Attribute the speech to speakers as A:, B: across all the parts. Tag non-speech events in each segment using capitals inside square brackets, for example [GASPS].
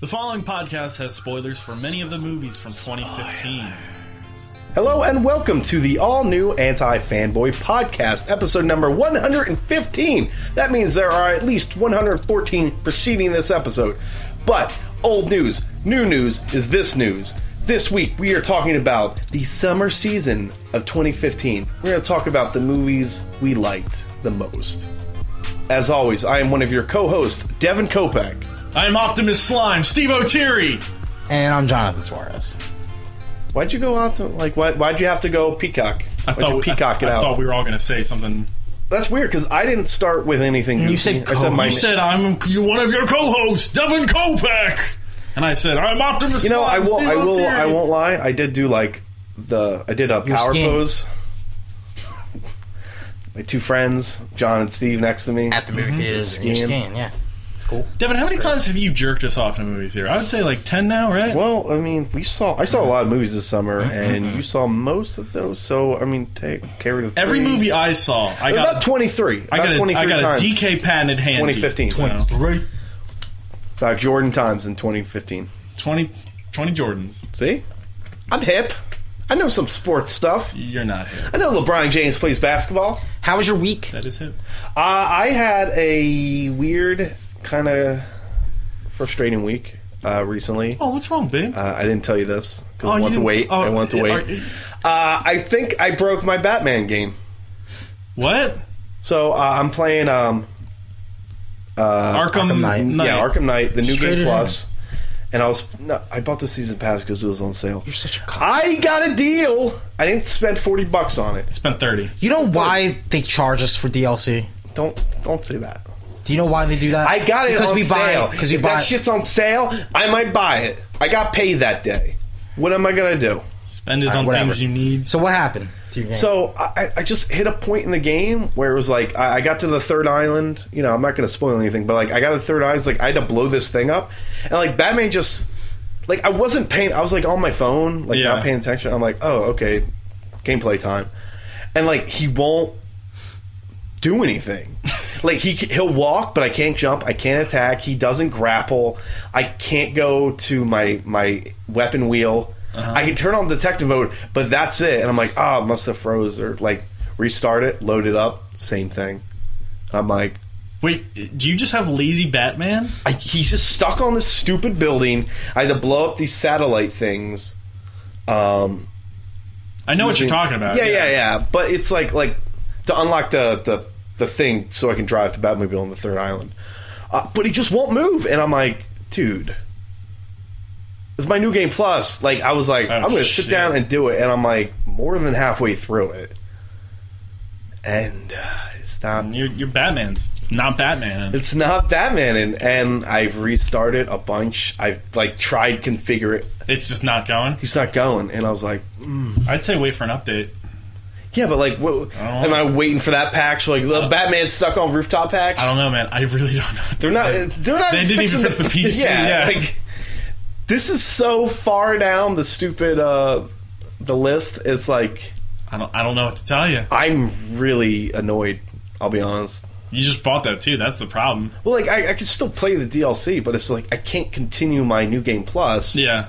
A: The following podcast has spoilers for many of the movies from 2015.
B: Hello and welcome to the all new Anti Fanboy Podcast, episode number 115. That means there are at least 114 preceding this episode. But old news, new news is this news. This week we are talking about the summer season of 2015. We're going to talk about the movies we liked the most. As always, I am one of your co hosts, Devin Kopak.
A: I am Optimus Slime, Steve O'Teary.
C: And I'm Jonathan Suarez.
B: Why'd you go out to, like, why, why'd you have to go peacock?
A: I
B: Why'd you
A: thought, we, I,
B: peacock it
A: I
B: out.
A: thought we were all going to say something.
B: That's weird because I didn't start with anything. goofy.
C: said
B: I said my.
A: You said I'm you one of your co-hosts, Devin Kopeck, and I said I'm Optimus.
B: you know, I
A: Slime,
B: will.
A: Steve
B: I will.
A: O'Teary."
B: I won't lie. I did do like the. I did a power
C: skin.
B: pose. my two friends, John and Steve, next to me.
C: At the movie theaters, in your
B: Skin.
C: skin, yeah. It's cool.
A: Devin, how many times have you jerked us off in a movie theater? I would say like ten now, right?
B: well, I mean, we saw. I saw a lot of movies this summer,
A: Mm-hmm.
B: and you saw most of those. So, I mean, take carry the
A: Every
B: three.
A: movie I saw, I got
B: about twenty three.
A: I got, a,
B: twenty
A: I
B: three
A: got
B: times.
A: a DK patented hand.
B: 2015.
A: So,
C: Right.
B: About Jordan times in twenty fifteen.
A: 20, 20 Jordans.
B: See, I'm hip. I know some sports stuff.
A: You're not hip.
B: I know LeBron James plays basketball.
C: How was your week?
A: That is hip.
B: Uh, I had a weird, kind of frustrating week uh, recently.
A: Oh, what's wrong, babe?
B: Uh, I didn't tell you this because
A: Oh,
B: I
A: you
B: want to
A: didn't-
B: wait.
A: oh,
B: I want to
A: yeah,
B: wait. Uh, I think I broke my Batman game.
A: what?
B: So uh, I'm playing um, uh,
A: Arkham,
C: Arkham Knight.
A: Knight.
B: yeah, Arkham Knight, the new
C: Straight
B: game
C: it
B: plus, and I was no, I bought the season pass because it was on sale.
C: You're such a cock.
B: I got a deal. I didn't spend forty bucks on it.
A: Spent thirty.
C: you know why they charge us for DLC?
B: Don't don't say that.
C: Do you know why they do that?
B: I got it
C: because
B: on
C: we
B: sale.
C: buy because we
B: if
C: buy
B: that shit's on sale, I might buy it. I got paid that day. What am I gonna do?
A: Spend it
C: Alright,
A: on
C: whatever.
A: things you need.
C: So what happened to your game?
B: So I, I- I just hit a point in the game where it was like I, I got to the third island. You know, I'm not gonna spoil anything, but like I got to the third island. it's Like I had to blow this thing up, and like Batman just like I wasn't paying. I was like on my phone, like
A: Yeah.
B: not paying attention. I'm like, oh okay, gameplay time, and like he won't do anything. like he c- he'll walk, but I can't jump. I can't attack. He doesn't grapple. I can't go to my my weapon wheel. I can turn on detective mode, but that's it. And I'm like, ah, must have froze or like restart it, load it up, same thing. I'm like,
A: Wait, do you just have lazy Batman?
B: I, he's just stuck on this stupid building. I had to blow up these satellite things. Um,
A: I know what you're talking about.
B: Yeah, yeah, yeah. But it's like like to unlock the the, the thing so I can drive the Batmobile on the third island. Uh, but he just won't move, and I'm like, dude, it's my new game plus. Like I was like,
A: Oh,
B: I'm gonna
A: shit.
B: sit down and do it, and I'm like more than halfway through it, and uh, it's not
A: Your, your Batman's not Batman.
B: it's not Batman, and and I've restarted a bunch. I've like tried configure it.
A: It's just not going.
B: He's not going, and I was like,
A: I'd say wait for an update.
B: Yeah, but like, what, am I waiting for that patch? Like the Batman stuck on rooftop patch?
A: Uh, I don't know, man. I really don't know. what
B: They're not.
A: to say.
B: They're not.
A: They didn't
B: fixing
A: even fix the
B: [LAUGHS]
A: PC. Yeah.
B: like this is so far down the stupid uh the list. It's like
A: I don't. I don't know what to tell you.
B: I'm really annoyed. I'll be honest.
A: You just bought that too. That's the problem.
B: Well, like I, I can still play the DLC, but it's like I can't continue my new game plus.
A: Yeah.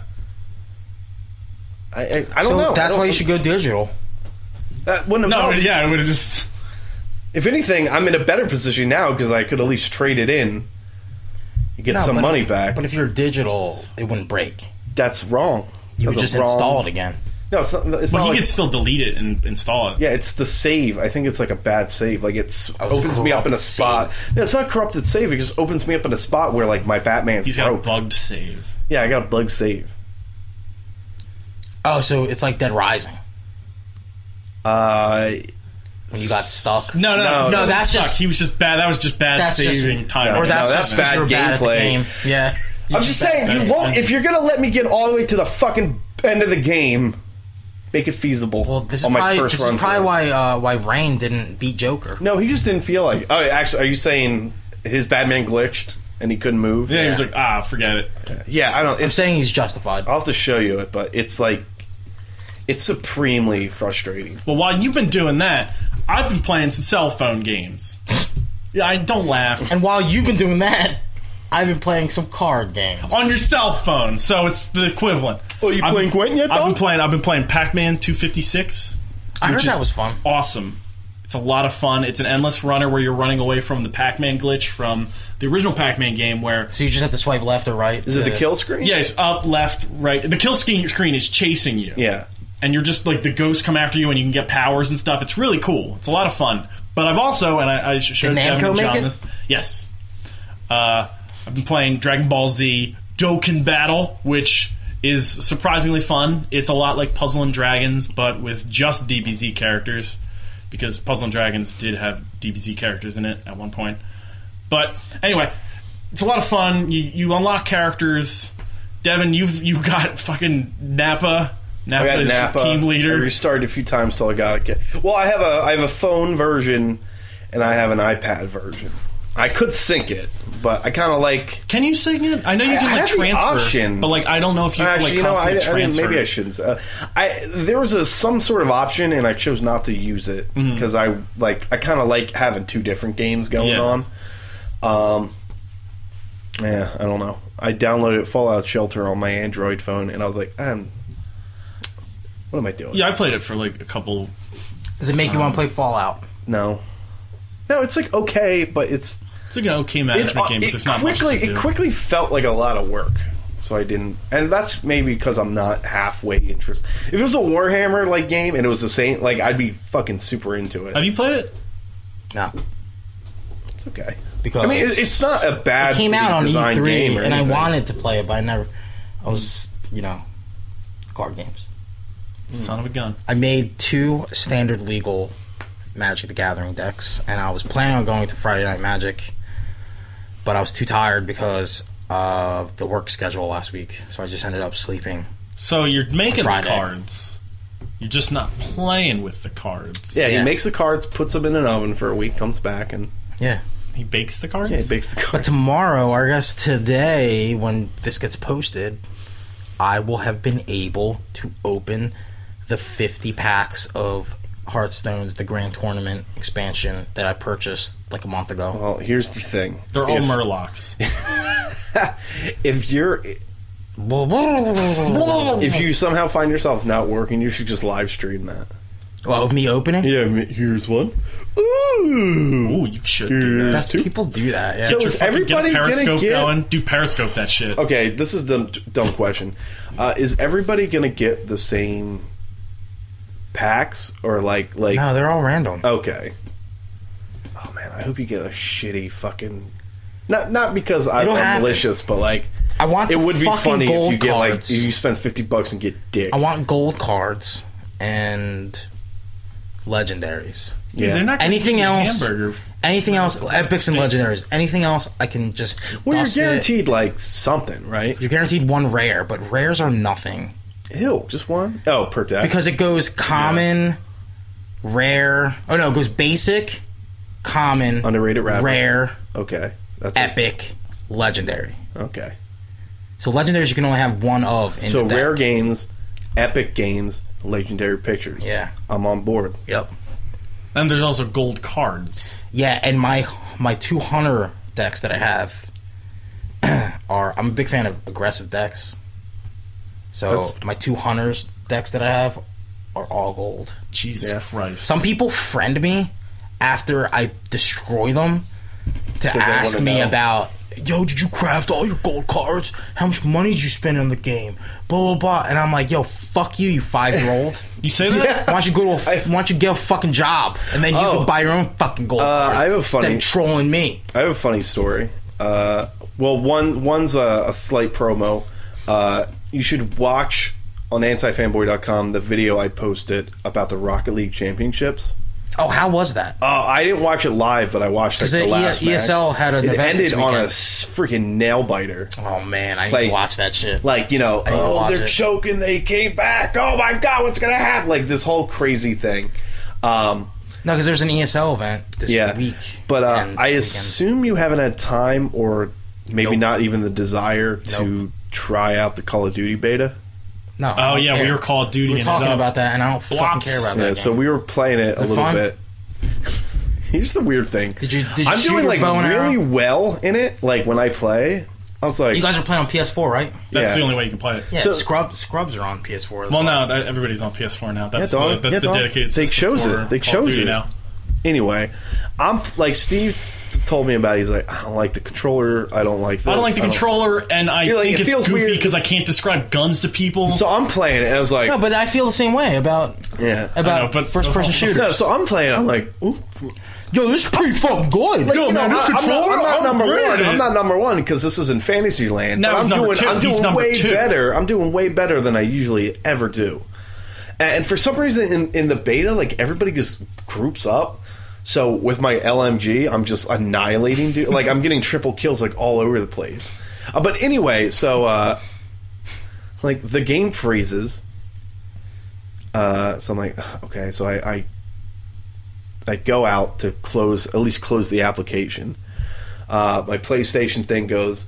B: I, I, I don't
C: So
B: know. I
C: that's
B: don't-
C: why you should go digital.
B: That wouldn't have
A: No.
B: helped.
A: Yeah. It would have just.
B: If anything, I'm in a better position now because I could at least trade it in. You get
C: No,
B: some
C: but
B: money
C: if-
B: back.
C: But if you're digital, it wouldn't break.
B: that's wrong.
C: You would
B: That's
C: just
B: a wrong-
C: install it again.
B: No, it's not. It's
A: But
B: not
A: he
B: like-
A: could still delete it and install it.
B: yeah, it's the save. I think it's like a bad save. Like it's
C: it's
B: opens me up in a
C: corrupted
B: spot. No, it's not corrupted save. It just opens me up in a spot where like my Batman's
A: He's got a
B: broke.
A: bugged save.
B: yeah, I got a bug save.
C: Oh, so it's like Dead Rising
B: Uh,
C: when you got stuck.
A: No. No.
B: No,
A: he
B: no,
A: was
C: that's
A: stuck.
C: just-
A: he was just bad. That was just bad
C: That's just-
A: saving time.
B: No,
C: or that's
B: no, that's
C: just 'cause
B: bad
C: you're bad at the
B: gameplay.
C: game. Yeah,
B: I'm just saying, you won't, if you're gonna let me get all the way to the fucking end of the game, make it feasible.
C: Well, this is
B: on my
C: probably,
B: first
C: this is
B: run
C: probably
B: through.
C: why uh, why Rain didn't beat Joker.
B: No, he just didn't feel like. Oh, actually, are you saying his Batman glitched and he couldn't move?
A: yeah. He was like, ah, forget it.
B: yeah. I don't.
C: I'm
B: It's,
C: saying he's justified.
B: I'll have to show you it, but it's like it's supremely frustrating.
A: Well, while you've been doing that, I've been playing some cell phone games. Yeah, I don't laugh.
C: And while you've been doing that,
D: I've been playing some card games.
A: on your cell phone, so it's the equivalent.
B: Oh, you
A: I've-
B: playing Gwent yet,
A: I've been
B: dog?
A: playing. I've been playing Pac-Man 256.
C: I heard
A: which
C: that
A: is
C: was fun.
A: Awesome. It's a lot of fun. It's an endless runner where you're running away from the Pac-Man glitch from the original Pac-Man game, where
C: So you just have to swipe left or right.
B: Is it the kill screen?
A: yes, up, left, right. The kill screen screen is chasing you.
B: Yeah.
A: and you're just like the ghosts come after you, and you can get powers and stuff. It's really cool. It's a lot of fun. But I've also, and I, I sh- showed Devin
C: Namco
A: and
C: make
A: John
C: it?
A: this. Yes, uh, I've been playing Dragon Ball Z Dokken Battle, which is surprisingly fun. It's a lot like Puzzle and Dragons, but with just DBZ characters, because Puzzle and Dragons did have DBZ characters in it at one point. But anyway, it's a lot of fun. You, you unlock characters. Devin, you've you've got fucking Nappa. Nappa
B: I got
A: is your
B: Napa.
A: team leader.
B: I restarted a few times till I got it. Well, I have a I have a phone version and I have an iPad version. I could sync it, but I kind of like.
A: Can you sing it? I know you
B: I- I
A: can like
B: have the
A: transfer,
B: option.
A: but like I don't know if you can
B: Actually,
A: like
B: you know, I,
A: constantly
B: I didn't-
A: transfer.
B: maybe I shouldn't. Uh, I there was a some sort of option, and I chose not to use it
A: Mm-hmm.
B: because I like I kind of like having two different games going
A: Yeah.
B: on. Um, yeah, I don't know. I downloaded Fallout Shelter on my Android phone, and I was like, I'm, what am I doing?
A: Yeah, I played it for like a couple.
C: Does it make you want to play Fallout?
B: No, no, it's like okay, but it's
A: It's like an okay
B: it, uh,
A: management game, but
B: it
A: there's not
B: quickly
A: much to do.
B: it quickly felt like a lot of work so i didn't and that's maybe because i'm not halfway interested if it was a warhammer like game and it was the same like i'd be fucking super into it
A: Have you played it?
C: No.
B: it's okay
D: Because-
B: i mean it, it's not a bad
D: It came out
C: E
D: on
B: designed game or
D: E3, and I
B: anything.
D: wanted to play it, but I never. I was, you know, card games.
B: Hmm.
A: Son of a gun.
D: I made two standard legal Magic the Gathering decks, and I was planning on going to Friday Night Magic, but I was too tired because of the work schedule last week, so I just ended up sleeping.
A: So you're making the
D: Friday.
A: cards. You're just not playing with the cards.
B: yeah,
D: Yeah.
B: he makes the cards puts them in an oven for a week comes back and
D: Yeah.
A: He bakes the cards.
B: yeah, he bakes the
D: But
B: cards
D: tomorrow, or I guess today, when this gets posted, I will have been able to open the 50 packs of Hearthstone's The Grand Tournament expansion that I purchased like a month ago.
B: well here's the thing
A: They're all
B: if,
A: Murlocs.
B: [LAUGHS] if you're if you somehow find yourself not working you should just live stream that
D: Well, of me opening?
B: yeah here's one ooh
A: Ooh, you should do that.
D: That's
B: Two.
D: people do that. Yeah.
B: So
A: Just
B: is
A: fucking get
B: everybody
A: a
B: gonna
A: Periscope
B: get? Oh,
A: going? Do Periscope that shit.
B: Okay, this is the dumb question. Uh, is everybody gonna get the same packs or like like?
D: no, they're all random.
B: Okay. Oh man, I hope you get a shitty fucking. Not not because I,
D: It'll
B: I'm
D: happen.
B: malicious, but like
D: I want
B: it
D: the
B: would be
D: fucking
B: funny if
D: gold
B: you get like if
D: cards.
B: you spend fifty bucks and get dick.
D: I want gold cards and legendaries.
A: Dude, they're not gonna
D: Anything
A: eat a
D: else?
A: Hamburger.
D: Anything else? Epics and legendaries. Anything else? I can just.
B: Well, you're
D: dust it.
B: guaranteed like something, right?
D: You're guaranteed one rare, but rares are nothing
B: Ew, just one. Oh, per deck.
D: because it goes common, rare. Oh no, it goes basic, common,
B: Underrated rabbit.
D: rare,
B: okay, that's it.
D: epic, legendary.
B: okay.
D: So legendaries you can only have one of. In
B: So
D: the deck.
B: rare games, epic games, legendary pictures.
D: Yeah.
B: I'm on board.
D: Yep.
A: And there's also gold cards.
D: Yeah, and my my two hunter decks that I have [CLEARS THROAT] are I'm a big fan of aggressive decks. So
B: That's-
D: my two hunters decks that I have are all gold.
A: Jesus
B: Yeah.
A: Christ.
D: Some people friend me after I destroy them to ask
B: wanna
D: me
B: know.
D: about yo, did you craft all your gold cards? How much money did you spend on the game? Blah blah blah. And I'm like, yo, fuck you, you five year old.
A: [LAUGHS] You say that?
D: Why don't you go to a, f- why don't you get a fucking job and then you
B: Oh.
D: can buy your own fucking gold
B: Uh,
D: cards
B: I have a
D: instead
B: funny-
D: of trolling me.
B: I have a funny story. Uh, well, one one's a, a slight promo. Uh, you should watch on antifanboy.com the video I posted about the Rocket League championships.
D: Oh, how was that?
B: Oh, I didn't watch it live, but I watched like,
D: the
B: the
D: E-
B: last match.
D: ESL had an
B: it
D: event
B: ended
D: this
B: on a
D: weekend.
B: s- freaking nail biter.
D: oh man, I need
B: like-
D: to watch that shit.
B: Like you know,
D: to
B: oh
D: watch
B: they're
D: it.
B: choking, they came back. Oh my god, what's gonna happen? Like this whole crazy thing. Um,
D: no, because there's an ESL event this
B: yeah.
D: week.
B: But uh,
D: and
B: I
D: weekend.
B: assume you haven't had time or maybe
D: Nope.
B: not even the desire to
D: Nope.
B: try out the Call of Duty beta.
D: no. I
A: Oh
D: don't
A: yeah, we
D: care.
A: were Call of Duty.
D: We were
A: and it
D: talking
A: up.
D: about that, and I don't
A: Blops.
D: fucking care about
B: Yeah,
D: that.
B: so
D: game.
B: we were playing it a
D: it
B: little
D: fun?
B: bit. [LAUGHS] Here's the weird thing.
D: Did you- did you
B: I'm
D: shoot
B: doing
D: your
B: like
D: bow and arrow?
B: really well in it. Like when I play, I was like,
D: You guys are playing on PS4, right?
A: That's
B: Yeah.
A: the only way you can play it.
D: Yeah,
B: So-
D: Scrub, Scrubs are on PS4. as
A: Well, no, that, everybody's on PS4 now. That's
B: Yeah, dog.
A: the, that's
B: Yeah,
A: the
B: dog.
A: dedicated.
B: They
A: system
B: chose
A: for
B: it. They
A: Call of
B: chose
A: Duty
B: it.
A: now.
B: anyway, I'm like Steve t- told me about. it. He's like, I don't like the controller. I don't like. This.
A: I don't like the controller, and I
B: You're like,
A: think
B: it
A: it's
B: feels
A: goofy
B: weird.
A: because I can't describe guns to people.
B: So I'm playing it. And I was like,
D: No, but I feel the same way about
B: yeah.
A: know,
D: about
A: but-
D: first person shooter.
B: no, so I'm playing. I'm like, ooh,
D: Yo, this is pretty fucking good.
B: you know,
A: man, this
B: I- I'm not, I'm
A: controller,
B: not
A: I'm
B: number
A: great
B: one.
A: at
B: I'm
A: it.
B: not number one because this is in Fantasyland.
A: No,
B: but
A: he's
B: I'm
A: number
B: doing,
A: two.
B: I'm
A: He's
B: doing
A: number
B: way
A: two.
B: better. I'm doing way better than I usually ever do. And for some reason, in, in the beta, like everybody just groups up. So with my LMG, I'm just annihilating dude. like I'm getting triple kills like all over the place. Uh, but anyway, so uh, like the game freezes. Uh, so I'm like, "Ugh, okay, so I, I I go out to close at least close the application. Uh, my PlayStation thing goes,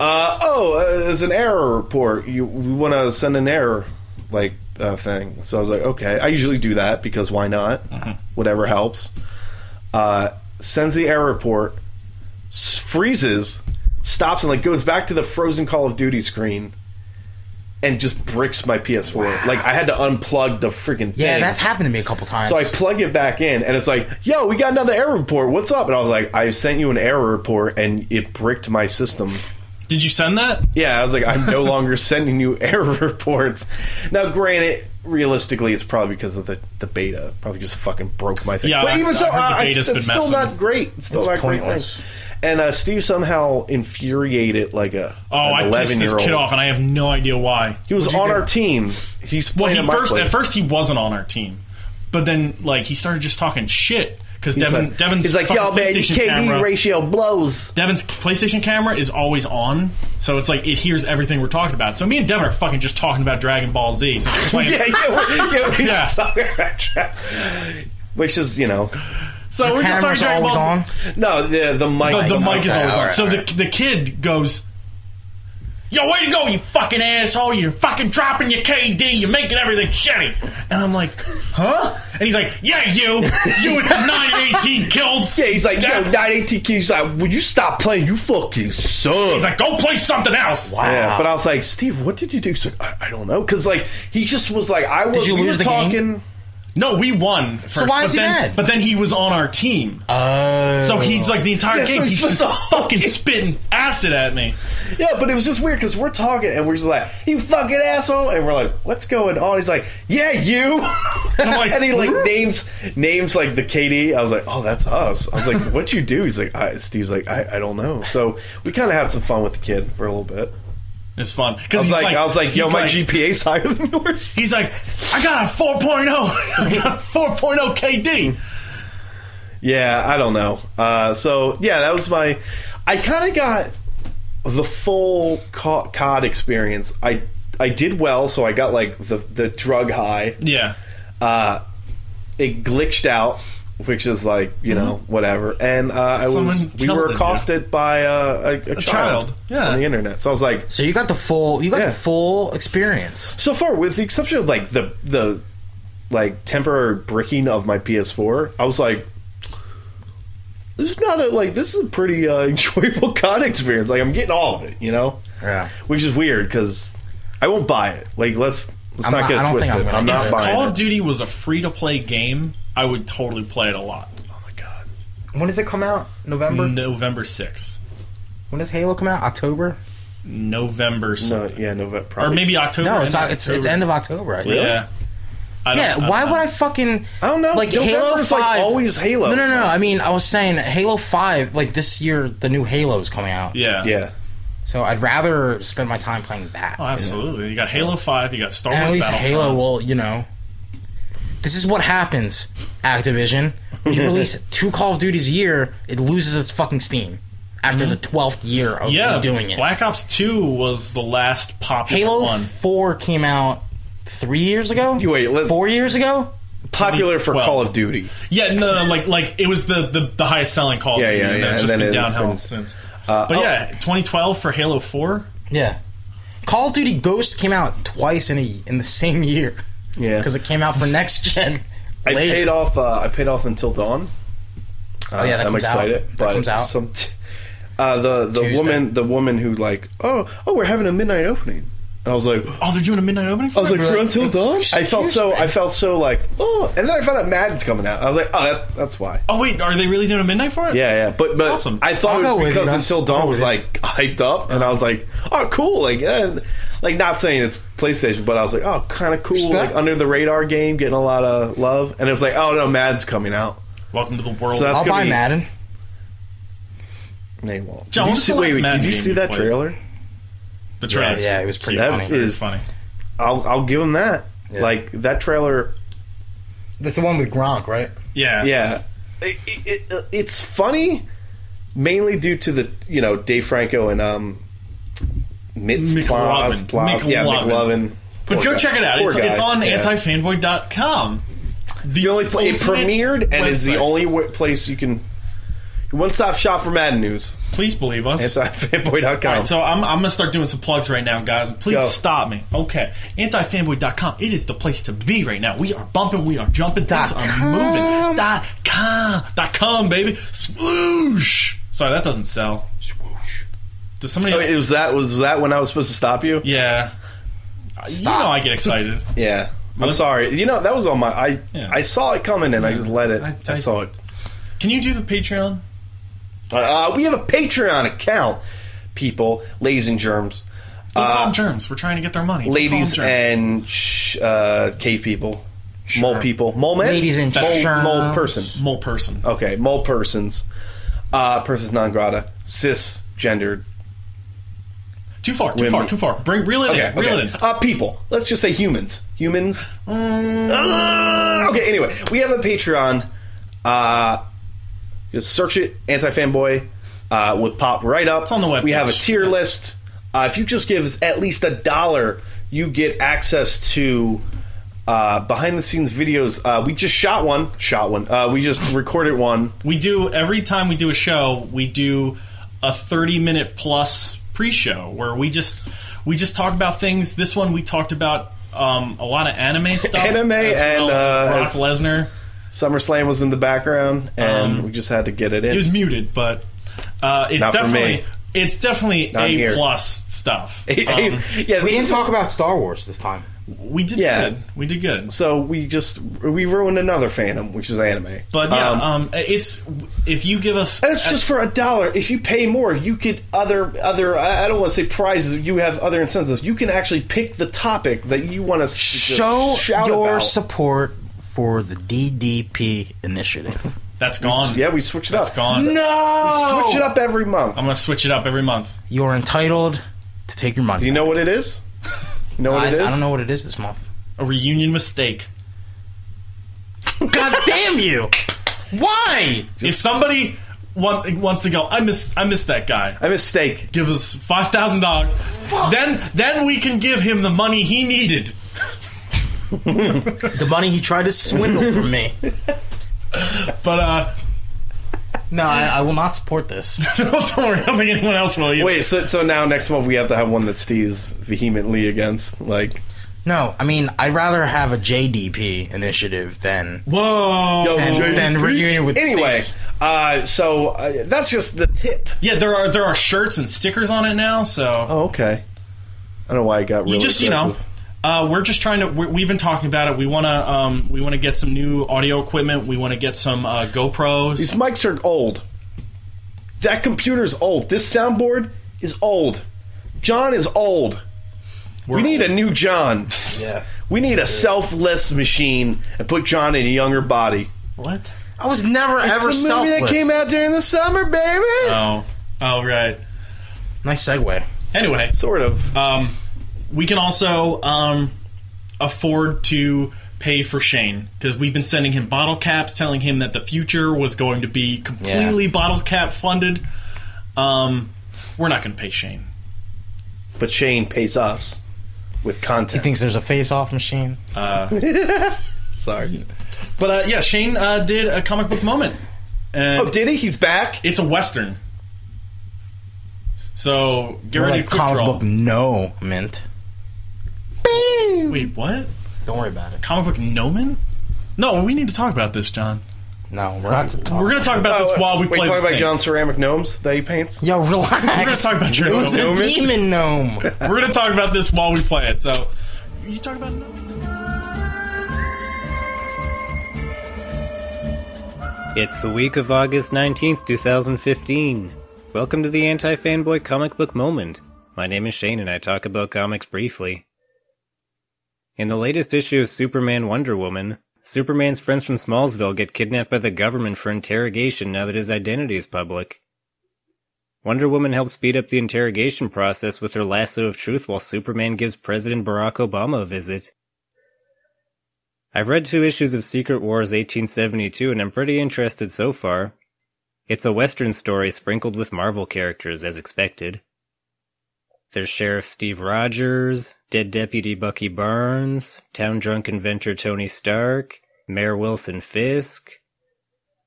B: uh, oh, uh, there's an error report. You we want to send an error like uh, thing. So I was like, okay. I usually do that because why not?
D: Mm-hmm.
B: Whatever helps. Uh, sends the error report, s- freezes, stops, and like goes back to the frozen Call of Duty screen. And just bricks my PS4. Like I had to unplug the freaking thing.
D: Yeah, that's happened to me a couple times.
B: So I plug it back in, and it's like, "Yo, we got another error report. What's up?" And I was like, "I sent you an error report, and it bricked my system."
A: Did you send that?
B: Yeah, I was like, "I'm
A: [LAUGHS]
B: no longer sending you [LAUGHS] error reports." Now, granted, realistically, it's probably because of the, the beta. Probably just fucking broke my thing.
A: Yeah,
B: but
A: I-
B: even
A: I
B: so,
A: heard the
B: I, I,
A: beta's
B: it's
A: been
B: still
A: messing.
B: not great. It's still not
D: pointless.
B: great. Thing. And uh, Steve somehow infuriated like a
A: Oh, I
B: an
A: pissed
B: eleven
A: this
B: year
A: kid
B: old.
A: off, and I have no idea why.
B: He was
D: What'd you
B: on
D: do?
B: our team. He's
A: Well,
B: playing
A: he
B: at my
A: first
B: place.
A: at first he wasn't on our team, but then like he started just talking shit because
B: He's
A: Devin
B: like,
A: Devin's
B: he's like,
A: fucking
B: "Yo, man,
A: PlayStation
B: KD
A: camera,
B: ratio blows."
A: Devin's PlayStation camera is always on, so it's like it hears everything we're talking about. So me and Devin are fucking just talking about Dragon Ball Z. So it's playing-
B: [LAUGHS] yeah, yeah, we're, yeah, we're
A: Yeah.
B: just soccer rat trap. Which is, you know,
A: So we're just talking
D: Cameras
A: Dragon Ball
D: always
A: Z.
D: on.
B: no, the the mic,
A: the, the mic is
B: Okay,
A: always on.
B: alright,
A: so
B: alright.
A: the the kid goes, "Yo, way to go, you fucking asshole! You're fucking dropping your KD. You're making everything shitty." And I'm like, "Huh?" And he's like, "Yeah, you, you with the nine and eighteen kills."
B: [LAUGHS] yeah, he's like, yo,
A: Damn.
B: 918 keys. He's like, will you stop playing? You fucking suck.
A: He's like, "Ah." "Go play something else."
B: yeah, but I was like, Steve, what did you do? He's like, I, I don't know, because like he just was like, I was.
D: you
B: we
D: lose
B: were
D: the game?
B: talking,
A: No, we won. First,
D: why
A: but
D: is he
A: then,
D: mad?
A: But then he was on our team,
D: Oh.
A: so he's like the entire
B: Yeah, so
A: game.
B: he's
A: he's just
B: [LAUGHS] the whole
A: fucking spitting acid at me.
B: Yeah, but it was just weird because we're talking and we're just like, you fucking asshole, and we're like, what's going on? He's like, yeah, you. [LAUGHS] And,
A: I'm like,
B: he like names names like the KD. I was like, oh, that's us. I was like, what you do? He's like, I, Steve's like, I, I don't know. So we kind of had some fun with the kid for a little bit.
A: It's fun
B: I
A: because
B: was like, I was like, yo, my
A: like,
B: GPA's higher than yours.
A: He's like, I got a 4.0. [LAUGHS] I got a 4.0 KD.
B: Yeah, I don't know. Uh, so yeah, that was my. I kind of got the full co- COD experience. I I did well, so I got like the the drug high.
A: Yeah.
B: uh, it glitched out, which is like you know
D: Mm-hmm.
B: whatever. And uh, I was
A: Someone
B: we were
A: killed it,
B: accosted by uh, a, a, child,
A: child, yeah.
B: on the internet. So I was like,
D: So you got the full you got
B: Yeah.
D: the full experience.
B: so far with the exception of like the the like temporary bricking of my PS4, I was like. This is not a like. This is a pretty uh, [LAUGHS] enjoyable con experience. Like I'm getting all of it, you know.
D: Yeah.
B: Which is weird because I won't buy it. Like let's let's
D: I'm
B: not,
D: not-
B: get
D: I
B: it
D: don't think
B: twisted.
D: I'm gonna
B: I'm,
D: get
B: not
D: it.
B: buying
A: Call of
B: it.
A: Duty was a free to play game. I would totally play it a lot.
B: Oh my god.
D: When does it come out? November?
A: November 6th.
D: When does Halo come out? October?
A: November
B: No,
A: 6th.
B: yeah, November.
A: Or
B: Probably.
A: maybe October.
D: No, it's
A: end of
D: it's it's
A: October.
D: end of October, I think.
A: Yeah. I don't-
D: Yeah,
A: don't
D: why
A: know.
D: would I fucking
B: I don't know.
D: Like
B: November's,
D: Halo
B: like,
D: 5
B: always Halo.
D: No, no, no. I mean, I was saying that Halo 5 like this year the new Halo's coming out.
A: Yeah.
B: Yeah.
D: So I'd rather spend my time playing that.
A: Oh, absolutely. You got Halo 5, you got Star Wars
D: And at least
A: Battlefront.
D: Halo will, you know. This is what happens, Activision.
B: [LAUGHS]
D: When you release two Call of Duties a year, it loses its fucking steam after the twelfth year of
A: Mm-hmm. yeah,
D: doing it.
A: Black Ops 2 was the last popular
D: Halo
A: one.
D: Four came out three years ago.
B: You wait, let-
D: four years ago.
B: Popular for
A: Well.
B: Call of Duty.
A: Yeah, no, no, like like it was the the, the highest selling Call of
B: Yeah,
A: Duty,
B: yeah,
A: and
B: yeah,
A: then it's
B: and
A: just
B: then
A: been
B: it's
A: downhill
B: been-
A: since.
B: Uh,
A: but
B: oh.
A: yeah, 2012 for Halo 4.
D: Yeah, Call of Duty Ghosts came out twice in a in the same year.
B: Yeah.
D: because it came out for next gen.
B: I
D: later. Oh,
B: paid off. Uh, I paid off until dawn. Uh,
D: yeah, that
B: I'm
D: comes out.
B: excited.
D: That
B: but
D: comes out.
B: Some uh, the the
D: Tuesday.
B: woman the woman who like oh oh we're having a midnight opening. And I was like,
A: Oh, they're doing a midnight opening.
B: I was like, for until dawn. I felt so. I felt so like, oh. And then I found out Madden's coming out. I was like, oh, that, that's why.
A: oh wait, are they really doing a midnight for it?
B: Yeah, yeah. But but
A: Awesome.
B: I
D: I'll
B: thought
D: go
B: it
D: with
B: was
D: you,
B: because
D: man.
B: until
D: I'll
B: dawn
D: go
B: was
D: with
B: like hyped up, and I was like, oh, cool. Like, eh, like not saying it's PlayStation, but I was like, oh, kind of cool.
D: Respect.
B: Like under the radar game, getting a lot of love. And it was like, oh no, Madden's coming out.
A: Welcome to the world.
B: So that's-
D: I'll
B: gonna
D: buy
B: be-
D: Madden.
B: Nay, Walt.
A: John,
B: Did you
A: what's
B: see,
A: the
B: wait,
A: last
B: wait,
A: Madden
B: did you
A: game
B: see
A: you
B: that
A: played?
B: trailer?
A: the
D: Yeah,
A: trailer.
D: yeah, it was pretty
B: That
D: funny.
A: It's
B: is-
A: funny.
B: I'll I'll give him that.
D: Yeah.
B: Like that trailer
D: That's the one with Gronk, right?
A: Yeah,
B: yeah it, it, it, it's funny mainly due to the you know dave franco and um Mitz
A: McLovin.
B: Plaus, Plaus, yeah
A: McLovin.
B: mclovin
A: But go check it out. It's, it's on antifanboy.com.
B: the only pla- it
A: ultimate
B: premiered and is the
A: website.
B: only w- place you can one stop shop for Madden news.
A: Please believe us.
B: Antifanboy.com.
A: All right, so I'm, I'm gonna start doing some plugs right now, guys. and Please
B: Go.
A: stop me. Okay, antifanboy.com. It is the place to be right now. We are bumping, we are jumping, things are moving. Dot com, dot com, baby. Sploosh. Sorry, that doesn't sell. Swoosh. Does somebody?
B: Oh, it was that was that when I was supposed to stop you?
A: yeah.
D: Stop.
A: You know I get excited.
B: Yeah. I'm
A: What?
B: sorry. You know that was on my. I
A: Yeah.
B: I saw it coming and I just let it.
A: I-
B: I,
A: I-
B: saw it.
A: Can you do the Patreon?
B: Uh, we have a Patreon account, people, ladies and germs,
A: Don't call
B: Uh,
A: them germs. We're trying to get their money. Don't call
B: ladies
A: them germs.
B: and sh- uh, cave people, mole people, mole men,
D: Ladies and
B: mole,
D: germs.
B: mole person.
A: mole person.
B: Okay, mole persons, uh, persons non grata, cisgendered.
A: Too far. Too
B: Women.
A: far. Too far. Bring reel it
B: Okay,
A: in. Reel
B: okay.
A: it in.
B: Uh, people. Let's just say humans. Humans.
A: Um,
B: Ah, okay. Anyway, we have a Patreon. Uh, just search it, anti fanboy. Uh, would pop right up. It's
A: on the web
B: We have a
A: page.
B: tier list. Uh, if you just give us at least a dollar, you get access to uh, behind the scenes videos. Uh, we just shot one. Shot one. Uh, we just [LAUGHS] recorded one.
A: We do every time we do a show, we do a 30 minute plus pre-show where we just we just talk about things. This one we talked about um, a lot of
B: [LAUGHS]
A: anime stuff.
B: Anime
A: as well
B: and,
A: as
B: uh,
A: Brock
B: as-
A: Lesnar.
B: SummerSlam was in the background, and
A: Um,
B: we just had to get it in.
A: It
B: [LAUGHS]
A: was muted, but uh, it's
B: Not for
A: definitely
B: me.
A: it's definitely
B: Not
A: a
B: here.
A: plus
B: [LAUGHS]
A: stuff. Um,
B: yeah,
D: We
B: this
D: didn't
B: is-
D: talk about Star Wars this time.
A: we did
B: Yeah.
A: good. We did good.
B: So we just we ruined another fandom, which is anime.
A: But yeah,
B: Um,
A: um, it's if you give us
B: and it's just for a dollar. If you pay more, you get other other. I I don't want to say prizes. You have other incentives. You can actually pick the topic that you want to s- just
D: Show
B: shout
D: your
B: about.
D: support for the DDP
B: [LAUGHS]
D: initiative.
A: that's gone.
B: yeah, we switched it up.
A: it's gone.
D: no,
B: Switch it up every month.
A: I'm gonna switch it up every month.
D: You're entitled to take your money.
B: you know what it is? You know what
D: I,
B: it is?
D: I don't know what it is this month.
A: A reunion mistake.
D: God damn you! Why?
A: if somebody want, wants to go, I miss I miss that guy.
B: A mistake.
A: Give us five thousand dollars. Then then we can give him the money he needed.
D: The money he tried to swindle from me.
B: [LAUGHS]
A: But uh, [LAUGHS]
D: No, I, I will not support this.
A: don't worry. I don't think anyone else will. either.
B: Wait, so so now next month we have to have one that Steve's vehemently against. Like,
D: No, I mean, I'd rather have a JDP initiative than
A: Whoa.
D: And
B: Jay-
D: then reunion with
B: anyway.
D: Steve.
B: Uh, so uh, that's just the tip.
A: yeah, there are there are shirts and stickers on it now. So
B: Oh, okay. I don't know why I got really
A: you just you know.
B: aggressive.
A: Uh, we're just trying to. we we've been talking about it. We wanna. Um, we wanna get some new audio equipment. We wanna get some uh, GoPros.
B: These mics are old. That computer's old. This soundboard is old. John is old.
A: We're
B: we need a new John.
D: Yeah.
B: We need a selfless machine and put John in a younger body.
A: what?
D: I was never ever
B: it's a movie
D: selfless.
B: that came out during the summer, baby.
A: Oh, oh right.
D: Nice segue.
A: Anyway,
B: sort of.
A: Um, we can also um, afford to pay for Shane because we've been sending him bottle caps, telling him that the future was going to be completely bottle cap funded. Um, we're not going to pay Shane.
B: but Shane pays us with content.
D: Thinks there's a face-off machine.
B: Sorry.
A: But uh, yeah, Shane uh, did a comic book moment. And
B: Oh, did he? He's back.
A: It's a western. So get
D: We're
A: ready
D: like
A: to quick
D: comic
A: draw.
D: book no mint.
A: Wait, what?
D: Don't worry about it.
A: Comic book Noman? No, we need to talk about this, John.
D: No, we're not going to talk.
A: We're gonna talk about this while we
B: Oh, wait,
A: play.
B: talking
A: the
B: about
A: game.
B: John Ceramic Gnomes that he paints?
D: Yo, relax. We're
A: gonna talk about your
D: It was a
B: gnome.
D: demon gnome.
A: We're gonna talk about this while we play it. So, you talk about.
E: It's the week of August 19th, 2015. Welcome to the Anti Fanboy Comic Book Moment. My name is Shane and I talk about comics briefly. In the latest issue of Superman Wonder Woman, Superman's friends from Smallsville get kidnapped by the government for interrogation now that his identity is public. Wonder Woman helps speed up the interrogation process with her lasso of truth while Superman gives President Barack Obama a visit. I've read two issues of Secret Wars 1872 and I'm pretty interested so far. It's a Western story sprinkled with Marvel characters, as expected. There's Sheriff Steve Rogers, Dead Deputy Bucky Barnes, Town Drunk Inventor Tony Stark, Mayor Wilson Fisk.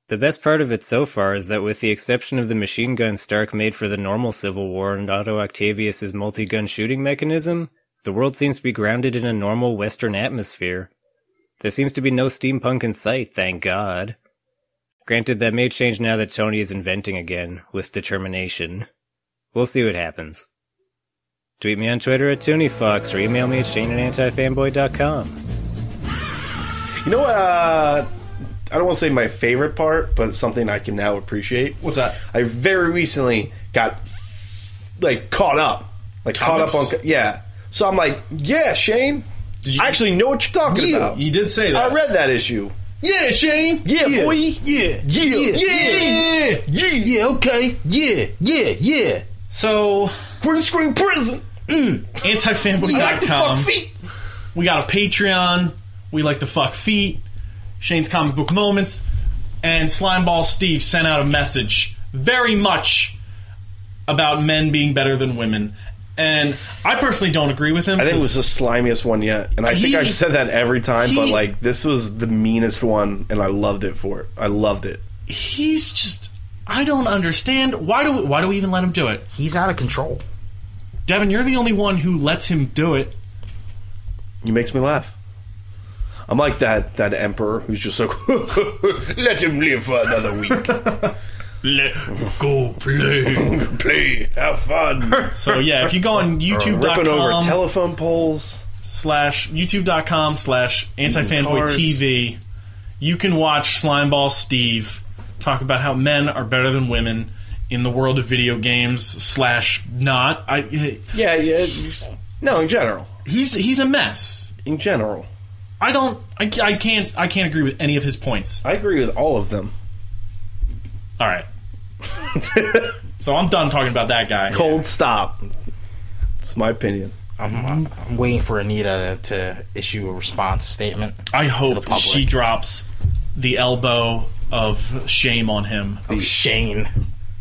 E: The best part of it so far is that with the exception of the machine gun Stark made for the normal Civil War and Otto Octavius's multi-gun shooting mechanism, the world seems to be grounded in a normal Western atmosphere. There seems to be no steampunk in sight, thank God. Granted, that may change now that Tony is inventing again, with determination. We'll see what happens. Tweet me on Twitter at ToonieFox or email me at ShaneAntiFanboy.com.
B: You know what? Uh, I don't want to say my favorite part, but something I can now appreciate.
A: What's that?
B: I very recently got like caught up, like caught
A: Comics.
B: up on yeah. So I'm like, yeah, Shane,
A: you-
B: I actually know what you're talking about.
A: You did say that.
B: I read that issue.
A: Yeah, Shane.
B: Yeah, boy.
D: Yeah.
B: Yeah,
A: Yeah.
D: Yeah,
B: oh,
D: okay. Yeah, yeah, yeah.
A: So,
B: Green screen prison. Like the fuck
A: antifanboy.com.
B: feet.
A: We got a Patreon. We like the fuck feet. Shane's comic book moments. And Slimeball Steve sent out a message very much about men being better than women. And I personally don't agree with him.
B: I think it was the slimiest one yet, and I think
A: He-
B: I've said that every time. but
A: he-
B: like, this was the meanest one, and I loved it for it. I loved it.
A: he's just I don't understand why do we, why do we even let him do it?
D: He's out of control.
A: Devin, you're the only one who lets him do it.
B: He makes me laugh. I'm like that that emperor who's just like, [LAUGHS] let him live for another week. [LAUGHS]
A: Let go play.
B: Play, have fun.
A: [LAUGHS] So yeah, if you go on
B: [LAUGHS] Ripping over
A: youtube.com
B: telephone poles.
A: slash youtube.com slash
B: Cars.
A: antifanboytv, you can watch Slimeball Steve talk about how men are better than women in the world of video games slash not. I
B: Yeah, yeah. you s- No, in general,
A: he's he's a mess.
B: in general,
A: I don't I, ca- I can't I can't agree with any of his points.
B: I agree with all of them.
A: All right. so I'm done talking about that guy.
B: Cold stop. It's my opinion.
D: I'm, I'm waiting for Anita to issue a response statement.
A: I
D: the
A: hope
D: public.
A: she drops the elbow of shame on him.
D: Of Shane.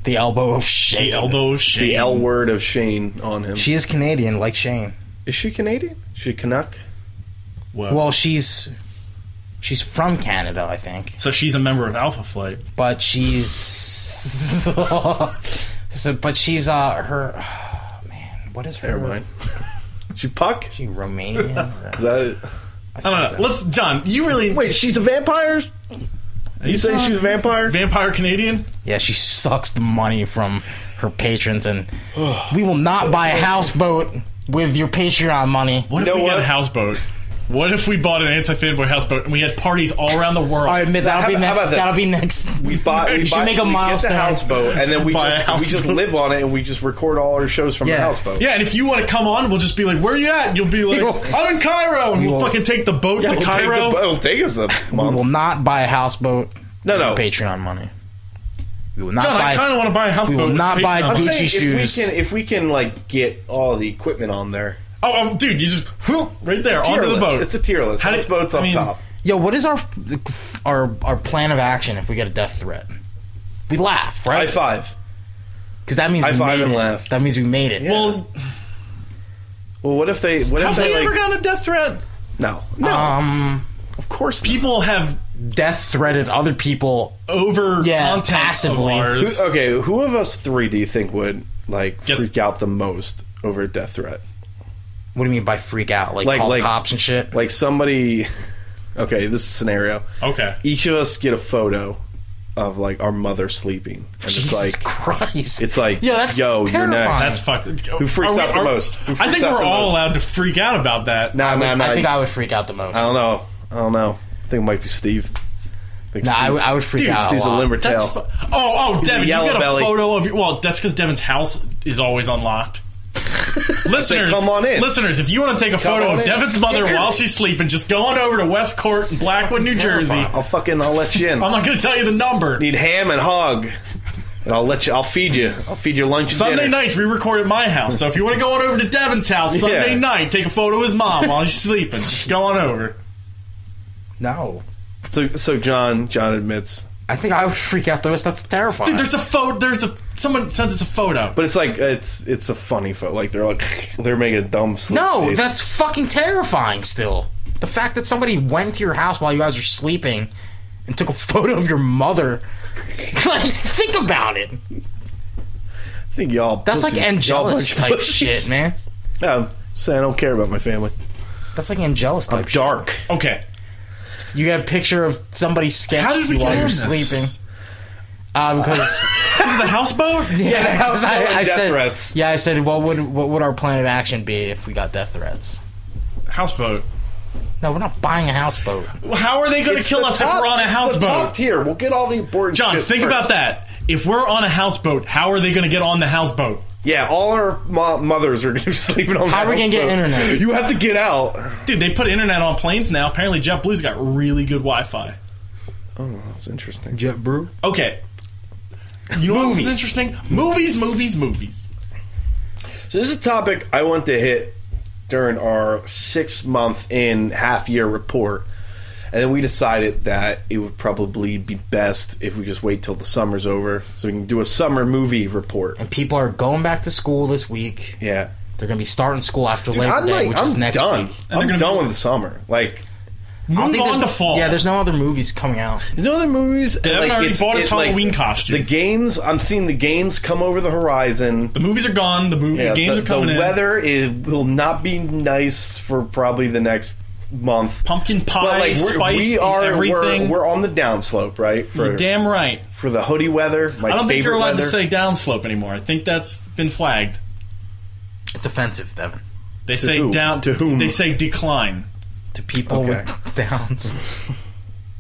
D: The elbow of Shane.
A: The elbow of shame.
B: The L word of Shane on him.
D: She is Canadian, like Shane.
B: is she Canadian? Is she Canuck?
A: Whoa.
D: Well, she's she's from Canada, I think,
A: so she's a member of Alpha Flight.
D: but she's [LAUGHS] so, but she's uh her [SIGHS] man. What is her?
B: Never [LAUGHS] mind. she Puck? [LAUGHS]
D: She Romanian?
B: Is that
A: I don't know. Uh, Let's, John. You really
B: Wait, she's a vampire? You say she's a vampire?
A: vampire Canadian?
D: Yeah, she sucks the money from her
B: [SIGHS]
D: patrons, and we will not buy a houseboat with your Patreon money.
A: What if
B: know
A: we get a
B: what?
A: houseboat? What if we bought an anti-fanboy houseboat and we had parties all around the world?
D: I admit that'll
B: How-
D: be
B: how
D: next.
B: about this?
D: That'll be next.
B: We bought. We
D: [LAUGHS]
A: You should
B: bought,
D: make a
B: we
D: milestone.
B: Get the houseboat, and then
A: [LAUGHS]
B: we
A: Buy a
B: just, we just
A: houseboat.
B: live on it, and we just record all our shows from the
D: Yeah.
B: houseboat.
A: yeah, and if you want to come on, we'll just be like, "Where you at?" And you'll be like,
D: will-
A: "I'm in Cairo," and we'll
D: will-
A: fucking take the boat
B: Yeah,
A: to
B: we'll take
A: Cairo.
B: the- It'll take us a
D: We
B: month.
D: will not buy a houseboat.
B: No,
D: with
B: no.
D: your Patreon money. We will not
A: John,
D: buy.
A: I kind of want to buy a houseboat.
D: will
A: with
D: not buy
A: Patreon.
B: I'm
D: Gucci
B: saying
D: shoes.
B: If we can, if we can, like get all the equipment on there,
A: Oh, oh, dude, you just whoop, right there
B: Tier
A: onto the
B: list.
A: boat.
B: It's a tier list.
A: How
B: This
A: did-
B: boat's
A: I
B: up
A: mean-
B: top.
D: Yo, what is our our our plan of action if we get a death threat? We laugh,
B: High
D: right?
B: five.
D: Because that means
B: High
D: we
B: five
D: made
B: and
D: it.
B: laugh.
D: That means we made it.
A: Well,
B: Well, what if they? What if
A: have
B: they
A: they ever
B: like?
A: gotten a Uh, death threat?
B: No, no.
D: um,
B: of course, not.
A: People have
D: death threated other people.
A: over
D: Yeah,
A: content
D: passively.
A: of
B: Who- uh,
A: ours.
B: Okay, who of us three do you think would like
A: Yep.
B: freak out the most over a death threat?
D: What do you mean by freak out? Like,
B: Like-
D: call
B: like-
D: cops and shit.
B: Like somebody. Okay, this is a scenario.
A: Okay.
B: Each of us get a photo of like our mother sleeping, and it's
D: Jesus
B: like
D: Christ.
B: it's like
D: Yeah, that's
B: yo, you're
D: terrifying.
B: next.
A: That's fucking. Who
B: freaks out the most? Who
A: I
B: freaks
A: think
B: out
A: we're
B: the
A: all
B: most?
A: allowed to freak out about that.
B: nah, nah, nah.
D: I think I would freak out the most.
B: I don't know. I don't know. I think it might be Steve. I think
D: Nah, I
B: Steve's-
D: would- I would freak
B: Dude,
D: out a
B: Steve's
D: lot.
B: limber
A: That's
B: tail. [LAUGHS]
A: fu- oh, oh, Devin, you
B: yellow
A: got a
B: belly.
A: photo of your. Well, that's because Devin's house is always unlocked. listeners,
B: "Come on in."
A: Listeners, if you want to take a photo
B: on
A: of
B: in.
A: Devin's mother while she's sleeping, just go on over to West Court in Blackwood, New Jersey.
B: I'll fucking I'll let you in.
A: I'm
B: I
A: not going to tell you the number.
B: need ham and hog. And I'll let you. I'll feed you. I'll feed you lunch. and
A: Sunday
B: dinner.
A: nights, we record at my house. So if you want to go on over to Devin's house Sunday
B: Yeah.
A: night, take a photo of his mom while she's sleeping. Just go on over.
D: no.
B: So so John John admits,
D: I think I would freak out the most. That's terrifying.
A: There's a photo. There's a someone sends us a photo.
B: but it's like it's it's a funny photo. Like they're like [LAUGHS] they're making a dumb. Sleep
D: no,
B: face.
D: that's fucking terrifying still. The fact that somebody went to your house while you guys were sleeping and took a [LAUGHS] photo of your mother. [LAUGHS] like, think about it.
B: I think y'all.
D: That's like
B: pussies. Y'all
D: Angelus
B: bunch of
D: type
B: pussies.
D: shit, man.
B: Yeah, I'm saying I don't care about my family.
D: That's like Angelus type shit.
B: Dark.
A: Okay.
D: You get a picture of somebody sketched
A: How did we
D: you while
A: get
D: you're
A: on this?
D: sleeping. Uh,
B: [LAUGHS]
D: because
A: Is it the houseboat?
D: yeah,
B: was
D: [LAUGHS] I,
B: dealing
D: I
B: death
D: said
B: threats.
D: yeah, I said what would what would our plan of action be if we got death threats?
A: Houseboat.
D: No, we're not buying a houseboat.
A: How are they going to kill
B: the
A: us
B: top-
A: if we're on a
B: it's the
A: houseboat?
B: top tier. We'll get all the important.
A: John,
B: shit
A: think
B: first.
A: about that. If we're on a houseboat, how are they going to get on the houseboat?
B: Yeah, all our mo- mothers are going to be [LAUGHS] sleeping on.
D: How
B: the
D: we gonna get
B: houseboat. [LAUGHS]
D: internet?
B: You have to get out.
A: Dude, they put internet on planes now. Apparently, JetBlue's got really good Wi-Fi.
B: Oh, that's interesting.
D: Jet brew.
A: Okay. You know what else is interesting? Movies, movies, movies.
B: So this is a topic I want to hit during our six month in half year report. And then we decided that it would probably be best if we just wait till the summer's over so we can do a summer movie report.
D: People are going back to school this week.
B: Yeah.
D: They're gonna be starting school after Labor
B: I'm
D: Day,
B: like,
D: which
B: I'm
D: is next
B: done.
D: week.
A: And they're
B: I'm
A: gonna
B: done
A: be-
B: with the summer. Like,
D: I don't
A: Move
D: think
A: on to
D: there's-
A: fall.
D: Yeah, there's no other movies coming out.
B: there's no other movies. and,
A: Devin
B: like,
A: already
B: it's-
A: bought his
B: it, like,
A: Halloween costume.
B: The games, I'm seeing the games come over the horizon.
A: the movies are gone. The movie
B: Yeah,
A: games
B: the,
A: are coming
B: the
A: in.
B: weather is, will not be nice for probably the next month.
A: Pumpkin pie,
B: but like we're,
A: spice,
B: we are
A: and everything.
B: We're, we're on the downslope, right? For
A: You're damn right.
B: for the hoodie weather,
A: I don't
B: my favorite
A: think you're allowed
B: weather.
A: to say downslope anymore. I think that's been flagged.
D: It's offensive, Devin,
A: They say
B: who?
A: down.
B: To whom?
A: They say decline.
D: to people
B: Okay.
D: with downs.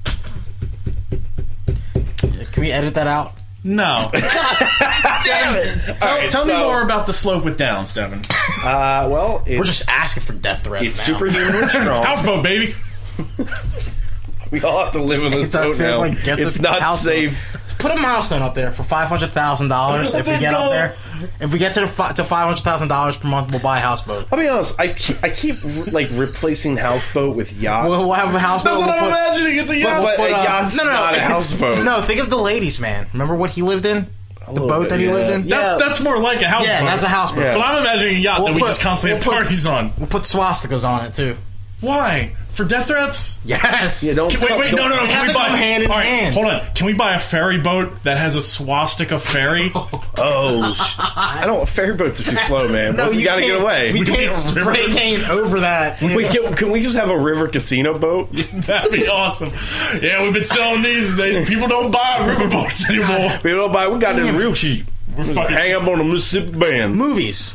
D: Can we edit that out?
A: [LAUGHS] No.
D: Damn it!
A: tell
B: right,
A: tell me
B: so-
A: more about the slope with downs, Devin.
B: Uh, well, it's,
D: We're just asking for death threats
B: it's
D: now.
B: superhuman
A: [LAUGHS]
B: strong.
A: Houseboat, baby.
B: we all have to live in this
D: It's- I
B: boat
D: feel
B: now.
D: like get
B: it's
D: the
B: not
D: house
B: safe.
D: Put a milestone up there for five hundred thousand dollars. If we
A: our
D: get
A: goal.
D: up there, if we get to the fi- to five hundred thousand dollars per month, we'll buy a houseboat.
B: I'll be honest. I keep, I keep like replacing houseboat with yacht.
D: We'll, we'll have a houseboat.
A: That's what
D: we'll
A: I'm
D: put-
A: imagining. It's a yacht.
B: but
D: put,
B: a
D: uh,
B: yacht's not a
D: [LAUGHS] it's-
B: houseboat.
D: No, think of the ladies, man. Remember what he lived in? The
B: little
D: boat
B: bit,
D: that he
B: yeah.
D: lived in.
B: Yeah.
A: that's, that's more like a houseboat.
D: Yeah, that's a houseboat.
B: Yeah.
A: But I'm imagining a yacht
D: We'll
A: that we
D: put-
A: just constantly
D: we'll
A: have
D: put-
A: parties on.
D: We'll put swastikas on it too.
A: Why? For death threats?
D: Yes.
B: Yeah, don't
A: Wait, wait, no, no, no.
D: They
A: Can
D: have
A: we
D: to
A: buy
D: come hand in
A: All right,
D: hand.
A: Hold on. Can we buy a ferry boat that has a swastika
D: [LAUGHS]
A: ferry? [LAUGHS]
B: Oh, sh- I don't. Ferry boats are too slow, man.
D: No,
B: we
D: you
B: gotta
D: can't-
B: get away. [LAUGHS]
D: We,
B: We,
D: can't
A: can't
D: spray
A: remember.
D: paint over that.
B: can, can we just have a river casino
D: [LAUGHS]
B: boat?
A: That'd be awesome. Yeah, we've been selling these. They, people don't buy river boats anymore.
B: We don't buy. We got this real cheap.
A: We're
B: Just
A: fucking-
B: Hang up on the Mississippi band.
D: Movies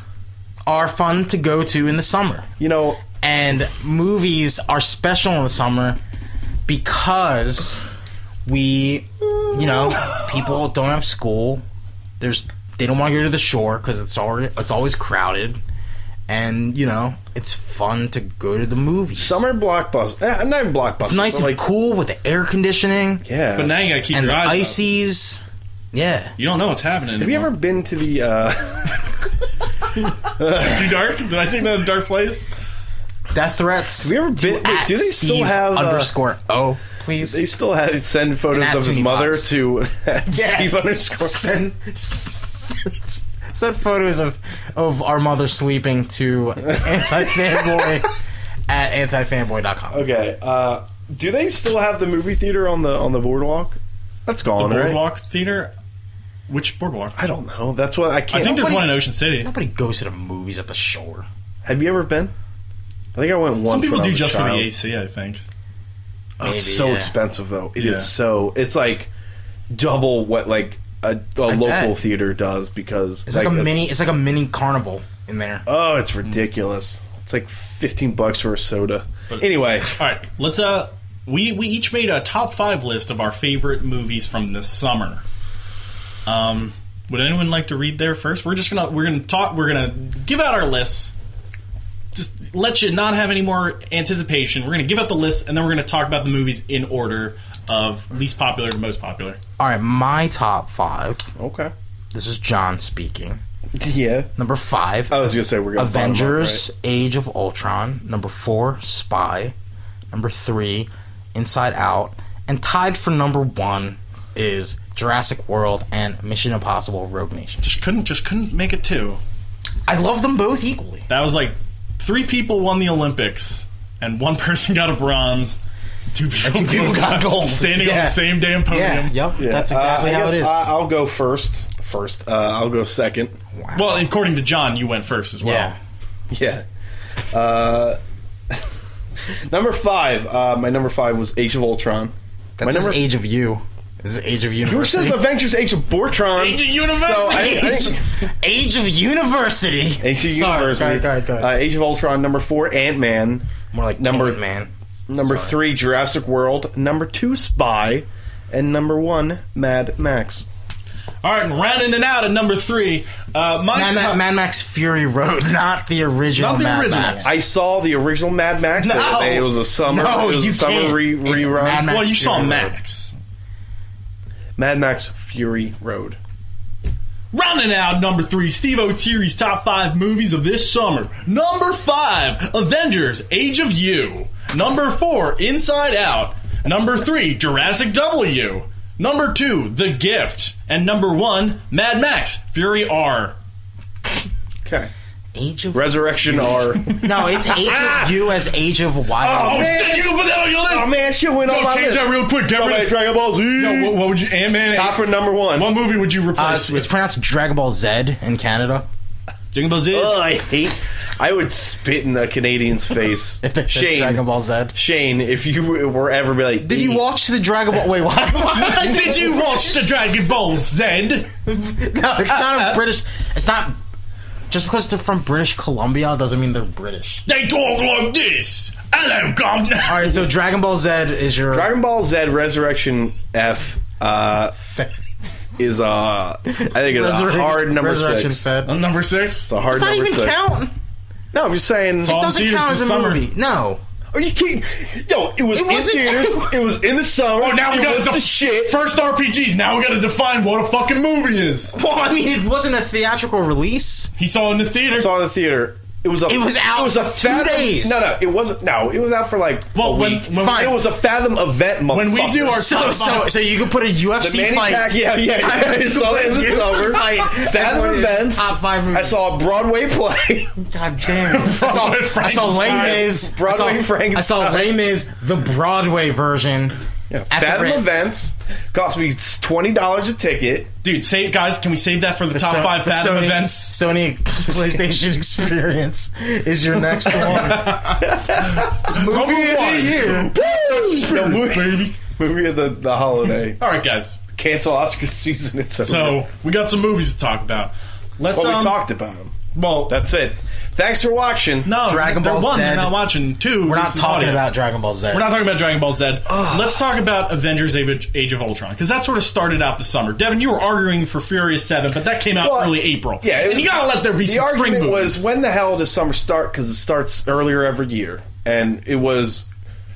D: are fun to go to in the summer.
B: You know,
D: and movies are special in the summer because we you know people don't have school there's they don't want to go to the shore because it's already it's always crowded and you know it's fun to go to the movies
B: summer blockbuster. Eh, not even blockbuster.
D: it's nice
B: but
D: and
B: like,
D: cool with the air conditioning
B: Yeah.
A: But now you gotta keep
D: and the
A: your eyes. open.
D: ices yeah
A: You don't know what's happening.
B: have you ever been to the? uh [LAUGHS]
A: too dark? Did I think that was a dark place?
D: death threats
B: Have you ever been? wait,
D: at
B: do they
D: Steve
B: still have? Uh,
D: underscore oh please
B: they still have send photos
D: at
B: of his
D: Toonie
B: mother
D: Fox.
B: to [LAUGHS]
D: Yeah.
B: Steve
D: [LAUGHS]
B: underscore.
D: send, send photos of of our mother sleeping to
B: [LAUGHS]
D: antifanboy at antifanboy.com.
B: Okay. Uh, do they still have the movie theater on the on the boardwalk? That's gone, right?
A: Boardwalk Theater? Which boardwalk?
B: I don't know. That's what I
A: I
B: can't.
A: think there's
D: Nobody-
A: one in Ocean City.
D: Nobody goes to the movies at the shore.
B: Have you ever been? I think I went once.
A: Some people
B: when I
A: do
B: was a
A: just for the
B: child.
A: AC, I think.
B: Oh,
D: Maybe,
B: it's so
D: yeah.
B: expensive though. It is
A: Yeah.
B: so. It's like double what like a, a local
D: bet.
B: theater does because
D: It's like, a
B: that's-
D: mini. It's like a mini carnival in there.
B: Oh, it's ridiculous. It's like fifteen bucks for a soda.
A: But-
B: anyway,
A: All right, let's. Uh, we we each made a top five list of our favorite movies from this summer. Um, would anyone like to read there first? We're just gonna we're gonna talk. We're gonna give out our lists. Just let you not have any more anticipation. We're gonna give out the list, and then we're gonna talk about the movies in order of least popular to most popular.
D: All right, my top five.
B: okay,
D: This is John speaking.
B: yeah.
D: Number five.
B: I was gonna say we're gonna bottom up,
D: Avengers: Age of Ultron. Number four, Spy. Number three, Inside Out. And tied for number one is Jurassic World and Mission Impossible: Rogue Nation.
A: Just couldn't just couldn't make it two.
D: I love them both equally.
A: That was like three people won the Olympics, and one [LAUGHS] person got a bronze. Two people,
D: two people got gold.
A: Standing on
D: Yeah.
A: the same damn podium.
D: Yeah, yep,
B: Yeah.
D: that's
B: Uh,
D: exactly
B: I
D: how it
B: guess
D: is.
B: I, I'll go first. First, uh, I'll go second. [LAUGHS]
A: Well, according to John, you went first as well.
D: yeah,
B: Yeah. Uh, [LAUGHS] number five. Uh, my number five was Age of Ultron.
D: that's
B: my
D: his
B: number.
D: Age of You. This is Age of
B: Yours
D: University.
B: says Avengers Age of Bortron.
A: Age of University.
B: So I, I think-
D: Age of University.
B: Age of
D: Sorry,
B: University.
D: go ahead, go ahead, go ahead.
B: Uh, Age of Ultron. Number four, Ant Man.
D: More like
B: Number-
D: number man.
B: Number three, Jurassic World. Number two, Spy. And number one, Mad Max.
A: All right, and rounding it out at number three. Uh, my
D: Mad, Ma-
A: top-
D: Mad Max Fury Road, [LAUGHS] not the original.
A: Not the
D: Mad
A: original.
D: Max.
B: I saw the original Mad Max. the
D: No!
B: other day. It was a summer.
D: No,
B: it was a
D: you
B: summer
D: can't.
B: re-
D: It's
B: rerun.
D: Mad Max.
A: well, you saw
D: Fury Road.
A: Max.
B: Mad Max Fury Road.
A: Rounding out number three, Steve O'Teary's top five movies of this summer. Number five, Avengers: Age of You. Number four, Inside Out. Number three, Jurassic W. Number two, The Gift, and number one, Mad Max: Fury R.
B: Okay.
D: Age of
B: Resurrection R.
D: No, it's Age of You as Age of Wild.
B: man.
A: Oh, shit, you can put that on your list.
B: [LAUGHS] oh man, shit went on
A: No,
B: my
A: change
B: list.
A: that real quick. Get
B: Somebody
A: rid of
B: Dragon Ball Z.
A: No, what, what would you? Ant Man.
B: Top for number one.
A: What movie would you
D: Uh,
A: replace
D: it's,
B: [LAUGHS]
D: it's
A: with?
D: pronounced Dragon Ball Z in Canada.
A: Jingle Bell Z.
B: Ugh, Oh, I hate. I would spit in a Canadian's face.
D: [LAUGHS] If it says
B: Shane,
D: Dragon Ball Z.
B: Shane, if you were ever be like,
D: Did you watch the Dragon Ball?
A: [LAUGHS]
D: Wait, what?
A: [LAUGHS]
D: [LAUGHS]
A: Did you watch the Dragon Ball Z?
D: No,
A: [LAUGHS]
D: it's
A: Uh-huh.
D: not a British. It's not. Just because they're from British Columbia doesn't mean they're British.
A: They talk like this. Hello, governor.
D: All right, so Dragon Ball Z is your. [LAUGHS]
B: Dragon Ball Z Resurrection F uh, is uh, I think it's a
D: Resurre-
B: hard number
D: Resurrection
B: six.
D: Fed.
A: Uh, number six.
B: It's a hard
D: It's not
B: number
D: even
B: six.
D: count.
B: No, I'm just saying.
A: all-
D: Doesn't
A: Volunteers
D: count as
A: this
D: a
A: Oh, summer.
D: movie. No.
B: Are you kidding? Yo, it was
D: It
B: in
D: wasn't-
B: theaters. It was in the summer.
A: Oh, now we
B: it
A: got
B: was
A: the
B: the shit.
A: First RPGs. Now we got to define what a fucking movie is.
D: Well, I mean, it wasn't a theatrical release.
A: He saw in the theater.
B: saw in the theater. It was a.
D: It was out
B: It was a
D: two
B: fathom,
D: days.
B: No, no, it wasn't. No, it was out for like
A: Well,
B: a
A: when-
B: week.
A: when-
B: It was a fathom event.
A: When we do
B: motherfucker.
A: our
D: So, so, so you could put a UFC
B: The Manny
D: fight.
B: Pac- yeah, [LAUGHS] yeah, yeah. I saw it in the
D: Yes,
B: summer.
D: fight.
B: Fathom
D: Everyone is
B: events.
D: Top five movies.
B: I saw a Broadway play. [LAUGHS]
D: God damn. [LAUGHS] I saw,
A: Broadway
D: I saw
A: Frankenstein.
D: Les Mis.
B: Broadway
D: I saw,
B: Frankenstein.
D: I saw Les Mis, the Broadway version.
B: Yeah,
D: at the
B: Fathom
D: Ritz.
B: events cost me twenty dollars a ticket.
A: Dude, save guys. Can we save that for the, top
D: So-
A: five
D: the
A: Fathom
D: Sony,
A: events?
D: Sony
A: [LAUGHS]
D: PlayStation Experience is your next one.
A: Number
D: Movie of the
A: one.
D: year.
B: No, movie, [LAUGHS] movie of the, the holiday.
A: All right, guys.
B: Cancel Oscar season. It's over.
A: So we got some movies to talk about. Let's
B: well,
A: um,
B: we talked about them.
A: Well,
B: That's it. Thanks for watching.
A: no.
D: Dragon
A: they're
D: Ball
A: one,
D: Z.
A: They're not watching. Two.
D: We're not talking about Dragon Ball Z.
A: We're not talking about Dragon Ball Z. Let's talk about Avengers Age Age of Ultron, because that sort of started out the summer. Devin, you were arguing for Furious 7, but that came out
B: Well,
A: early April.
B: yeah, it
A: and
B: was-
A: you gotta let there be
B: the
A: some spring
B: argument
A: movies.
B: was when the hell does summer start? Because it starts earlier every year, and it was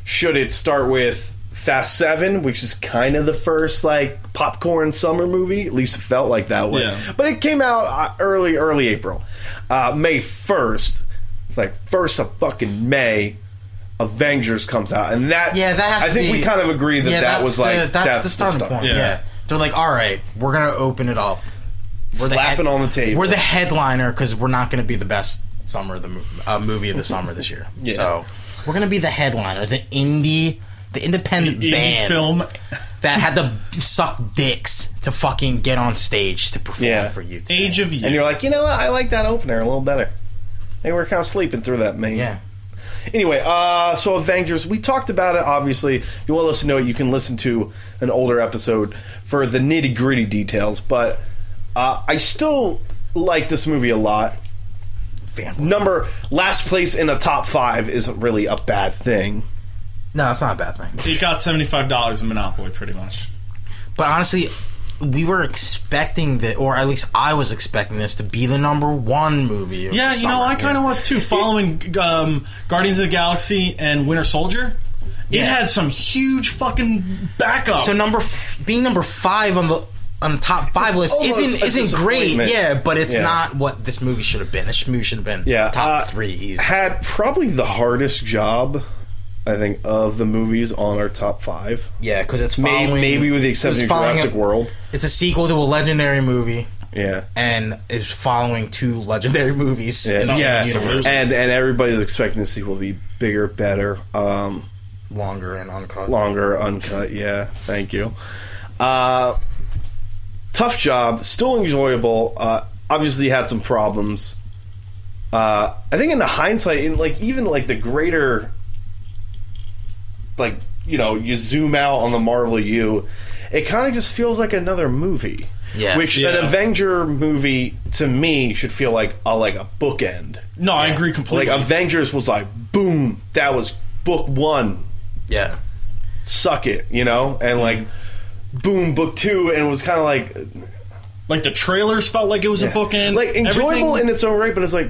B: should it start with Fast Seven, which is kind of the first like popcorn summer movie. At least it felt like that way.
A: Yeah.
B: But it came out uh, early, early April, uh, May first. It's like first of fucking May. Avengers comes out, and that
D: Yeah, that has
B: I
D: to
B: think
D: be-
B: we kind of agreed that
D: yeah,
B: that
D: that's
B: was
D: the,
B: like
D: that's, the starting
B: start.
D: point.
A: Yeah.
D: Yeah. they're like, all right, we're gonna open it up. We're the
B: Slapping on the table.
D: We're the headliner because we're not gonna be the best summer of the mo- uh, movie of the summer this year. So we're gonna be the headliner, the indie, the independent
A: Indie
D: band
A: film.
D: that had to suck dicks to fucking get on stage to perform
B: Yeah.
D: for you. today.
A: Age of You.
B: And you're like, you know what? I like that opener a little better. They were kind of sleeping through that, man.
D: yeah.
B: Anyway, uh, so Avengers, we talked about it. Obviously, if you want to listen to it, you can listen to an older episode for the nitty gritty details. But uh, I still like this movie a lot.
D: Fanboy.
B: Number last place in a top five isn't really a bad thing.
D: No, it's not a bad thing.
A: He got seventy five dollars in Monopoly, pretty much.
D: But honestly, we were expecting that, or at least I was expecting this to be the number one movie. Of
A: Yeah,
D: the
A: you know,
D: summer.
A: I kind of was too. Following um, Guardians of the Galaxy and Winter Soldier, it
D: Yeah.
A: had some huge fucking backup.
D: So number f- being number five on the on the top five list
B: almost
D: isn't
B: a
D: isn't great.
B: disappointment.
D: Yeah, but it's
B: Yeah.
D: not what this movie should have been. This movie should have been
B: Yeah,
D: top
B: uh,
D: three easy.
B: Had probably the hardest job, I think, of the movies on our top five.
D: yeah, because it's
B: Maybe,
D: following,
B: maybe with the exception
D: it's
B: of
D: following
B: Jurassic
D: a-
B: World.
D: It's a sequel to a legendary movie.
B: Yeah.
D: And is following two legendary [LAUGHS] movies in the
B: Yeah,
D: same
B: yeah.
D: universe,
B: and and everybody's expecting the sequel to be bigger, better, um,
D: longer and uncut.
B: longer, uncut. Yeah, thank you. Uh, tough job, still enjoyable. Uh, obviously had some problems. Uh, I think in the hindsight, in like even like the greater, like you know, you zoom out on the Marvel U, it kind of just feels like another movie.
D: Yeah.
B: which an
A: Yeah.
B: Avenger movie to me should feel like a like a bookend.
A: no, I agree
B: Like um,
A: completely.
B: Avengers was like boom, that was book one.
D: Yeah,
B: Suck it, you know, and like boom, book two, and it was kind of like
A: like the trailers felt like it was a bookend.
B: like enjoyable
A: Everything-
B: in its own right, but it's like,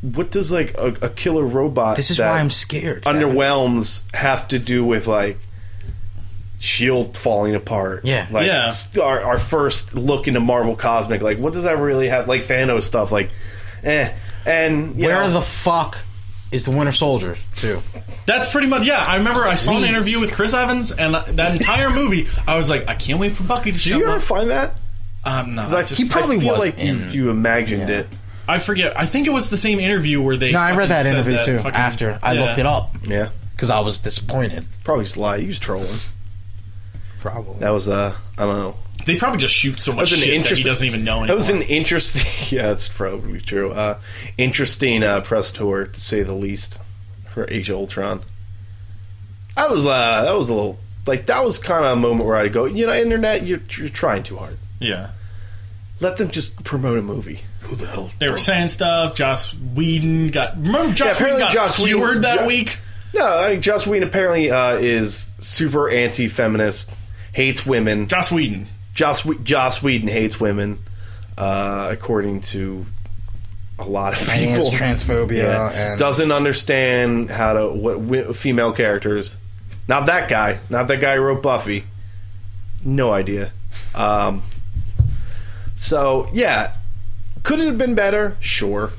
B: what does like a, a killer robot?
D: this is
B: that
D: why I'm scared.
B: Underwhelms have to do with like Shield falling apart.
D: Yeah.
B: like
A: Yeah.
B: s- Our, our first look into Marvel cosmic. Like, what does that really have? Like Thanos stuff. Like, eh. And you
D: Where
B: know,
D: the fuck is the Winter Soldier too?
A: That's pretty much yeah. I remember I saw an
D: Please.
A: interview with Chris Evans, and I- that entire movie, I was like, I can't wait for Bucky to
B: do
A: show
B: you ever
A: up.
B: find that?
A: Um, no, I,
B: Like,
A: just,
B: he probably
D: I
B: feel
D: feel was
B: like you,
D: in-
B: you imagined it.
A: I forget. I think it was the same interview where they.
D: No, I read that interview too. after I looked it up
B: Yeah,
D: because I was disappointed.
B: probably just lie. He was trolling.
D: Probably.
B: That was uh, I don't know.
A: They probably just shoot so much
B: was an
A: shit that he
B: interesting-
A: doesn't even know anymore.
B: That was an interesting. [LAUGHS] Yeah, that's probably true. Uh, interesting uh, press tour to say the least for Age of Ultron. I was uh, that was a little like that was kind of a moment where I go, you know, internet, you're you're trying too hard.
A: yeah.
B: Let them just promote a movie. Who the hell?
A: They were saying stuff. Joss Whedon got remember Joss Whedon
B: apparently
A: got
B: Joss Whedon-
A: skewered that
B: Jo-
A: week.
B: No, I mean, Joss Whedon apparently uh, is super anti-feminist, hates women.
A: Joss Whedon.
B: Joss, Whe- Joss Whedon hates women, uh, according to a lot of
D: And it's
B: people.
D: transphobia
B: Yeah.
D: and
B: doesn't understand how to what wi- female characters. Not that guy. Not that guy who wrote Buffy. No idea. Um, so yeah, could it have been better? Sure.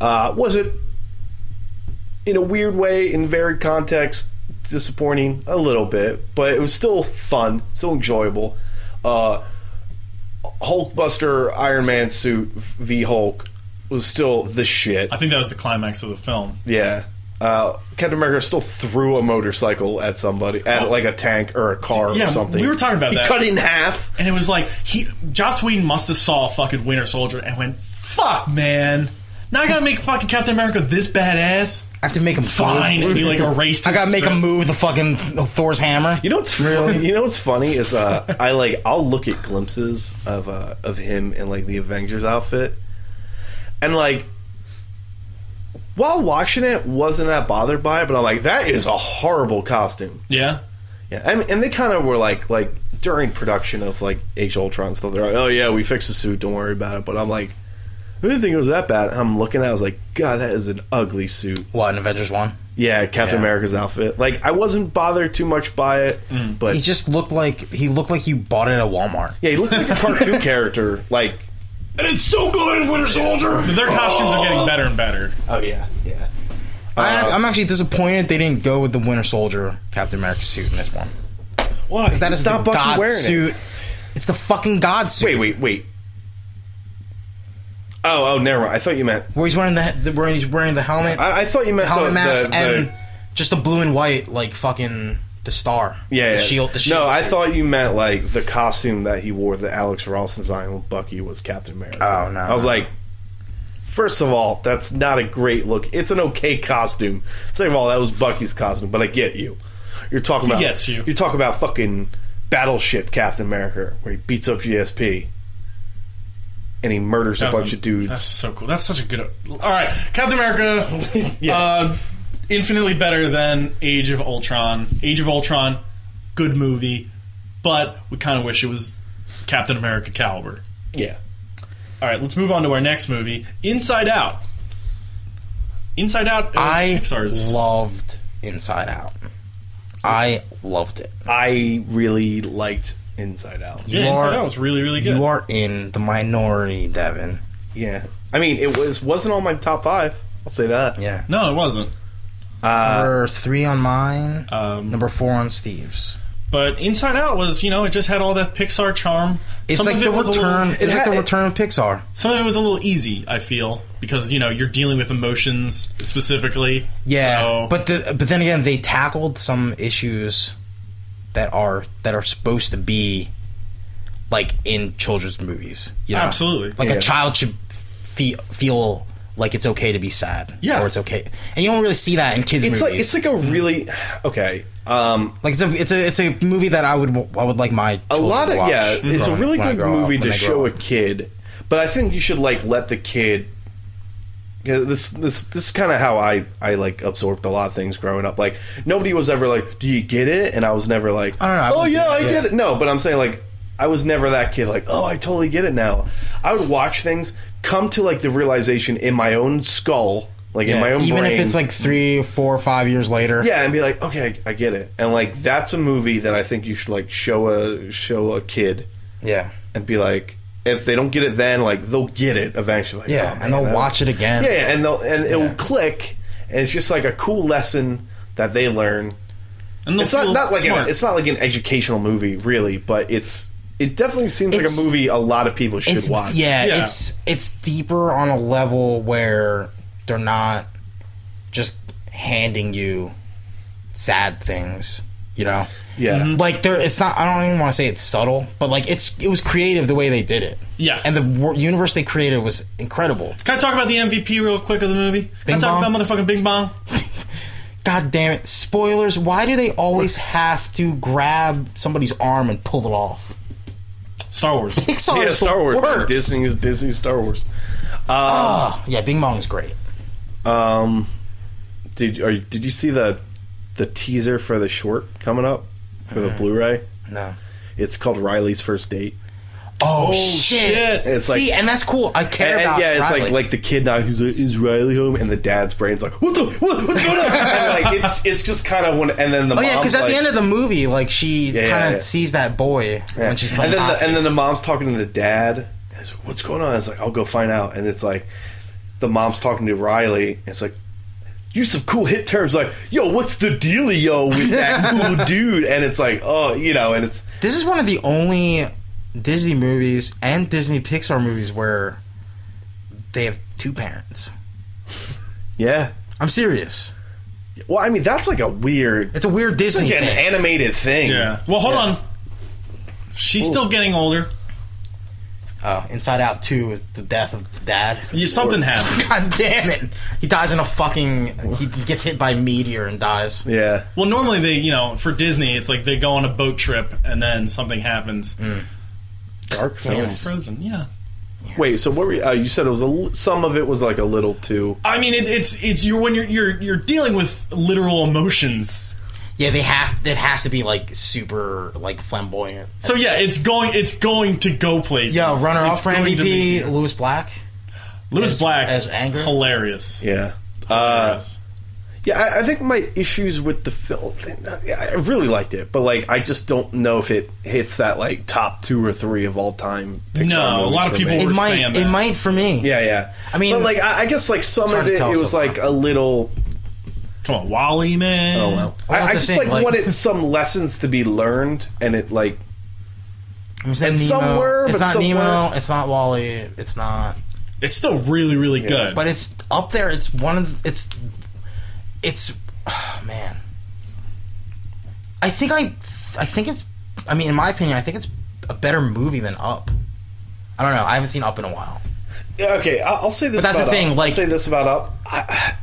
B: Uh, was it in a weird way, in varied context, disappointing a little bit, but it was still fun, still enjoyable. Uh, Hulkbuster Iron Man suit v Hulk was still the shit.
A: I think that was the climax of the film.
B: Yeah. Uh, Captain America still threw a motorcycle at somebody, at like a tank or a car
A: Yeah,
B: or something.
A: we were talking about
B: he
A: that.
B: Cut it in half.
A: And it was like he Joss Whedon must have saw fucking Winter Soldier and went, "Fuck, man! Now I gotta make fucking Captain America this badass."
D: I have to make him
A: Fine, and he
D: [LAUGHS]
A: like erased.
D: I
A: his
D: gotta make
A: strip.
D: him move the fucking Thor's hammer.
B: You know what's funny? You know what's funny is uh, I like I'll look at glimpses of uh, of him in like the Avengers outfit, and like while watching it, wasn't that bothered by it, but I'm like, that is a horrible costume.
A: Yeah,
B: Yeah, and, and they kind of were like like during production of like Age of Ultron stuff. They're like, oh yeah, we fixed the suit, don't worry about it. But I'm like, I didn't think it was that bad. I'm looking at, it, I was like, God, that is an ugly suit.
D: What in Avengers one?
B: Yeah, Captain
D: Yeah.
B: America's outfit. Like I wasn't bothered too much by it, but
D: Mm. He just looked like he looked like you bought it at Walmart.
B: yeah, he looked like a cartoon [LAUGHS] character. Like
D: And it's so good, Winter Soldier.
A: their costumes are getting better and better.
B: oh yeah, yeah.
D: I, I'm actually disappointed they didn't go with the Winter Soldier Captain America suit in this one.
B: Why?
D: That is
B: not
D: the
B: Bucky
D: God
B: wearing it.
D: suit. It's the fucking God suit.
B: Wait, wait, wait. Oh, oh, never mind. I thought you meant.
D: Where he's wearing the, the where he's wearing the helmet,
B: I, I thought you meant
D: helmet
B: the,
D: mask,
B: the- the-
D: and just the blue and white like fucking the star.
B: Yeah,
D: the
B: yeah.
D: shield. The shield.
B: No, I
D: suit.
B: thought you meant like the costume that he wore that Alex Ross designed when Bucky was Captain America.
D: Oh, no,
B: I was
D: no.
B: like, First of all, that's not a great look. It's an okay costume. Second of all, that was Bucky's costume, but I get you. You're talking about
A: gets you.
B: You're talking about fucking battleship Captain America, where he beats up GSP and he murders a
A: That was
B: bunch
A: a-
B: of dudes.
A: That's so cool. That's such a good. All right, Captain
D: [LAUGHS]
A: America.
B: Yeah.
A: uh, infinitely better than Age of Ultron. Age of Ultron, good movie, but we kind of wish it was Captain America caliber.
B: yeah.
A: All right, let's move on to our next movie, Inside Out. Inside Out. uh,
D: I
A: Pixar's.
D: loved Inside Out. I loved it.
B: I really liked Inside Out.
A: yeah,
D: you
A: Inside
D: are-
A: Out was really, really good.
D: You are in the minority, Devin.
B: Yeah. I mean, it was wasn't on my top 5. I'll say that. Uh,
D: Yeah.
A: no, it wasn't.
D: number three on mine.
A: Um,
D: number four on Steve's.
A: but Inside Out was, you know, it just had all that Pixar charm.
D: It's
A: Some
D: like
A: of
D: the
A: it was a little-
D: return.
B: it
D: it's like
B: had-
D: the return of Pixar.
A: Some of it was a little easy, I feel, because you know you're dealing with emotions specifically.
D: Yeah,
A: so-
D: but the, but then again, they tackled some issues that are that are supposed to be like in children's movies. You know?
A: Absolutely.
D: like
B: Yeah.
D: a child should feel feel like it's okay to be sad.
A: Yeah.
D: or it's okay, and you don't really see that in kids'
B: It's
D: movies.
B: like it's like a really okay. Um
D: Like, it's a it's a it's a movie that I would I would like my
B: a
D: children
B: lot
D: to
B: of
D: watch
B: yeah, it's a
D: growing-
B: really
D: when I
B: good
D: grow up,
B: movie
D: when
B: to
D: they grow
B: show a
D: up.
B: kid, but I think you should like let the kid. Yeah, this this this is kind of how I I like absorbed a lot of things growing up. Like nobody was ever like, "Do you get it?" And I was never like,
D: I don't know, I
B: oh
D: would
B: yeah,
D: do
B: I
D: that,
B: get
D: yeah.
B: it." No, but I'm saying like I was never that kid. Like, oh, I totally get it now. I would watch things come to like the realization in my own skull, like in my own
D: even
B: brain,
D: if it's like three, four, five years later.
B: yeah, and be like, okay, I, I get it. And like that's a movie that I think you should like show a show a kid
D: yeah,
B: and be like, if they don't get it then, like they'll get it eventually. Like,
D: Yeah,
B: "Oh,
D: and
B: man,
D: they'll
B: that-
D: watch it again.
B: Yeah, and they'll and
D: Yeah.
B: it'll click, and it's just like a cool lesson that they learn.
A: and
B: It's not,
A: feel
B: not like
A: smart.
B: an, it's not like an educational movie, really, but it's it definitely seems
D: It's-
B: like a movie a lot of people should
D: it's
B: watch.
D: Yeah,
A: Yeah.
D: it's it's deeper on a level where they're not just handing you sad things, you know.
B: yeah,
A: Mm-hmm.
D: Like there, it's not. I don't even want to say it's subtle, but like it's it was creative the way they did it.
A: Yeah.
D: and the wor- universe they created was incredible.
A: Can I talk about the MVP real quick of the movie? Can I
D: Bing
A: talk
D: Bong?
A: about motherfucking Bing Bong?
D: God damn it! Spoilers. Why do they always have to grab somebody's arm and pull it off?
A: Star
D: [LAUGHS]
A: Wars.
D: Pixar
B: yeah.
D: is the
B: Star Wars,
D: worst.
B: Disney is Disney Star Wars.
D: Ah, yeah, Bing Bong is great.
B: Um, did are, you- did you see the the teaser for the short coming up for
D: Uh,
B: the Blu-ray?
D: No.
B: It's called Riley's First Date.
D: Oh,
A: shit.
D: shit!
B: It's
D: See,
B: like-
D: and that's cool. I care
B: And- and
D: about.
B: yeah, it's
D: Riley.
B: like like the kid now who's like, is Riley home, and the dad's brain's like, what the what, what's going on? and like it's it's just kind of when, and then the
D: Oh yeah, because at the end of the movie, like she
B: yeah,
D: kind of
B: yeah.
D: sees that boy when she's playing.
B: and then the,
D: hockey.
B: and then the mom's talking to the dad. and It's like, what's going on? It's like I'll go find out, and it's like the mom's talking to Riley. And it's like. Use some cool hit terms like "yo, what's the dealio with
D: [LAUGHS]
B: that cool dude?" And it's like, oh, you know, and it's
D: this is one of the only Disney movies and Disney Pixar movies where they have two parents.
B: yeah.
D: I'm serious.
B: Well, I mean, that's like a weird,
D: It's a weird
B: it's
D: Disney
B: like an
D: thing.
B: animated thing.
A: Yeah. Well, hold on. She's still getting older.
D: oh, Inside Out Two is the death of Dad.
A: Yeah, something happens.
D: [LAUGHS] God damn it! He dies in a fucking. He gets hit by a meteor and dies.
B: Yeah.
A: Well, normally they, you know, for Disney, it's like they go on a boat trip and then something happens.
B: Mm. Dark
D: Damn.
B: films.
A: Frozen. Yeah.
B: Wait, so what were you, uh, you said? It was a, li- some of it was like a little too.
A: I mean, it, it's it's you're when you're you're you're dealing with literal emotions.
D: Yeah, they have. It has to be like super like flamboyant.
A: So yeah, it's going it's going to go places.
D: Yo, runner
A: It's
D: off for
A: going to be
D: MVP,
A: here.
D: Lewis Black.
A: Lewis
D: as-
A: Black
D: as anger?
A: Hilarious.
B: Yeah. Uh,
A: Hilarious.
B: yeah, I, I think my issues with the film. I I really liked it, but like, I just don't know if it hits that like top two or three of all time. Pixar
A: No, a lot
B: movies
A: of
B: for me.
A: people
D: It
A: We're
D: might.
A: saying
D: It
A: that.
D: might for me.
B: Yeah, yeah.
D: I mean-
B: but like, I, I guess like some
D: hard
B: of
D: to
B: it,
D: tell
B: it was
D: so far.
B: like a little.
A: Come on, Wally man.
B: Oh well. I,
D: that's
B: I
D: the
B: just
D: thing,
B: like,
D: like-
B: wanted some lessons to be learned, and it like
D: I'm saying
B: It's
D: Nemo.
B: somewhere,
D: it's
B: but
D: not Nemo.
B: somewhere-
D: It's not Wally. It's not.
A: It's still really really good.
D: But it's up there. It's one of. The, it's. It's. Oh, man. I think I. I think it's. I mean, in my opinion, I think it's a better movie than Up. I don't know. I haven't seen Up in a while.
B: okay, I- I'll say this.
D: that's
B: about
D: the thing,
B: Up.
D: like-
B: I'll say this about up. I,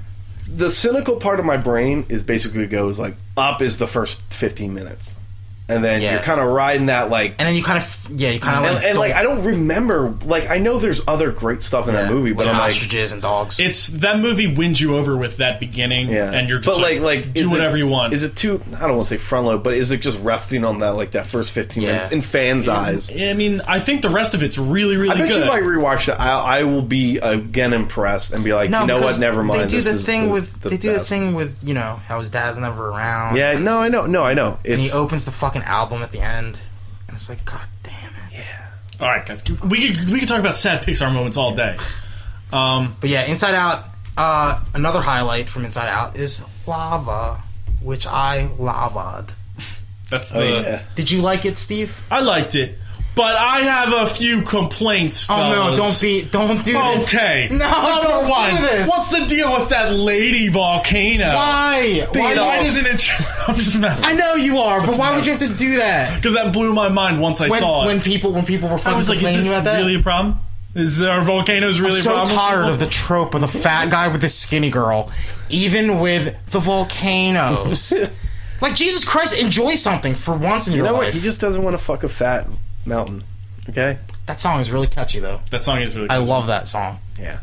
B: the cynical part of my brain is basically goes like up is the first fifteen minutes, and then
D: Yeah.
B: you're kind of riding that like.
D: And then you kind of, yeah, you kind of
B: and,
D: like,
B: and, like I don't remember like I know there's other great stuff in that movie, but
D: like
B: I'm like
D: ostriches and dogs.
A: It's that movie wins you over with that beginning,
B: yeah,
A: and you're just
B: but like like
A: do
B: is it-
A: whatever you want.
B: Is it too? I don't want to say front load, but is it just resting on that like that first fifteen
D: Yeah.
B: minutes in fans' eyes?
A: I mean, I think the rest of it's really, really
B: I bet
A: good.
B: you if I rewatch it, I, I will be again impressed and be like, you know
D: because
B: what? Never mind.
D: They do
B: this
D: the
B: is
D: thing
B: the-
D: with
B: the
D: they do the
B: best.
D: thing with you know how his dad's never around.
B: Yeah, no, I know, no, I know.
D: and he
B: It's
D: opens the fucking album at the end, and it's like, god damn it.
A: All right, guys, we could we could talk about sad Pixar moments all day. Um,
D: But yeah, Inside Out. Uh, another highlight from Inside Out is lava, which I lava'd.
A: that's the.
B: Oh, yeah.
D: Did you like it, Steve?
A: I liked it, but I have a few complaints.
D: Oh no!
A: fellas.
D: Don't be. Don't do this.
A: Okay.
D: [LAUGHS] No,
A: Number
D: don't do
A: one.
D: this.
A: What's the deal with that lady volcano?
D: Why? Why,
A: Why,
D: why
A: why
D: does
A: doesn't
D: it?
A: [LAUGHS] it? I'm just
D: I
A: messing.
D: know you are, but why
A: mad.
D: would you have to do that?
A: Because that blew my mind once I
D: When,
A: saw it.
D: when people when people were
A: I
D: fucking
A: was like,
D: complaining
A: is this
D: about that,
A: really a problem? Is our volcanoes really
D: I'm
A: a
D: so
A: problem?
D: tired of the trope of the fat guy with the skinny girl, even with
A: [LAUGHS]
D: the volcanoes. like Jesus Christ, enjoy something for once in
B: You
D: your
B: know what?
D: life.
B: He just doesn't want to fuck a fat mountain. Okay.
D: that song is really catchy though.
A: That song is really.
D: I
A: Good.
D: love that song.
B: Yeah.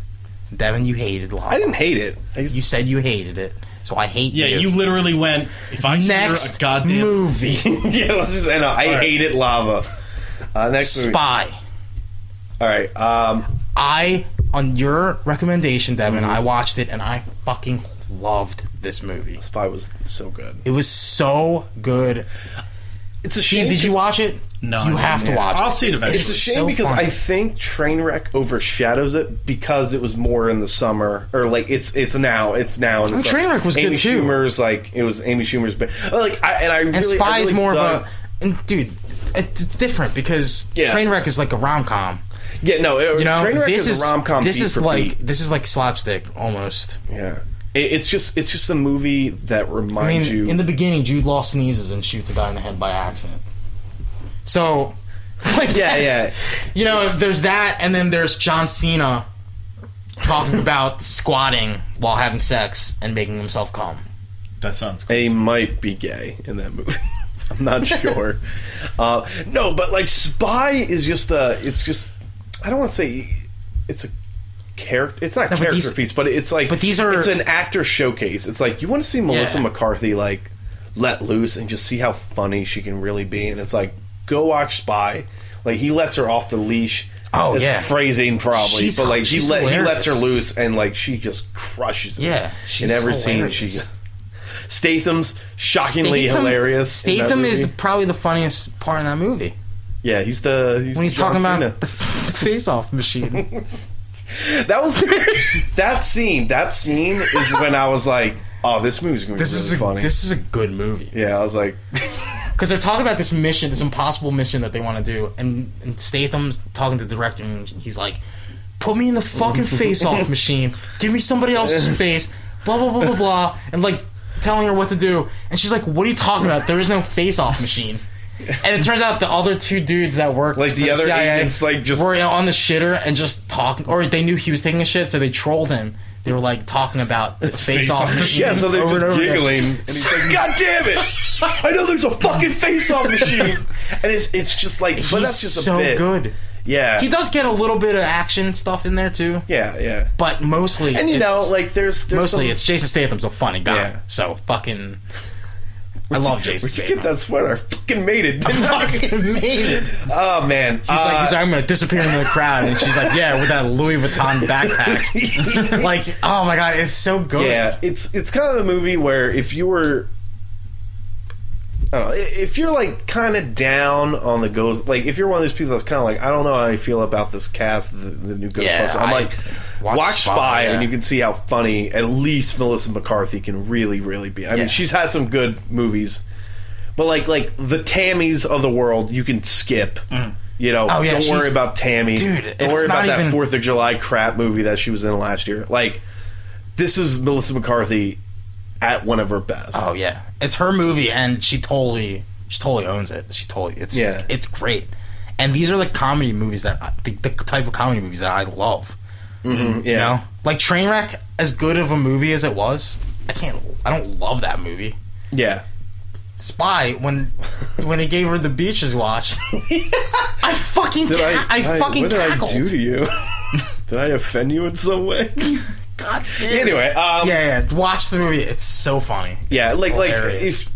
D: Devin, you hated lava.
B: I didn't hate it. I just,
D: You said you hated it, so I hate
A: yeah, you
D: you.
A: literally went. If I hear
D: Next
A: a goddamn
B: [LAUGHS]
D: movie,
B: yeah. Let's just end. on, I
A: right.
B: hate it. Lava. Uh, next movie.
D: Spy.
B: All right. Um,
D: I on your recommendation, Devin,
B: Mm-hmm.
D: I watched it and I fucking loved this movie.
B: Spy was so good.
D: It was so good.
B: It's a
D: Steve, did you watch it?
A: No, I
D: you
A: didn't,
D: have to
B: yeah.
D: watch.
A: I'll
D: it.
A: see it eventually.
B: It's a
D: It's
B: shame
D: so
B: because
D: fun.
B: I think Trainwreck overshadows it because it was more in the summer or like it's it's now it's now. And
D: Oh, Trainwreck was
B: Amy
D: good, too.
B: Schumer's like it was Amy Schumer's, but like I and I really,
D: and
B: I
D: Spy is
B: really
D: more
B: dug-
D: of a and dude. It's it's different because
B: Yeah.
D: Trainwreck is like a rom com.
B: yeah no it,
D: You know,
B: Trainwreck
D: this
B: is a rom com.
D: This is
B: for
D: like
B: beat.
D: this is like slapstick almost.
B: yeah. It, it's just it's just a movie that
D: I mean,
B: reminds you.
D: in the beginning, Jude Law sneezes and shoots a guy in the head by accident. So, [LAUGHS] like,
B: Yeah,
D: that's- You know, there's that, and then there's John Cena talking about squatting while having sex and making himself calm.
A: That sounds cool.
B: they might be gay in that movie. [LAUGHS] I'm
D: [LAUGHS]
B: not sure. uh, no, but like Spy is just a. It's just. I don't want to say it's a character. It's not a
D: but
B: character
D: these-
B: piece, but it's like.
D: but these are-
B: It's an actor showcase. It's like you want to see Melissa
D: Yeah.
B: McCarthy like let loose and just see how funny she can really be, and it's like go watch Spy. Like he lets her off the leash.
D: Oh,
B: It's
D: yeah.
B: phrasing probably,
D: She's-
B: but like he,
D: she's
B: let, he lets
D: hilarious.
B: her loose, and like she just crushes it.
D: Yeah,
B: in
D: she's
B: every scene, she
D: hilarious.
B: Statham's shockingly
D: Statham-
B: hilarious. in that
D: Statham is
B: movie.
D: the, probably the funniest part in that movie
B: yeah, he's the
D: when he's
B: John
D: talking
B: Cena.
D: about the, [LAUGHS] the face-off machine.
B: that was that scene. That scene is when I was like, "Oh, [LAUGHS] this movie's gonna be
D: This
B: really
D: is a,
B: funny."
D: this is a good movie.
B: yeah, I was
D: [LAUGHS]
B: like,
D: because they're talking about this mission, this impossible mission that they want to do, and, and Statham's talking to the director, and he's like, "Put me in the
B: [LAUGHS]
D: fucking face-off machine. Give me somebody else's face. Blah blah blah blah blah." And like telling her what to do, and she's like, "What are you talking about? There is no face-off machine." And it turns out the other two dudes that work
B: Like, the other agents, like, just-
D: were on the shitter and just talking, or they knew he was taking a shit, so they trolled him. They were like talking
B: [LAUGHS]
D: about this face-off
A: Face-off.
D: machine.
B: "Yeah." So they're
D: over and
B: just
D: over again.
B: giggling, and he's like, "God damn it! I know there's a fucking face-off machine." And it's it's just like, but
D: He's
B: that's just
D: so
B: a bit.
D: good.
B: Yeah,
D: He does get a little bit of action stuff in there too,
B: Yeah, yeah.
D: but mostly
B: And you
D: it's-
B: know, like there's, there's
D: mostly
B: some-
D: it's Jason Statham's a funny guy.
B: Yeah.
D: So
B: [LAUGHS]
D: fucking, I love
B: Where'd
D: Jason
B: you
D: Statham.
B: get that sweater? I fucking made it. Didn't I?
D: Fucking [LAUGHS] made it. He's,
B: Oh man, he's
D: like, he's like, I'm gonna disappear into the crowd, and she's like, yeah, with that Louis Vuitton
B: [LAUGHS]
D: backpack. like, oh my god, it's so good.
B: Yeah, it's it's kind of a movie where if you were, I don't know, i- if you're like kind of down on the goes, like if you're one of those people that's kind of like, I don't know how I feel about this cast, the, the new Ghostbusters.
D: Yeah,
B: I'm
D: I-
B: like, watch,
D: watch
B: Spy,
D: Spy,
B: and
D: yeah.
B: you can see how funny at least Melissa McCarthy can really, really be. I
D: Yeah.
B: mean, she's had some good movies, but like like the Tammys of the world, you can skip. You know,
D: Mm-hmm. Oh, yeah,
B: don't worry
D: she's-
B: about Tammy.
D: Dude,
B: don't
D: it's
B: worry about
D: not
B: that
D: even-
B: Fourth of July crap movie that she was in last year. Like, this is Melissa McCarthy at one of her best.
D: Oh yeah, it's her movie, and she totally, she totally owns it. She totally, it's
B: Yeah.
D: it's great. And these are like comedy movies that I- the, the type of comedy movies that I love. You
B: Yeah.
D: know, like Trainwreck, as good of a movie as it was, I can't. I don't love that movie.
B: Yeah. [LAUGHS]
D: Spy when when he gave her the beaches watch, I fucking
B: Did
D: ca- I, fucking
B: what did
D: cackled.
B: I do to you? [LAUGHS] did I offend you in some way?
D: God
B: [LAUGHS]
D: damn.
B: anyway, um,
D: yeah, yeah. Watch the movie. It's so funny.
B: yeah,
D: It's
B: like like
D: hilarious.
B: it's,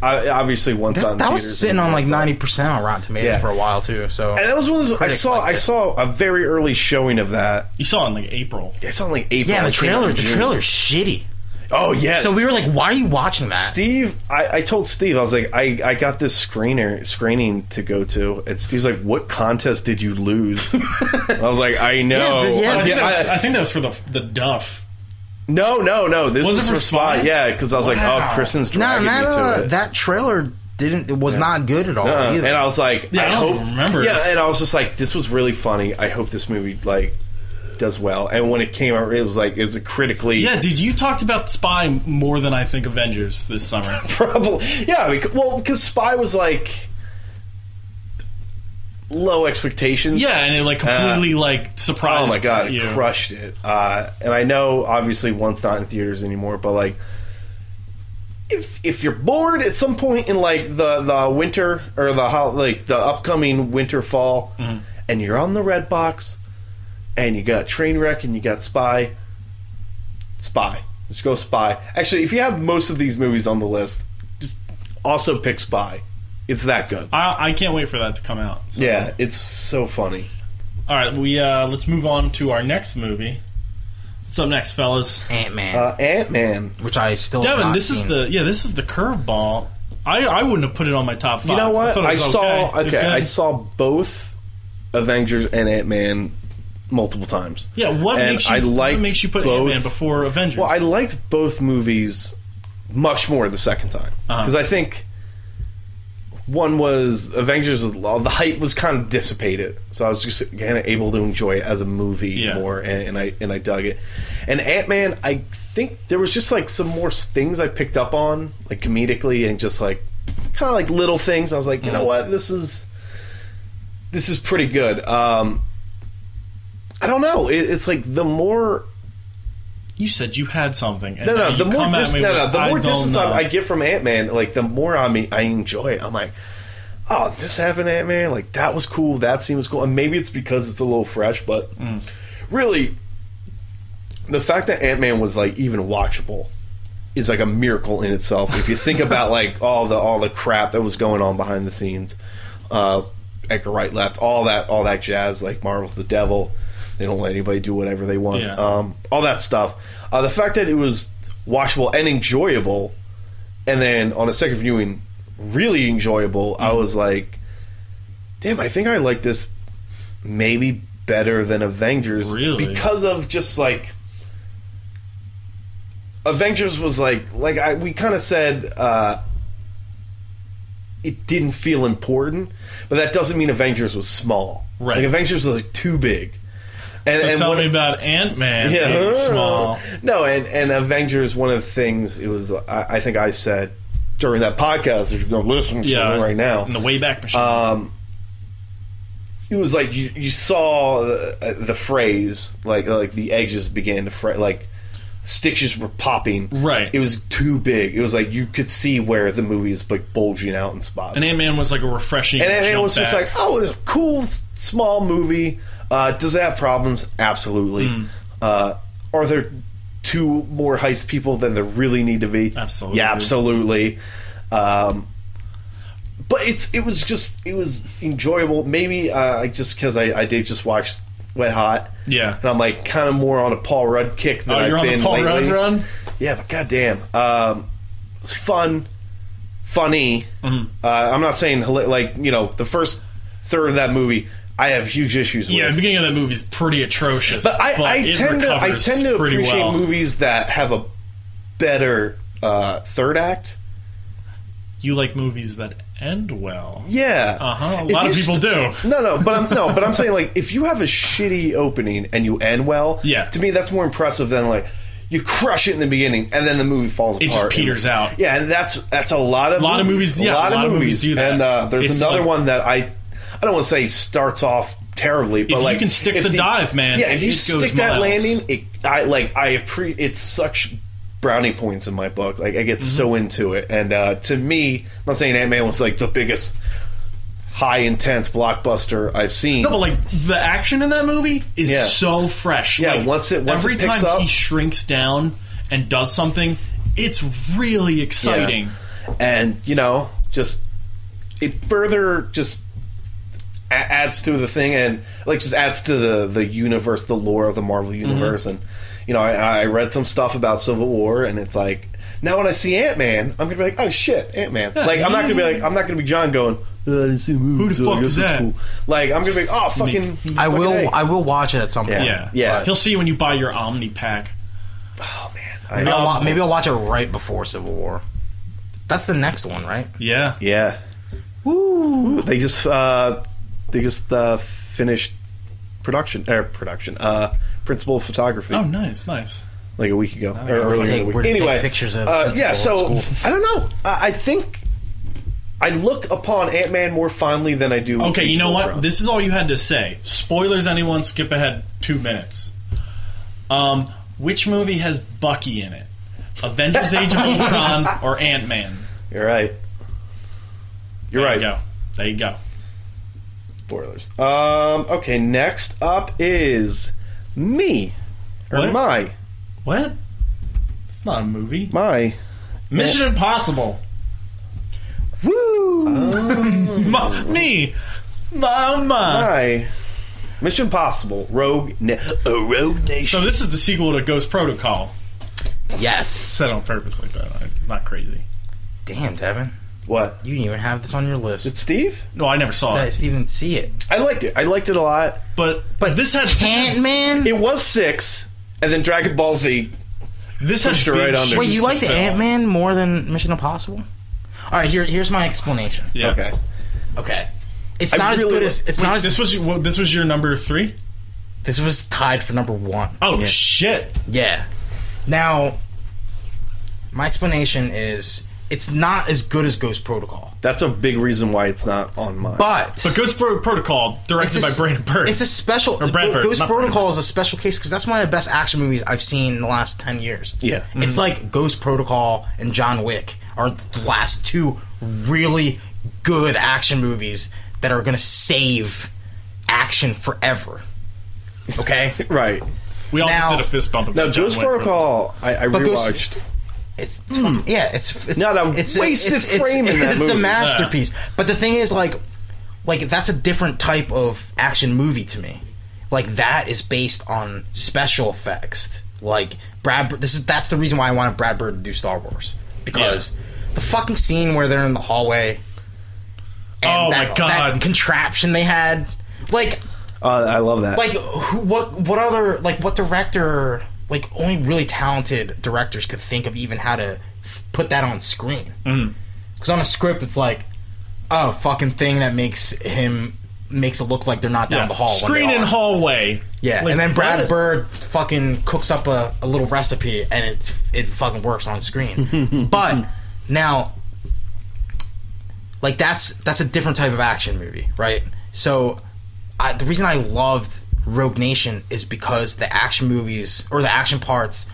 B: I, obviously once on
D: that was
B: theaters
D: sitting
B: and-
D: on like ninety percent on Rotten Tomatoes
B: Yeah.
D: for a while too. So
B: And that was one of those I
D: Critics
B: saw.
D: liked
B: I
D: it.
B: saw a very early showing of that.
A: You saw it in like April.
B: I saw it in, like April.
D: yeah, the
B: It came out
D: trailer
B: in
D: the
B: June.
D: trailer's shitty.
B: Oh yeah.
D: So
B: So
D: we were like, why are you watching that?
B: Steve, I, I told Steve I was like, I, I got this screener screening to go to, and Steve's like, "What contest did you
A: [LAUGHS]
B: lose?" I was like, "I know."
D: but yeah,
A: I,
B: I-
A: think that was,
B: I-
A: I think that was for the the Duff.
B: no, no, no. This
A: Was
B: was,
A: it
B: for
A: for
B: Spy.
A: Spy?
B: Yeah, because I was like, "Oh, Kristen's
D: no,
B: dragging
D: that
B: me to
D: uh,
B: it."
D: that trailer didn't. It was not good at all.
B: Uh,
D: either.
B: and I was like,
A: Yeah,
B: I,
A: I don't
B: hope
A: even remember
B: Yeah,
A: it.
B: and I was just like, this was really funny. I hope this movie like does well. And when it came out, it was like, it was a critically
A: Yeah, dude, you talked about Spy more than I think Avengers this summer.
B: [LAUGHS] probably yeah. bec- Well, because Spy was like low expectations.
A: yeah, and it like completely like surprised.
B: Oh my god,
A: you.
B: it crushed it. Uh, and I know obviously one's not in theaters anymore, but like if if you're bored at some point in like the the winter or the hol- like the upcoming winter fall, and you're on the red box, and you got train wreck and you got spy, spy. Just go spy. Actually, if you have most of these movies on the list, just also pick spy. It's that good.
A: I, I can't wait for that to come out. So.
B: yeah, it's so funny.
A: All right, we uh, let's move on to our next movie. What's up next, fellas?
D: Ant Man,
B: Uh, Ant Man.
D: which I
B: Oh,
D: still have
A: Devin,
D: not
A: this is
D: seen.
A: the yeah, this is the curveball. I, I wouldn't have put it on my top five.
B: You know what?
A: thought it
B: I,
A: was
B: saw
A: It
B: okay.
A: was good.
B: I saw both Avengers and Ant Man multiple times.
A: Yeah, what
B: and
A: makes you
B: I
A: what
B: liked
A: makes you put
B: both-
A: Ant-Man before Avengers?
B: Well, I liked both movies much more the second time
A: Uh-huh.
B: because I think one was Avengers. was- The hype was kind of dissipated, so I was just kind of able to enjoy it as a movie
A: Yeah.
B: more, and, and I and I dug it. And Ant Man, I think there was just like some more things I picked up on, like comedically, and just like kind of like little things. I was like, you know
A: Mm-hmm.
B: what, this is this is pretty good. Um, I don't know. It, it's like the more
A: you said you had something. And
B: no,
A: now
B: no.
A: you
B: The more
A: come at
B: dis-
A: me
B: no,
A: with,
B: no, the
A: I
B: more
A: don't
B: distance
A: know.
B: I, I get from Ant Man, like the more I mean, I enjoy it. I'm like, oh, this happened, Ant Man. Like that was cool. That scene was cool. And maybe it's because it's a little fresh, but
A: Mm.
B: really, the fact that Ant Man was like even watchable is like a miracle in itself. If you think about like all the all the crap that was going on behind the scenes, uh, Edgar Wright left, all that all that jazz, like Marvel's the devil. They don't let anybody do whatever they want.
A: Yeah.
B: Um, all that stuff. Uh, the fact that it was watchable and enjoyable, and then on a second viewing, really enjoyable. I was like, damn, I think I like this maybe better than Avengers
A: Really?
B: because of just like Avengers was like like I we kind of said uh it didn't feel important, but that doesn't mean Avengers was small.
A: Right.
B: Like Avengers was like too big. And,
A: So
B: and
A: tell
B: what-
A: me about Ant Man.
B: yeah.
A: small.
B: No, and and Avengers. One of the things it was, I, I think I said during that podcast. If you go listen to
A: Yeah,
B: it right now,
A: in the Wayback Machine.
B: um, it was like you, you saw the, the phrase like like the edges began to fray like stitches were popping
A: Right.
B: it was too big it was like you could see where the movie is like bulging out in spots
A: and Ant Man was like a refreshing.
B: and, and it
A: jump
B: was just
A: back.
B: like, oh, it's a cool, s- small movie. Uh, does it have problems? Absolutely.
A: Hmm.
B: Uh, are there two more heist people than there really need to be?
A: Absolutely.
B: Yeah, absolutely. Um, but it's it was just it was enjoyable. Maybe uh, I just because I, I did just watch Wet Hot.
A: Yeah.
B: and I'm like kind of more on a Paul Rudd kick than
A: oh,
B: I've
A: you're on
B: been
A: the Paul Rudd
B: lately.
A: run.
B: Yeah, but goddamn, um, it's fun, funny.
A: Mm-hmm.
B: Uh, I'm not saying hila- like you know the first third of that movie. I have huge issues with.
A: Yeah, the beginning of that movie is pretty atrocious.
B: but I, I
A: it
B: tend to I
A: recovers
B: tend to
A: pretty
B: appreciate
A: well.
B: movies that have a better uh, third act.
A: You like movies that end well.
B: Yeah,
A: Uh-huh, a
B: If
A: lot of
B: you
A: people
B: st-
A: do.
B: No, no, but I'm no, but I'm saying like if you have a shitty opening and you end well,
A: Yeah.
B: to me that's more impressive than like you crush it in the beginning and then the movie falls
A: It
B: apart.
A: just
B: and-
A: peters out.
B: Yeah, and that's that's a lot of
A: A lot of movies- yeah, a lot of movies do that.
B: And uh, there's
A: It's
B: another
A: like-
B: one that I I don't want to say starts off terribly, but
A: If you
B: like
A: can stick the dive, man,
B: Yeah, if you
A: it goes
B: stick that
A: miles.
B: landing, it, I like I appre- it's such brownie points in my book. Like I get
A: Mm-hmm.
B: so into it, and uh, to me, I'm not saying Ant Man was like the biggest high intense blockbuster I've seen.
A: No, but like the action in that movie is
B: Yeah.
A: so fresh.
B: Yeah,
A: Like,
B: once it- once it
A: every
B: picks
A: time
B: up-
A: he shrinks down and does something, it's really
B: Yeah.
A: exciting.
B: and you know just it further just a- adds to the thing and like just adds to the the universe the lore of the marvel
A: Mm-hmm.
B: universe and you know I, I read some stuff about civil war and it's like now when i see ant-man i'm gonna be like oh shit ant-man like i'm not gonna be like i'm not gonna be john going "Uh, I didn't see the movie,
A: Who the
B: so I
A: fuck
B: guess
A: is
B: it's
A: that?"
B: Like I'm gonna be like, oh fucking.
D: I
B: fucking
D: will.
B: A.
D: I will watch it at some point.
A: Yeah,
B: Yeah.
A: He'll see you when you buy your Omni pack.
B: I-
A: Um,
D: Maybe, I'll wa- maybe I'll watch it right before Civil War. That's the next one, right?
A: Yeah,
B: Yeah. Woo! They just uh, they just uh, finished production er, production uh, principal photography
A: Oh, nice, nice.
B: like a week ago or
A: we're
B: earlier in the
D: take-
B: week.
D: we're to take
B: anyway,
D: pictures of
B: uh,
D: the
B: yeah.
D: principal
B: So
D: at school.
B: [LAUGHS] I don't know. I, I think I look upon Ant Man more fondly than I do.
A: Okay, you
B: Age
A: know
B: of
A: what?
B: Ultron.
A: This is all you had to say. Spoilers, anyone? Skip ahead two minutes. Um, which movie has Bucky in it?
B: [LAUGHS]
A: Avengers: Age of Ultron or Ant Man?
B: You're right. You're
A: There you
B: right.
A: go. There you go.
B: Spoilers. Um. Okay. Next up is me or
A: What?
B: my
A: What? It's not a movie.
B: my.
A: Mission Impossible.
B: Oh.
A: Woo! [LAUGHS] Ma- me, mama.
B: Hi. Mission Possible, Rogue, Na- uh, Rogue Nation.
A: So this is the sequel to Ghost Protocol.
D: Yes.
A: Said on purpose like that. I'm not crazy.
D: Damn, Devin,
B: What?
D: you didn't even have this on your list.
B: It's Steve?
A: No, I never saw
D: that
A: it.
D: Steve didn't see it.
B: I liked it. I liked it a lot.
A: But but this had
D: Ant Man.
B: It was six, and then Dragon Ball Z.
A: this had
B: Pushed it
A: big
B: right under.
A: shoes
D: Wait, you
A: to
D: like the
A: fill.
D: Ant Man more than Mission Impossible? All right, here here's my explanation.
A: Yeah.
B: Okay.
D: Okay, it's
B: I
D: not as
B: really
D: good as
B: like-
D: it's
A: Wait,
D: not as
A: this was well, this was your number three.
D: this was tied for number one.
A: Oh shit!
D: Yeah. Now, my explanation is it's not as good as Ghost Protocol,
B: That's a big reason why it's not on mine.
D: but
A: But Ghost Pro- Protocol, directed
D: It's a
A: by
D: s-
A: Brandon Bird.
D: It's a special.
A: Brad Bird,
D: Ghost
A: not Brad
D: Protocol
A: Bird.
D: is a special case because that's one of the best action movies I've seen in the last ten years.
B: Yeah.
D: it's
A: Mm-hmm.
D: like Ghost Protocol and John Wick are the last two really good action movies that are going to save action forever. Okay,
B: right.
A: we all
D: now-
A: just did a fist bump.
B: Now,
A: about John
B: Ghost
A: Wick, but-
B: Protocol, I, I
D: Ghost-
B: rewatched.
D: It's, it's fucking- yeah, it's it's
B: Hmm. Not a
D: it's
B: wasted
D: it's, it's,
B: frame in that
D: it's a
B: movie.
D: masterpiece. But the thing is, like, like that's a different type of action movie to me. Like that is based on special effects. Like Brad, Bir- this is that's the reason why I wanted Brad Bird to do Star Wars because the fucking scene where they're in the hallway.
A: Oh my
D: that-
A: God.
D: That contraption they had, like
B: Uh, I love that.
D: like who, what what other like what director like only really talented directors could think of even how to f- put that on screen because
A: Mm-hmm.
D: on a script it's like oh fucking thing that makes him makes it look like they're not down
A: Yeah.
D: the hall when they
A: Screen and
D: are.
A: hallway.
D: yeah
A: Like,
D: and then brad
A: what?
D: bird fucking cooks up a, a little recipe and it it fucking works on screen but now like that's that's a different type of action movie, right? So I, the reason I loved Rogue Nation is because the action movies or the action parts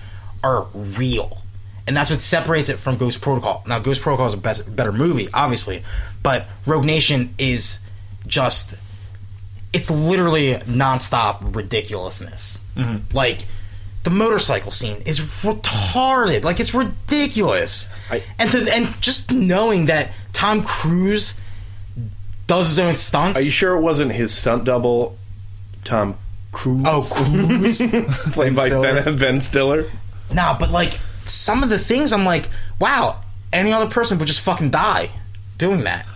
D: are real, and that's what separates it from Ghost Protocol. Now, Ghost Protocol is a best, better movie, obviously, but Rogue Nation is just it's literally nonstop ridiculousness.
A: Mm-hmm.
D: Like the motorcycle scene is retarded. Like it's ridiculous.
B: I-
D: and to, and just knowing that Tom Cruise does his own stunts.
B: Are you sure it wasn't his stunt double, Tom Cruise?
D: Oh,
A: [LAUGHS]
D: Cruise
B: [LAUGHS] played by
D: Stiller.
B: Ben, ben Stiller?
D: Nah, but like some of the things, I'm like, wow, any other person would just fucking die doing that.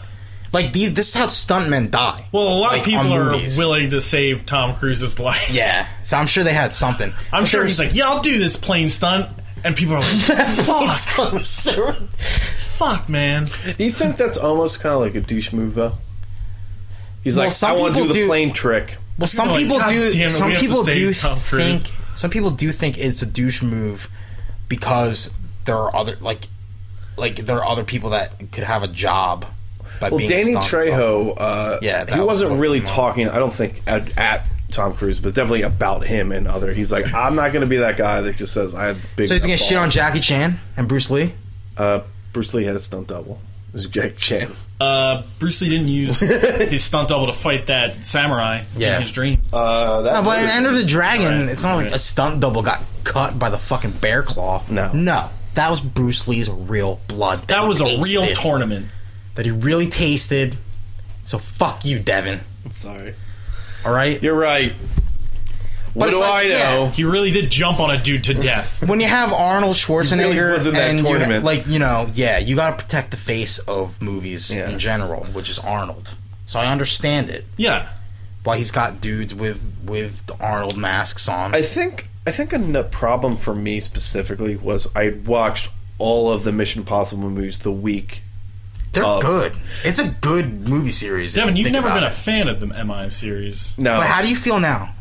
D: Like these, this is how stuntmen die.
A: Well, a lot
D: like,
A: of people
D: on
A: are
D: movies.
A: willing to save Tom Cruise's [LAUGHS] life.
D: Yeah, so I'm sure they had something.
A: I'm
D: But
A: sure
D: there's-
A: he's like, yeah, I'll do this plane stunt, and people are
D: [LAUGHS]
A: like,
D: Fucking stunt was so-
A: fuck, man.
B: Do you think that's almost kind of like a douche move, though? He's
D: Well,
B: like,
D: some
B: I want to
D: people
B: do the
D: do-
B: plane trick.
D: Well, some
A: like,
D: people
A: "God
D: do.
A: damn it,
D: some
A: we have to
D: people
A: save
D: do
A: Tom Cruise."
D: think. Some people do think it's a douche move because there are other like, like there are other people that could have a job by
B: Well,
D: being
B: Danny
D: stunk on.
B: Trejo, uh,
D: Yeah, that
B: he
D: was
B: wasn't
D: what
B: really
D: came up.
B: talking. I don't think at, at Tom Cruise, but definitely about him and other. He's like, I'm not going to be that guy that just says I had big.
D: So he's gonna
B: enough
D: shit on
B: balls."
D: Jackie Chan and Bruce Lee.
B: Uh, Bruce Lee had a stunt double. It was [LAUGHS] Jack Chan.
A: Uh, Bruce Lee didn't
D: [LAUGHS]
A: use his stunt double to fight that samurai
D: Yeah.
A: in his dream.
B: Uh, that
D: No, but in Enter the Dragon,
A: Right,
D: it's not like
A: right.
D: a stunt double got cut by the fucking bear claw.
B: No.
D: no, that was Bruce Lee's real blood.
A: that
D: Oh, he
A: was a real
D: tasted.
A: tournament.
D: that he really tasted. So fuck you, Devin.
B: Sorry,
D: All right.
B: you're right. What
D: it's
B: do
D: like,
B: I
D: yeah.
B: know?
A: He really did jump on a dude
D: [LAUGHS]
A: to death.
D: when you have Arnold Schwarzenegger
B: really was in that
D: and you-
B: tournament.
D: like you know, yeah, you got to protect the face of movies
B: Yeah.
D: in general, which is Arnold. So I understand it
A: yeah.
D: why he's got dudes with with the Arnold masks on.
B: I think I think a problem for me specifically was I watched all of the Mission Impossible movies the week.
D: They're
B: of-
D: good. It's a good movie series. if
A: Devin,
D: you
A: you've
D: think
A: never
D: about
A: been
D: it.
A: a fan of the MI series.
B: No,
D: But how do you feel now?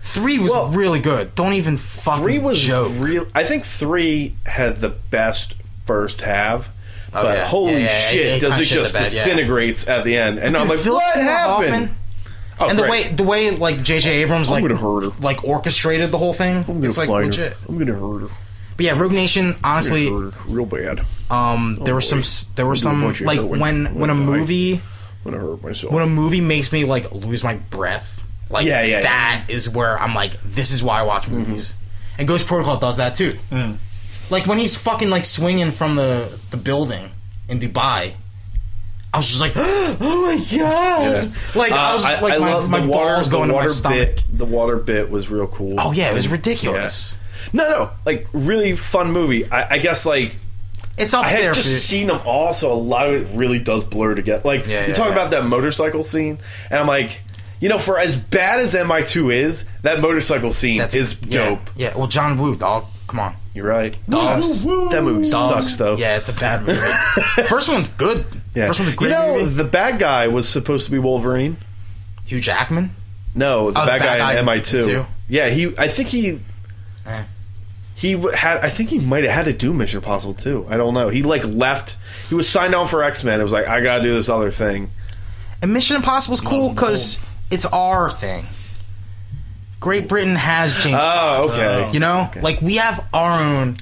D: Three was
B: Well,
D: really good. Don't even fucking
B: Three was
D: joke.
B: real. I think three had the best first half, but
D: Oh, yeah.
B: holy
D: Yeah, yeah, yeah,
B: shit, does
D: it kinda
B: it
D: shit the
B: just
D: bed, yeah.
B: disintegrates at the end? And I'm
D: Dude,
B: like,
D: Philip
B: what
D: Seymour
B: happened?
D: Hoffman
B: Oh,
D: and the
B: great.
D: way the way like J.J. Abrams like
B: gonna hurt her.
D: like orchestrated the whole thing.
B: I'm gonna
D: It's like
B: fight her.
D: legit.
B: I'm gonna hurt her.
D: But yeah, Rogue Nation. Honestly,
B: Hurt her real bad.
D: um, there were
B: boy.
D: some s- there were
B: do a
D: some
B: bunch of
D: like
B: heroin.
D: when
B: I'm
D: when a
B: gonna die.
D: movie
B: I'm gonna hurt myself.
D: when a movie makes me like lose my breath. Like
B: Yeah,
D: that is
B: yeah, Mm-hmm.
D: where I'm like, this is why I watch movies. And Ghost Protocol does that too. Like when he's fucking like swinging from the the building in Dubai. I was just like, [GASPS]
B: [GASPS]
D: oh my god! Like I was just, like, my,
B: Uh, love
D: my
B: the water- the
D: balls going to my
B: water
D: stomach.
B: Bit, the water bit was real cool.
D: Oh yeah, it was
B: And-
D: ridiculous.
B: yeah. No, no, like really fun movie. I, I guess like
D: It's up
B: I had
D: there.
B: just
D: for-
B: seen them all, so a lot of it really does blur together. Like
D: Yeah,
B: you
D: yeah,
B: talk
D: yeah.
B: about that motorcycle scene, and I'm like, you know, for as bad as MI2 is, that motorcycle scene
D: That's-
B: is
D: yeah,
B: dope.
D: Yeah, well, John Woo, dog. Come on.
B: You're right.
D: Doves.
B: That movie sucks though.
D: Yeah, it's a bad movie.
B: [LAUGHS]
D: First one's good.
B: Yeah.
D: First one's a great
B: you know,
D: movie.
B: the bad guy was supposed to be Wolverine.
D: Hugh Jackman.
B: No, the
D: Oh,
B: bad
D: the
B: guy
D: bad
B: in
D: guy
B: MI2.
D: too.
B: Yeah, he. I think he.
D: Eh.
B: He w- had. I think he might have had to do Mission Impossible too. I don't know. He like left. He was signed on for X Men. It was like I gotta do this other thing.
D: And Mission Impossible's cool because it's our thing. Great Britain has James.
B: Oh,
D: Bond,
B: okay.
D: You know, like we have our own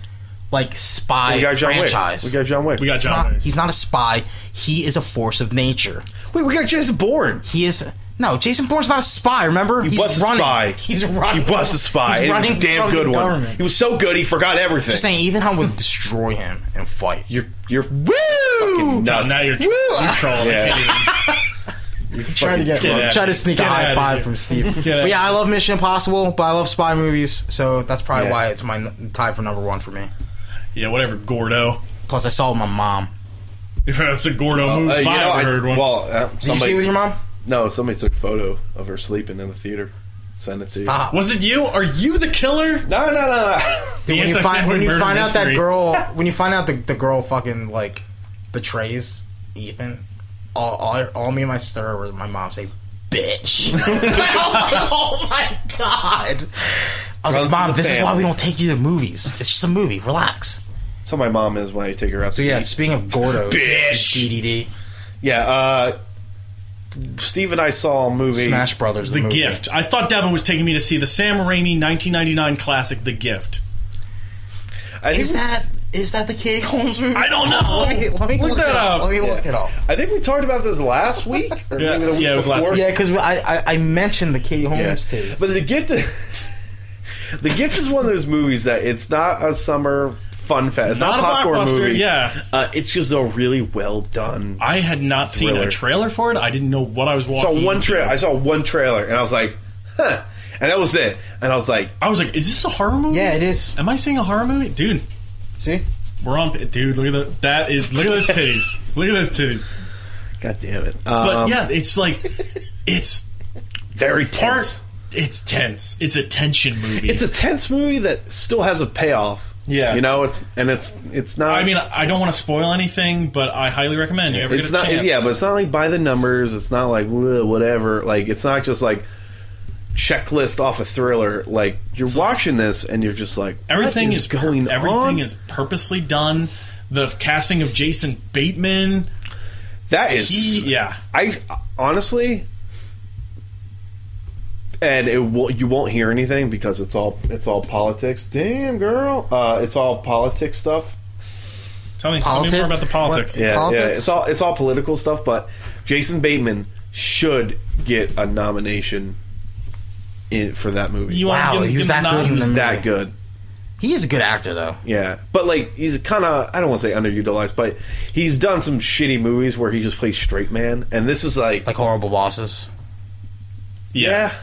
D: like spy
B: we got John
D: franchise.
B: Wick. We got John Wick.
A: We got
D: he's,
A: John
D: not,
A: Wick.
D: he's not a spy. He is a force of nature.
B: Wait, we got Jason Bourne.
D: He is no Jason Bourne's not a spy. Remember, he he's
B: was a
D: running.
B: spy.
D: [LAUGHS] He's running.
B: He was a spy.
D: He's
B: and he
D: running
B: was a damn
D: from
B: good
D: the
B: one.
D: government.
B: He was so good he forgot everything.
D: Just saying, Ethan Hunt would [LAUGHS] destroy him and fight.
B: You're you're woo.
A: So
B: Nuts.
A: now you're,
D: Woo!
A: you're trolling.
B: [LAUGHS] Yeah.
D: trying to get
A: Get out of
D: try
A: here.
D: to sneak
A: Get
D: a
A: out
D: high
A: of
D: five
A: here.
D: from Steve.
A: Get out.
D: but yeah, I love Mission Impossible, but I love spy movies, so that's probably
B: Yeah.
D: why it's my n- tie for number one for me.
A: Yeah, whatever, Gordo. [LAUGHS]
D: Plus, I saw it with my mom.
A: That's a Gordo
B: Uh,
A: movie.
B: you
A: if I
B: know,
A: ever
B: I-
A: heard one.
B: Well, uh,
D: Did you
B: somebody-
D: see it with your mom?
B: No, somebody took a photo of her sleeping in the theater. Send it to you.
D: Stop.
A: was it you? Are you the killer?
B: No, no, no, no. [LAUGHS]
A: The
D: when you find when
A: anti-Fanboy
D: you
A: murder
D: find out that
A: mystery. [LAUGHS]
D: girl when you find out the, the girl fucking like betrays Ethan, all, all, all me and my sister or my mom say bitch. [LAUGHS] And I was like, oh my god. I was
B: Runs in
D: like, Mom,
B: the
D: this is why
B: family."
D: we don't take you to movies. It's just a movie. Relax.
B: So my mom is when I take her out.
D: So yeah, speaking of Gordo,
A: Bitch.
D: DDD,
B: yeah. Uh, Steve and I saw a movie.
D: Smash Brothers, the,
A: The
D: movie.
A: Gift. I thought Devin was taking me to see the Sam Raimi 1999 classic, The Gift.
B: I think,
D: Is that is that the Katie Holmes movie?
A: I don't know.
D: [LAUGHS] Let me, let me
A: Look
D: look,
A: that
D: it up.
A: up.
D: Let me
B: Yeah.
D: look it up.
B: I think we talked about this last week. Or
A: Yeah,
B: maybe the week
A: yeah, it was last
B: before.
A: week.
D: Yeah, because I, I I mentioned the Katie Holmes
B: Yeah.
D: taste.
B: But the gift, the gift is [LAUGHS] one of those movies that it's not a summer fun fest. It's not,
A: Not
B: a
A: a
B: popcorn
A: blockbuster,
B: movie.
A: yeah.
B: uh, it's just a really well done.
A: I had not seen
B: Thriller.
A: a trailer for it. I didn't know what I was
B: I saw
A: watching.
B: one trailer. I saw one trailer, and I was like, huh. And that was it. And I was like,
A: I was like, "Is this a horror movie?"
D: yeah, it is.
A: Am I seeing a horror movie, dude?
D: See,
A: We're on, dude. Look at the, that is. Look at those titties. look at those titties.
B: God damn it. Um,
A: But yeah, it's like, it's
B: very
A: part.
B: tense.
A: It's tense. It's a tension movie.
B: It's a tense movie that still has a payoff.
A: Yeah.
B: you know, it's and it's it's not.
A: I mean, I don't want to spoil anything, but I highly recommend you. Ever
B: it's
A: get a
B: not.
A: Chance.
B: Yeah, but it's not like by the numbers. It's not like bleh, whatever. Like it's not just like checklist off a thriller. Like you're watching this and you're just like what
A: everything
B: is,
A: is per-
B: going
A: Everything
B: on.
A: is purposely done. The casting of Jason Bateman.
B: That is,
A: He, yeah.
B: I honestly, and it will, you won't hear anything because it's all it's all politics. Damn girl, uh, it's all politics stuff.
A: Tell me, tell me more about
D: Politics?
A: the politics.
D: What- Yeah. Politics?
B: it's all it's all political stuff. But Jason Bateman should get a nomination in, for that movie.
A: You wanna
D: Wow,
A: give him-
D: he was
A: give him
D: that
A: the
D: good
A: nom-
D: in the-
B: He's that good.
D: He is a good actor, though.
B: Yeah, but like he's kind of I don't want to say underutilized, but he's done some shitty movies where he just plays straight man, and this is like,
D: Like horrible bosses.
A: Yeah.
B: yeah.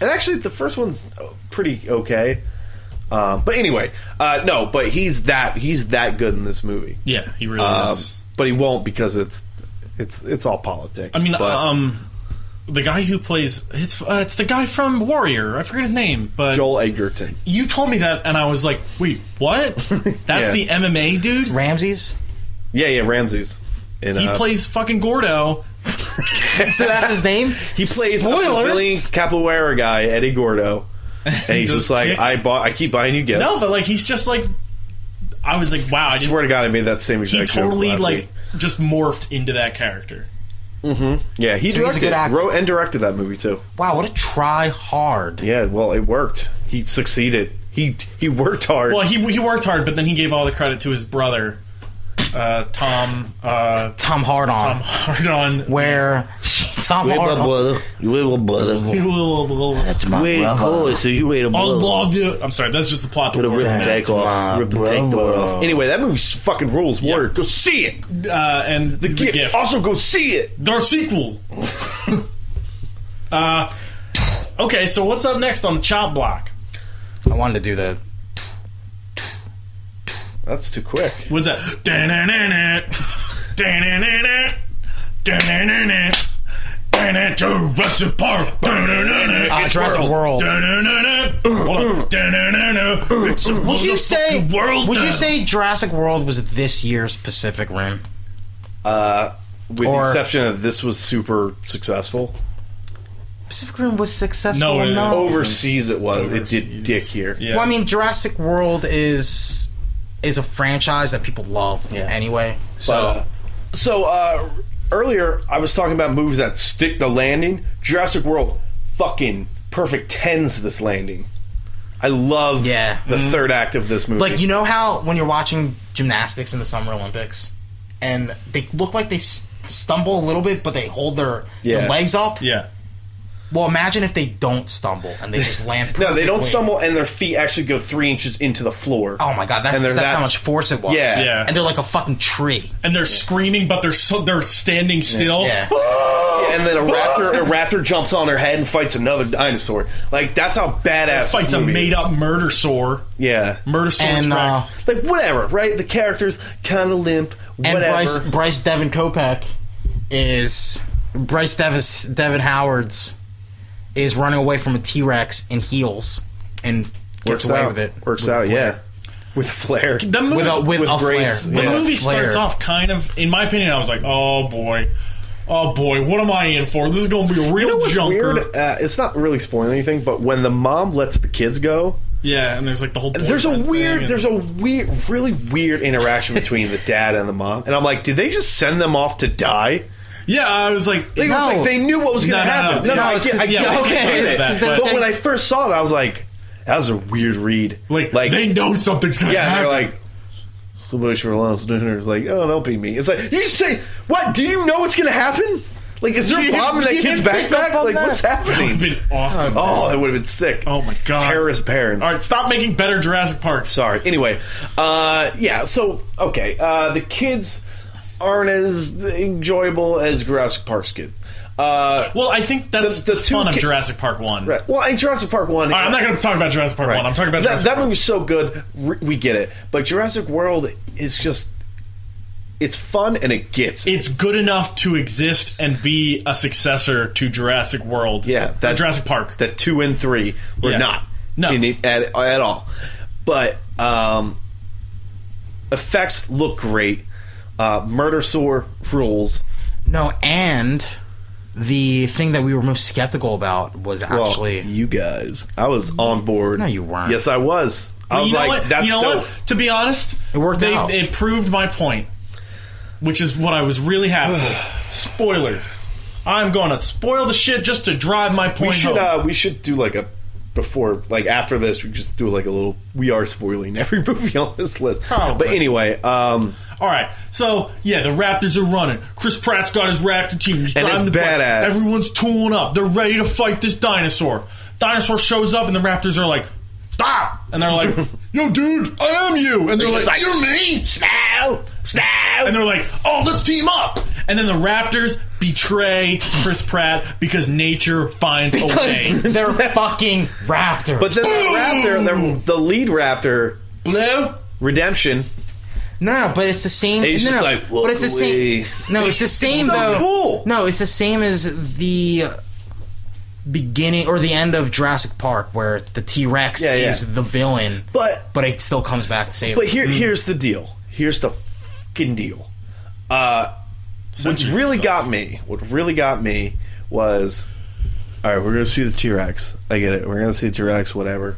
B: And actually, the first one's uh, pretty okay. Uh, but anyway, uh, no, but he's that he's that good in this movie.
A: Yeah, he really
B: Um,
A: is.
B: but he won't because it's it's it's all politics.
A: I mean,
B: but,
A: um, the guy who plays it's uh, it's the guy from Warrior. I forget his name, but
B: Joel Edgerton.
A: you told me that, and I was like, wait,
B: [LAUGHS]
A: what? That's
B: Yeah.
A: the MMA dude.
D: Ramses?
B: Yeah, yeah, Ramses. In,
A: He
B: uh,
A: plays fucking Gordo.
D: So
B: [LAUGHS]
D: that's his name?
B: He plays a
D: Spoilers!
B: Brazilian capoeira guy, Eddie Gordo, and he's
A: Just
B: just, like,
A: kicks.
B: I bought, I keep buying you gifts.
A: No, but like he's just like, I was like, wow, I
B: I
A: didn't
B: swear to God, I made that same
A: he
B: exact joke
A: totally
B: last
A: like
B: week.
A: just morphed into that character.
B: yeah. He
D: he's a
B: directed,
D: good actor.
B: wrote, and directed that movie too.
D: Wow, what a try hard.
B: Yeah, well, it worked. He succeeded. He he worked hard.
A: Well, he he worked hard, but then he gave all the credit to his brother, uh, Tom uh,
D: Tom Hardon.
A: Tom Hardon.
D: where [LAUGHS] Tom
B: Wait, my
D: Hardon.
B: brother. You wait, my brother.
A: I
D: my
B: Wait, Corey, so you wait a brother.
A: love you. I'm sorry, that's just the plot. To
B: Gonna rip the
A: Warrior.
B: tag off.
D: my
B: Rip the tag
D: brother.
B: off. Anyway, that movie fucking rules. Word. Go see it.
A: uh, and the,
B: Gift. Also, go see it.
A: Their
B: [LAUGHS]
A: sequel. uh, okay, so what's up next on the chop block?
D: I wanted to do the.
B: That's too quick.
A: What's that? Da-na-na-na. Da-na-na-na. Da-na-na-na. Da-na, Jurassic Park. Da-na-na-na.
D: Ah,
A: It's
D: Jurassic World.
A: Da-na-na-na. Hold on. Da-na-na-na. It's a
D: Would you say?
A: motherfucking world
D: Would
A: now.
D: you say Jurassic World was this year's Pacific Rim?
B: Uh, with
D: Or-
B: the exception of this was super successful.
D: Pacific Rim was successful
A: No, it-
D: enough.
B: Overseas, it was. It
A: Oh. Overseas.
B: did dick here.
A: Yeah.
D: Well, I mean, Jurassic World is is a franchise that people love anyway. So
B: Uh, so uh, earlier I was talking about movies that stick the landing. Jurassic World fucking perfect tens this landing. I love
D: Yeah.
B: the
A: Mm-hmm.
B: third act of this movie.
D: Like you know how when you're watching gymnastics in the Summer Olympics, and they look like they s- stumble a little bit, but they hold their,
B: Yeah.
D: their legs up.
A: Yeah.
D: Well, imagine if they don't stumble [LAUGHS] and they just land.
B: no, they don't
D: perfectly.
B: stumble and their feet actually go three inches into the floor.
D: Oh my god, that's
B: And they're
D: that's
B: that-
D: how much force it was.
B: Yeah.
A: Yeah.
D: and they're like a fucking tree.
A: And they're screaming, but they're so, they're standing still.
D: [LAUGHS] Yeah,
B: And then a raptor,
D: [LAUGHS]
B: a raptor jumps on her head and fights another dinosaur. Like that's how badass.
A: Fights
B: this
A: a
B: movie is.
A: made up murder sore.
B: Yeah.
A: Murder sore
D: And, uh,
A: Rex.
B: Like whatever, right? The characters kind of limp.
D: and
B: Whatever.
D: Bryce Bryce Devin Kopeck is Bryce Devis Devin Howard's is running away from a T Rex in heels and gets
B: works
D: away
B: out.
D: with it.
B: Works
D: with a
B: out.
D: flare.
B: Yeah. With flair.
A: The movie,
D: with a with,
B: With
D: a
B: grace,
D: flare.
A: the
B: yeah.
D: with a
A: movie
D: flare.
A: starts off kind of, in my opinion, I was like, oh boy. Oh boy, what am I in for? This is going to be a real
B: You know what's
A: junker.
B: weird? Uh, it's not really spoiling anything, but when the mom lets the kids go,
A: Yeah, and there's like the whole.
B: there's a
A: boyfriend thing
B: weird,
A: and-
B: there's a weird, really
A: [LAUGHS]
B: weird interaction between the dad and the mom, and I'm like, did they just send them off to die?
A: Yeah, I was like,
B: Like, it was
D: No.
B: like they knew what was
A: No,
B: going to
A: no,
B: happen.
A: no,
B: No, no,
A: no,
B: I
D: it's
B: get, I
D: 'cause-
B: get,
D: yeah,
B: I
D: okay,
B: get
A: it's 'cause
B: that,
A: they're-
B: but when I first saw it, I was like, that was a weird read.
A: like, they know something's gonna
B: yeah,
A: happen.
B: they're like. Somebody should rely on dinner. It's like, oh, don't be me. It's like you just say, what? Do you know what's going to happen? Like, is there a
D: [LAUGHS] You-
B: bomb in that
D: you
B: kid's
D: didn't pick
B: backpack?
D: up on
B: Like,
D: that.
B: what's
A: Would've
B: happening?
A: been awesome.
B: Oh, that would have been sick.
A: Oh my god,
B: terrorist parents.
A: All right, stop making better Jurassic Parks.
B: Sorry. Anyway, uh, yeah. So okay, uh, the kids aren't as enjoyable as Jurassic Park's kids. Uh,
A: Well, I think that's
B: The-
A: the,
B: the two
A: fun of
B: ki-
A: Jurassic Park One.
B: right. Well, in Jurassic Park one,
A: All right, I'm not going to talk about Jurassic Park
B: Right.
A: One. I'm talking about
B: that,
A: Jurassic
B: that
A: Park.
B: movie's so good. r- We get it, but Jurassic World is just. It's fun and it gets.
A: It's good enough to exist and be a successor to Jurassic World.
B: Yeah,
A: Or
B: that-
A: Jurassic Park.
B: that two and three were
A: Yeah.
B: not
A: No.
B: in it at, at all. But um, effects look great. Uh, Murder sore rules.
D: No, and the thing that we were most skeptical about was
B: Well, [LAUGHS]
D: actually
B: you guys. I was on board.
D: No, you weren't.
B: Yes, I was. I
A: Well,
B: was
A: you know
B: like,
A: what?
B: that's
A: you know
B: dope.
A: what? To be honest,
D: It worked
A: they,
B: [SIGHS]
D: out.
A: It proved my point, which is what I was really happy. with. spoilers. I'm gonna spoil the shit just to drive my point
B: We should
A: home.
B: uh, we should do like a before like after this we just do like a little we are spoiling every [LAUGHS] movie on this list.
A: Probably.
B: But anyway, um,
A: All right, so yeah, the Raptors are running. Chris Pratt's got his Raptor team. He's
B: And
A: driving
B: it's
A: the bike.
B: badass.
A: Everyone's tooling up. They're ready to fight this dinosaur. Dinosaur shows up, and the Raptors are like, "Stop!" And they're
B: [LAUGHS]
A: like, "Yo, dude, I am you." And they're like, "You're me, Snow, Snow." And they're like, "Oh, let's team up." And then the Raptors betray Chris Pratt because nature finds a way.
D: They're fucking raptors.
B: but then the raptor, the, the lead raptor,
A: Blue.
B: redemption.
D: No, no, but it's the same.
B: He's
D: no,
B: just
D: no,
B: like,
D: but it's the
B: "Walk away."
D: same.
B: [LAUGHS]
D: No, it's the same
B: so
D: though.
B: cool.
D: No, it's the same as the beginning or the end of Jurassic Park, where the T Rex
B: Yeah, yeah.
D: is the villain,
B: But
D: but it still comes back to save.
B: But Mm. here, here's the deal. Here's the fucking deal. Uh, what
A: Censor
B: really
A: yourself.
B: got me, what really got me was, all right, we're gonna see the T Rex. I get it. We're gonna see the T Rex. Whatever.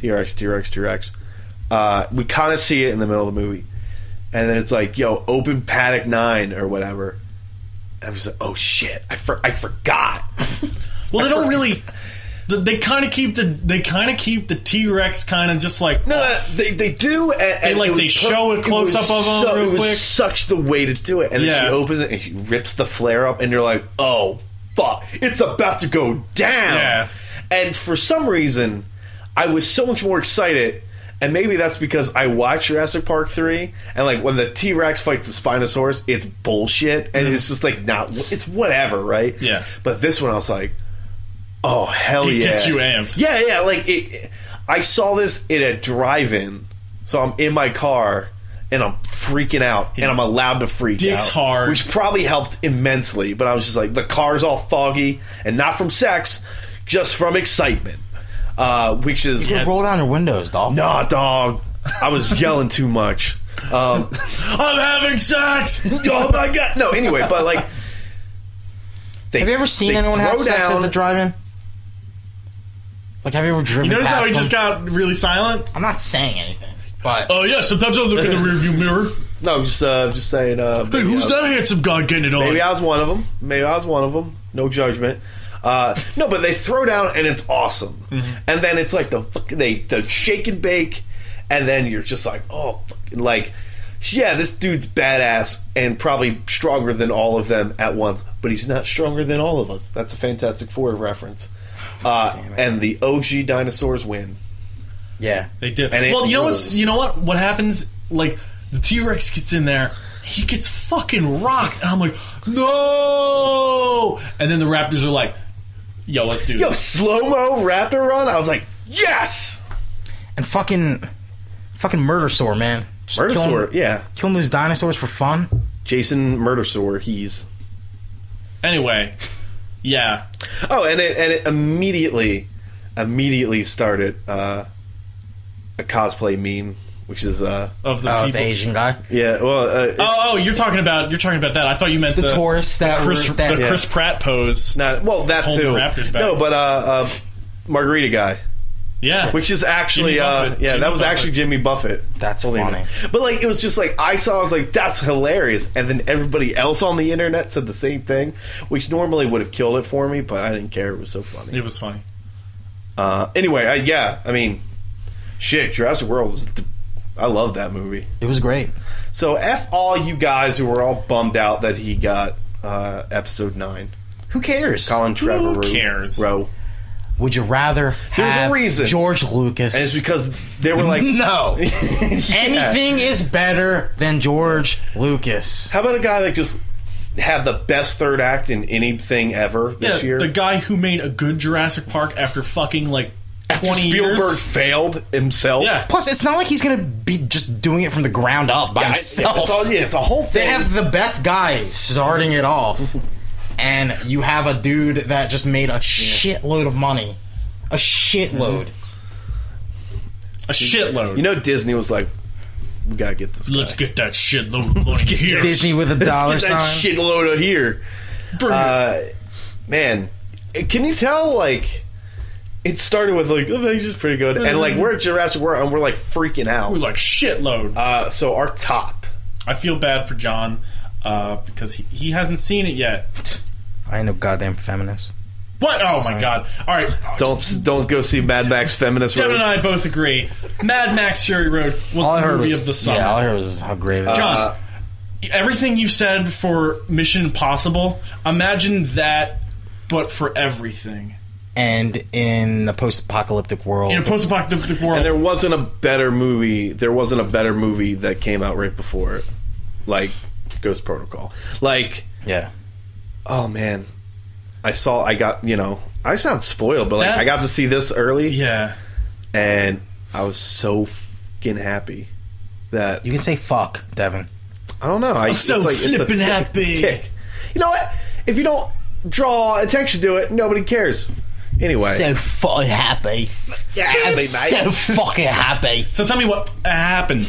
B: T Rex, T Rex, T Rex. Uh, we kind of see it in the middle of the movie, and then it's like, yo, open paddock nine or whatever. And I'm just like, oh shit, I for- I forgot. [LAUGHS]
A: Well, they don't really. th- They kind of keep the they kind of keep the T Rex kind of just like
B: No, they, they do. And, and
A: like,
B: it was
A: they show a
B: it
A: close-up
B: was
A: of 'em
B: so-
A: real
B: it was
A: quick.
B: Such the way to do it, and then
A: Yeah.
B: she opens it and she rips the flare up, and you're like, oh fuck, it's about to go down.
A: Yeah.
B: And for some reason, I was so much more excited. And maybe that's because I watched Jurassic Park 3, and like when the T Rex fights the Spinosaurus, it's bullshit. And it's just like, not, it's whatever, right?
A: Mm-hmm. Yeah.
B: But this one, I was like, Oh hell
A: It
B: yeah!
A: gets you amped.
B: Yeah, yeah. Like it, I saw this in a drive-in, so I'm in my car and I'm freaking out, and I'm allowed to freak
A: Dick's
B: out,
A: hard.
B: which probably helped immensely. But I was just like, the car's all foggy, and not from sex, just from excitement, uh, which is
D: it. Roll down your windows, dog.
B: nah, dog. I was yelling too much. Um, [LAUGHS]
A: I'm having sex.
B: oh my god! No, anyway, but like. They,
D: Have you ever seen
B: they
D: anyone have
B: throw
D: sex at
B: down-
D: the drive-in? Like, have you ever driven?
A: You notice how
D: past
A: he just
D: them?
A: got really silent?
D: I'm not saying anything, but
A: Oh yeah, sometimes I look in the rearview mirror.
B: No, just uh, just saying. Uh,
A: Hey, who's
B: uh,
A: that handsome guy getting it on?
B: Maybe I was Oh, one of them. Maybe I was one of them. No judgment. Uh, no, but they throw down and it's awesome. And then it's like the fuck- they the shake and bake, and then you're just like, oh, fucking like, yeah, this dude's badass and probably stronger than all of them at once, but he's not stronger than all of us. That's a Fantastic Four [SIGHS] reference. Uh, and the OG dinosaurs win.
D: yeah,
A: they did.
B: And it
A: well, you know
B: rules.
A: what's you know what what happens? Like the T Rex gets in there, he gets fucking rocked, and I'm like, no. And then the Raptors are like, yo, let's do
B: Yo,
A: this.
B: slow mo raptor run. I was like, yes,
D: and fucking, fucking murder sore, man. Just
B: murder
D: killing-
B: sword. Yeah,
D: killing those dinosaurs for fun.
B: Jason murder sword. He's
A: Anyway, yeah,
B: Oh, and it and it immediately, immediately started uh, a cosplay meme, which is uh
A: of the
D: Oh,
A: people.
D: the Asian guy.
B: yeah well uh, it's
A: Oh, oh, you're talking about you're talking about that. I thought you meant the,
D: The tourists that
A: Chris,
D: were that-
A: the
D: Yeah.
A: Chris Pratt pose.
B: not well that
A: Hold the
B: too
A: Raptors back.
B: no but uh, uh margarita guy
A: Yeah,
B: which is actually
A: Jimmy
B: uh
A: Buffett.
B: yeah
A: Jimmy
B: that was
A: Buffett.
B: actually Jimmy Buffett
D: That's
B: Believe
D: funny.
B: it. but like it was just like I saw I was like that's hilarious and then everybody else on the internet said the same thing which normally would have killed it for me but I didn't care it was so funny
A: it was funny.
B: uh anyway I, yeah I mean shit Jurassic World was the, I love that movie.
D: It was great.
B: So f all you guys who were all bummed out that he got uh, episode nine.
D: Who cares?
B: Colin Trevor Rowe-
A: cares?
B: Rowe.
D: Would you rather
B: There's a
D: have
B: reason.
D: George Lucas?
B: and it's because they were like,
D: [LAUGHS] no, anything is better than George Lucas.
B: how about a guy that just had the best third act in anything ever this
A: yeah,
B: year?
A: The guy who made a good Jurassic Park after fucking like twenty
B: Spielberg
A: years.
B: failed himself.
A: Yeah.
D: Plus, it's not like he's gonna be just doing it from the ground up by
B: I- it's,
D: himself.
B: all, yeah, it's a whole
D: they
B: thing.
D: have the best guy starting it [LAUGHS] off, and you have a dude that just made a shitload of money, a shitload.
A: A shitload.
B: you know, Disney was like, we gotta get this.
A: let's
B: guy.
A: get that shitload of money here.
D: Disney with a dollar
B: Let's get that
D: sign.
B: shitload of here.
A: Bring it.
B: uh, man, can you tell like it started with like oh, this is pretty good, and like we're at Jurassic World and we're like freaking
A: We're
B: out.
D: Uh,
A: like shitload.
B: Uh, so our top,
A: I feel bad for John. uh, because he, he hasn't seen it yet.
D: I ain't no goddamn feminist.
A: What? Oh my god! All right,
B: Don't don't go see Mad Max Feminist
A: Devin and
B: Road.
A: I both agree. Mad Max Fury Road was
D: All I
A: the
D: heard
A: movie
D: was
A: of the summer.
D: Yeah, all I heard was how great it was.
A: John,
B: Uh,
A: everything you said for Mission Impossible, imagine that, but for everything
D: and in the post-apocalyptic world,
A: in a post-apocalyptic
B: And
A: world.
B: there wasn't a better movie. There wasn't a better movie that came out right before it, like Ghost Protocol. Like,
D: yeah,
B: oh man, I saw. I got you know. I sound spoiled, but like
A: That-
B: I got to see this early,
A: yeah,
B: and I was so fucking happy that
D: you can say fuck, Devin.
B: I don't know. I,
A: so
B: it's like,
A: flippin'
B: it's a tick- [LAUGHS]
A: happy.
B: Tick. You know what? If you don't draw attention to it, nobody cares. Anyway,
D: So fucking happy.
B: yeah, happy, mate.
D: So
A: [LAUGHS]
D: fucking happy.
A: So tell me what happened.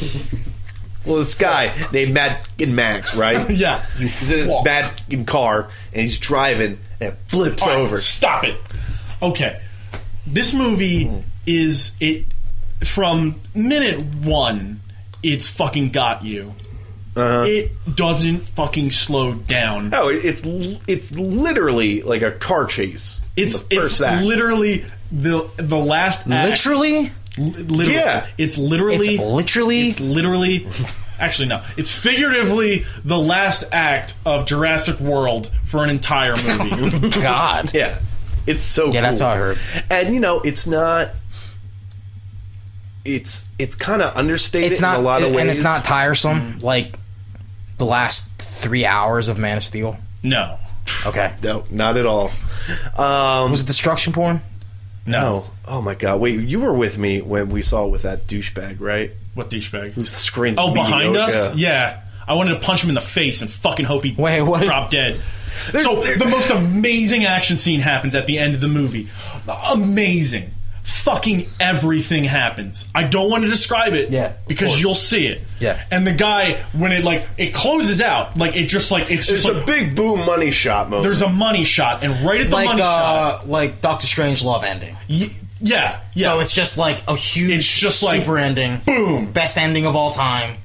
B: Well, this guy named Mad and Max,
A: [LAUGHS]
B: right?
A: Yeah.
B: He's in his
D: fuck.
B: bad in car and he's driving and it flips
A: All right,
B: over.
A: Stop it. Okay. This movie is it from minute one. It's fucking got you.
B: Uh-huh.
A: It doesn't fucking slow down.
B: No, it- it's li- it's literally like a car chase. in
A: It's
B: the
A: it's
B: first act.
A: literally the the last act-
D: Literally,
A: Li- literally.
B: Yeah.
A: It's literally.
D: It's literally-
A: It's literally. Actually, no. It's figuratively the last act of Jurassic World for an entire
B: [LAUGHS]
A: movie.
D: God.
B: yeah, it's so.
D: Yeah, that's
B: cool.
D: how I heard.
B: And you know, it's not. It's it's kind of understated
D: It's not
B: in a lot of ways,
D: and it's not tiresome
A: Mm.
D: like the last three hours of Man of Steel.
A: no.
D: Okay,
B: No, not at all. Um,
D: was it destruction porn?
B: no. Oh my god! Wait, you were with me when we saw with that douchebag, right?
A: What douchebag?
B: Screen.
A: Oh, behind
B: mediocre.
A: us? Yeah. I wanted to punch him in the face and fucking hope he
D: Wait, what?
A: dropped dead. so the most amazing action scene happens at the end of the movie. Amazing. Fucking everything happens. I don't want to describe it
D: Yeah, of
A: because
D: course.
A: you'll see it.
D: Yeah.
A: And the guy when it like it closes out, like it just like it's just
B: It's a
A: like,
B: big boom money shot moment.
A: there's a money shot and right at the
D: Like
A: money shot.
D: uh, like Doctor Strange love ending.
A: Y- yeah. Yeah.
D: So it's just like a huge,
A: It's just like,
D: super ending.
A: boom.
D: best ending of all time.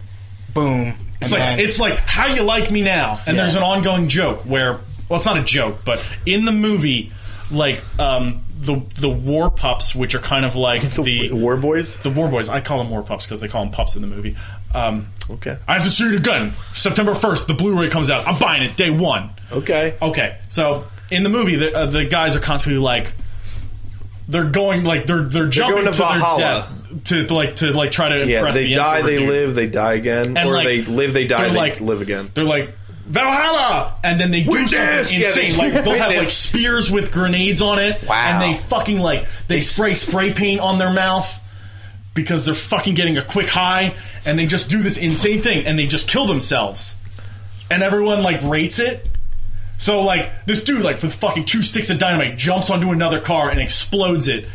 D: Boom.
A: It's like it's like how you like me now, and
D: Yeah.
A: there's an ongoing joke where well, it's not a joke, but in the movie, like um, the the war pups, which are kind of
B: [LAUGHS]
A: like the,
B: War Boys.
A: the war boys. I call them war pups because they call them pups in the movie. Um,
B: Okay.
A: I have to shoot a gun. September first, the Blu-ray comes out. I'm buying it day one.
B: Okay.
A: Okay, so in the movie, the, uh, the guys are constantly like they're going like they're they're jumping
B: going to
A: to,
B: Valhalla.
A: their death to, to, like to like try to
B: Yeah,
A: impress
B: they
A: the
B: die,
A: Emperor
B: they
A: dude.
B: live, they die again,
A: And,
B: or
A: like,
B: they live, they die,
A: they're
B: they
A: like-
B: live again.
A: They're like Valhalla, and then they do
B: Witness!
A: something
B: Yeah, they
A: insane. like
B: scream
A: they'll have like
B: witness.
A: spears with grenades on it,
D: Wow.
A: and they fucking like they
B: s-
A: spray spray paint on their mouth because they're fucking getting a quick high, and they just do this insane thing, and they just kill themselves, and everyone like rates it. So like this dude like with fucking two sticks of dynamite jumps onto another car and explodes it,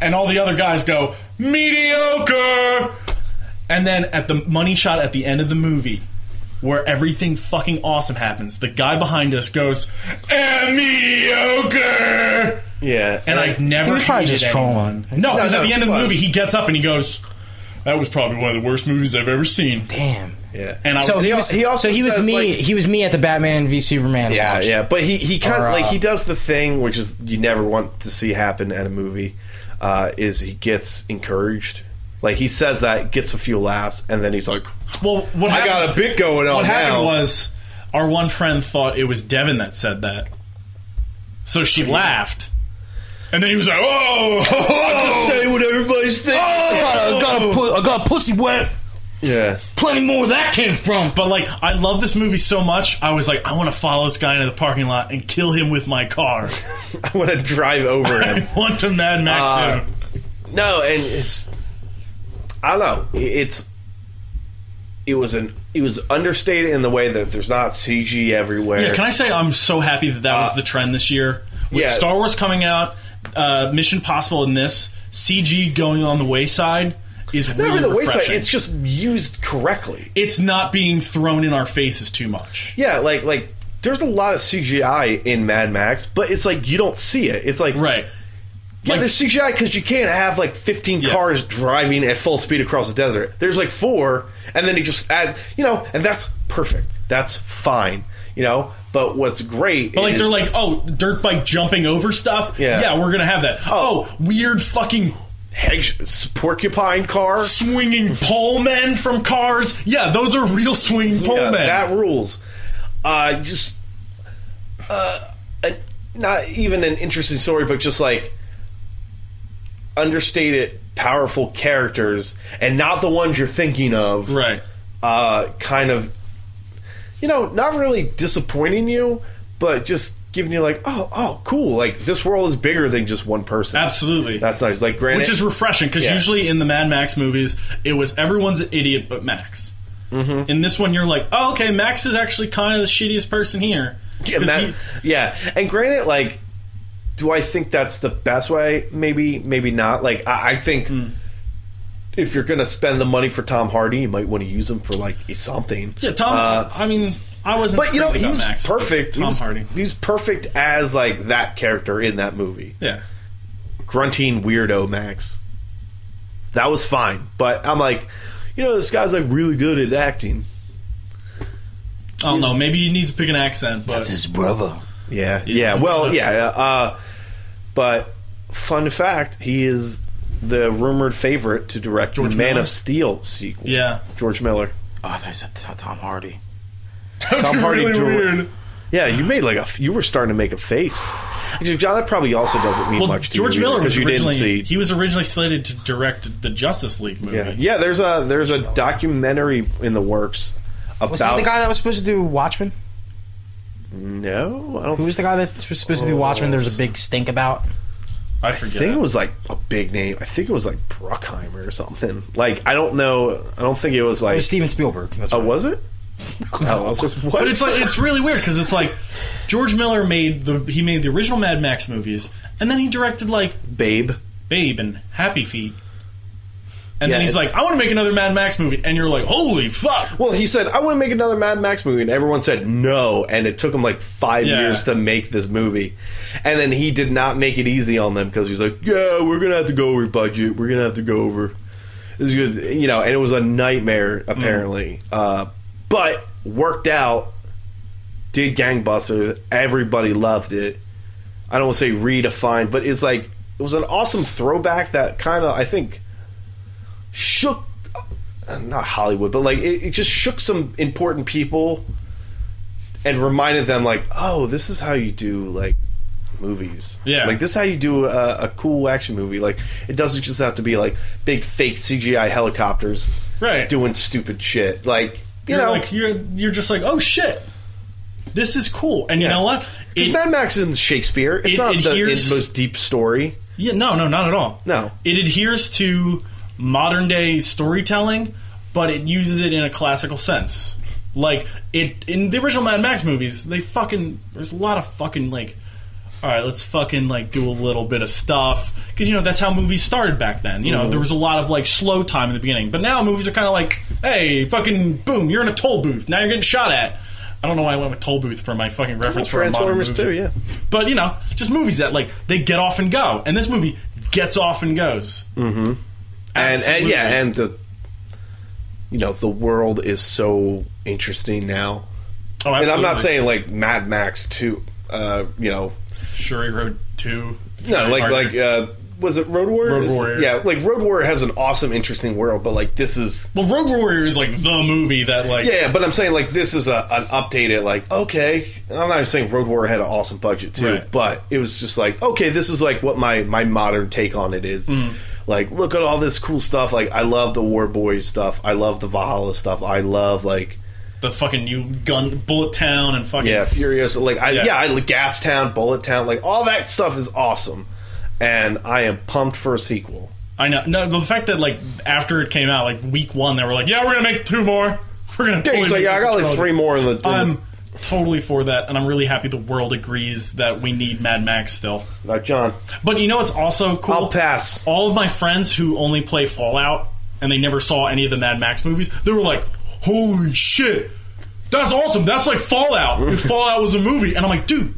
A: and all the other guys go mediocre. And then at the money shot at the end of the movie, where everything fucking awesome happens, the guy behind us goes eh, mediocre.
B: Yeah,
A: And I've never
D: He was probably
A: hated
D: just
A: anyone.
D: trolling.
A: No, because
B: No,
A: at
B: no,
A: the end of the
B: he was.
A: movie, he gets up and he goes, "That was probably one of the worst movies I've ever seen."
D: damn.
B: yeah,
A: And I
D: So
A: was,
D: he
B: al-
D: was
B: he also
D: so he was
B: says,
D: me
B: like-
D: he was me at the Batman v Superman.
B: yeah,
D: launch.
B: yeah. But he he kind
D: Or,
B: of like
D: uh,
B: he does the thing which is you never want to see happen at a movie, uh, is he gets encouraged. Like he says that, gets a few laughs, and then he's like,
A: well, what
B: "I
A: happened,
B: got a bit going on
A: What
B: now."
A: happened was our one friend thought it was Devin that said that, so she laughed, and then he was like, "Oh,
B: Just say what everybody's thinking.
D: I got a pu- I got a pussy wet.
B: Oh. Yeah,
D: Plenty more where that came from.
A: But like, I love this movie so much. I was like, I want to follow this guy into the parking lot and kill him with my car.
B: I want to drive over him.
A: I want to Mad Max
B: Uh,
A: him.
B: [LAUGHS] No, and it's I don't know. It- It's it was an it was understated in the way that there's not CG everywhere.
A: Yeah, can I say I'm so happy that that was the trend this year with
B: Uh, yeah.
A: Star Wars coming out, uh, Mission Possible in this CG going on the wayside is
B: Not
A: really
B: even the
A: refreshing.
B: wayside. It's just used correctly.
A: It's not being thrown in our faces too much.
B: Yeah, like like there's a lot of CGI in Mad Max, but it's like you don't see it. It's like
A: Right.
B: Yeah,
A: like-
B: there's CGI because you can't have like 15
A: Yeah.
B: cars driving at full speed across the desert. There's like four, and then you just add, you know, and that's perfect. That's fine. You know, but what's great
A: But like they're
B: is-
A: like, oh, dirt bike jumping over stuff.
B: Yeah.
A: yeah, we're gonna have that. Oh, weird fucking
B: Hedge- s- porcupine car.
A: swinging pole men from cars. Yeah, those are real swinging pole
B: Yeah,
A: men.
B: that rules. Uh, just uh, an- not even an interesting story, but just like understated, powerful characters, and not the ones you're thinking of.
A: right.
B: uh, kind of, you know, not really disappointing you, but just giving you like, oh, oh, cool. Like this world is bigger than just one person.
A: Absolutely.
B: That's nice. Like, granted,
A: Which is refreshing because
B: Yeah.
A: usually in the Mad Max movies, it was everyone's an idiot but Max. Mm-hmm. In this one, you're like, oh, okay, Max is actually kind of the shittiest person here.
B: yeah,
A: 'Cause
B: Matt-
A: he-
B: yeah. And granted, like, do I think that's the best way? Maybe, maybe not. Like, I, I think.
A: Hmm.
B: If you're gonna spend the money for Tom Hardy, you might want to use him for like something.
A: yeah, Tom.
B: Uh,
A: I mean, I wasn't.
B: but you know
A: crazy
B: he
A: about
B: was
A: Max, but
B: perfect.
A: Tom
B: he was,
A: Hardy.
B: He was perfect as like that character in that movie.
A: Yeah.
B: grunting weirdo Max. That was fine, but I'm like, you know, this guy's like really good at acting.
A: I don't know. Maybe he needs to pick an accent, but
D: That's his brother.
B: Yeah, yeah. Well, yeah. yeah, Uh, but fun fact, he is the rumored favorite to direct the Man
A: Miller?
B: of Steel sequel.
A: yeah.
B: George
A: [LAUGHS]
B: Miller.
D: Oh, there's a t- Tom Hardy.
A: That'd be
B: Hardy
A: really
B: drew it.
A: weird.
B: Yeah, you made like a. f- You were starting to make a face. Actually, John, that probably also doesn't mean
A: Well,
B: much to
A: George
B: you
A: Miller was
B: because you didn't
A: originally
B: see.
A: he was originally slated to direct the Justice League movie.
B: yeah, yeah. There's a there's a documentary in the works about.
D: Was that the guy that was supposed to do Watchmen?
B: No, I don't
D: Who was the guy that was supposed to do Watchmen? There was a big stink about.
A: I
B: I
A: forget.
B: think it was like a big name. I think it was like Bruckheimer or something. Like I don't know. I don't think it was
D: It
B: like.
D: was Steven Spielberg. That's
B: Oh,
D: right.
B: was it? [LAUGHS] No, I was like, what?
A: But it's like it's really weird because it's like George Miller made the he made the original Mad Max movies, and then he directed like
B: Babe.
A: Babe and Happy Feet, and
B: Yeah,
A: then he's
B: it-
A: like, I want to make another Mad Max movie, and you're like, holy fuck!
B: Well, he said I want to make another Mad Max movie, and everyone said no. And it took him like five
A: Yeah.
B: years to make this movie, and then he did not make it easy on them because he was like, "Yeah, we're gonna have to go over budget. We're gonna have to go over." This is good, you know, and it was a nightmare apparently. Uh, but worked out. Did gangbusters? Everybody loved it. I don't want to say redefined, but it's like it was an awesome throwback that kind of I think shook uh, not Hollywood, but like it, it just shook some important people and reminded them like, oh, this is how you do like movies.
A: Yeah.
B: like this is how you do a, a cool action movie. Like it doesn't just have to be like big fake CGI helicopters
A: Right.
B: doing stupid shit. Like you
A: You're
B: know,
A: like you're you're just like, oh shit, this is cool, and you
B: Yeah.
A: know what?
B: Because
A: It-
B: Mad Max isn't Shakespeare. It's
A: it
B: not the
A: adheres-
B: the most deep story.
A: Yeah, no, no, not at all.
B: No.
A: It adheres to modern day storytelling, but it uses it in a classical sense. Like it in the original Mad Max movies, they fucking there's a lot of fucking like all right, let's fucking like do a little bit of stuff cuz you know that's how movies started back then. You know,
B: Mm-hmm.
A: there was a lot of like slow time in the beginning. But now movies are kind of like, hey, fucking boom, you're in a toll booth. Now you're getting shot at. I don't know why I went with toll booth for my fucking reference for a modern
B: Transformers
A: movie.
B: too, yeah.
A: But you know, just movies that like they get off and go, and this movie gets off and goes. Mm-hmm.
B: and and yeah, and the you know the world is so interesting now.
A: oh,
B: And I'm
A: absolutely.
B: not saying like Mad Max two, uh, you know,
A: Shuri Road Two.
B: no, like
A: Harder.
B: like uh, was it Road Warrior?
A: Road
B: Is-
A: Warrior.
B: yeah, like Road Warrior has an awesome, interesting world, but like this is
A: well, Road Warrior is like the movie that like
B: yeah, yeah, but I'm saying like this is a, an updated like okay. I'm not even saying Road Warrior had an awesome budget too,
A: Right.
B: but it was just like okay, this is like what my my modern take on it is.
A: Mm-hmm.
B: Like look at all this cool stuff. Like I love the War Boys stuff. I love the Valhalla stuff. I love like
A: the fucking new gun Bullet Town and fucking
B: yeah, Furious. Like I
A: Yeah.
B: yeah, I like Gas Town, Bullet Town. Like all that stuff is awesome, and I am pumped for a sequel.
A: I know. No, the fact that like after it came out, like week one, they were like, yeah, we're gonna make two more. [LAUGHS] We're gonna.
B: Yeah,
A: totally
B: he's like,
A: make
B: yeah, I
A: this
B: got like
A: trilogy."
B: three more in the. in the-
A: I'm totally for that, and I'm really happy the world agrees that we need Mad Max still.
B: Now, John,
A: But you know what's also cool?
B: I'll pass.
A: All of my friends who only play Fallout and they never saw any of the Mad Max movies, they were like, "Holy shit, that's awesome! That's like Fallout.
B: [LAUGHS]
A: If Fallout was a movie." And I'm like, "Dude,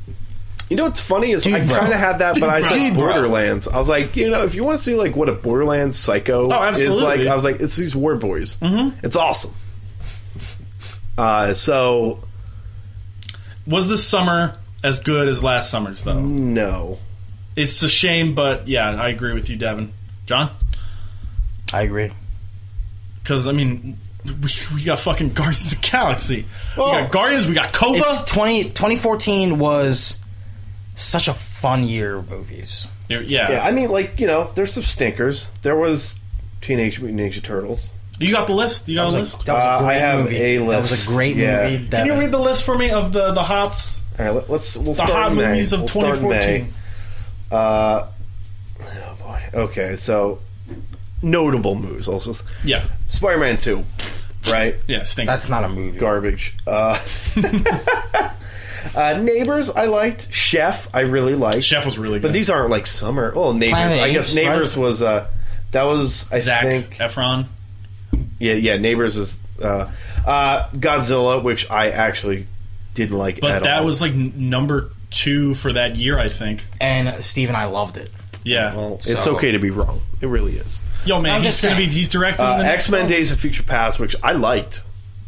B: You know what's funny is I
D: bro.
B: kind of had that, but I
A: bro.
B: said
A: Dude,
D: bro.
B: Borderlands. I was like, you know, if you want to see like what a Borderlands psycho is
A: Oh, absolutely.
B: like, I was like, it's these war boys. Mm-hmm. It's awesome. Uh, so
A: Was this summer as good as last summer's though?
B: Mm. no,
A: It's a shame, but yeah, I agree with you, Devin. John,
D: I agree.
A: because I mean, we, we got fucking Guardians of the Galaxy.
B: Oh.
A: we got Guardians. We got Kova.
D: It's 20, 2014 was such a fun year of movies.
A: yeah,
B: yeah, I mean, like you know, there's some stinkers. There was Teenage Mutant Ninja Turtles.
A: you got the list. You
D: That
A: got
D: was
A: the
D: a,
A: list.
D: that was a
B: Uh,
D: great
B: I have
D: movie.
B: a
D: That was
B: list.
D: a great
B: Yeah.
D: movie.
A: Can you
D: Devin.
A: read the list for me of the the hots,
B: All right, let, let's we'll
A: the
B: start
A: hot
B: in May.
A: movies of
B: We'll start in
A: 2014?
B: May. Uh, oh boy. Okay, so notable moves also.
A: Yeah,
B: Spider-Man Two, right?
A: yeah, stink.
D: That's not a movie.
B: Garbage. Uh, [LAUGHS] uh, Neighbors, I liked. Chef, I really liked.
A: Chef was really good.
B: But these aren't like summer. Well, Neighbors.
D: Planet
B: I
D: Apes,
B: guess Neighbors
D: right?
B: was uh, that was I
A: Zach
B: think
A: Efron.
B: yeah yeah Neighbors is uh, uh, Godzilla, which I actually didn't like
A: But
B: at
A: that
B: all.
A: was like n- number two for that year, I think.
D: And Steve and I loved it.
A: Yeah.
B: Well, it's
D: So-
B: okay to be wrong. It really is.
A: Yo, man,
D: I'm
A: he's
D: just
A: gonna be
D: saying.
A: he's directing
B: Uh,
A: the next
B: X Men
A: one.
B: Days of Future Past, which I liked.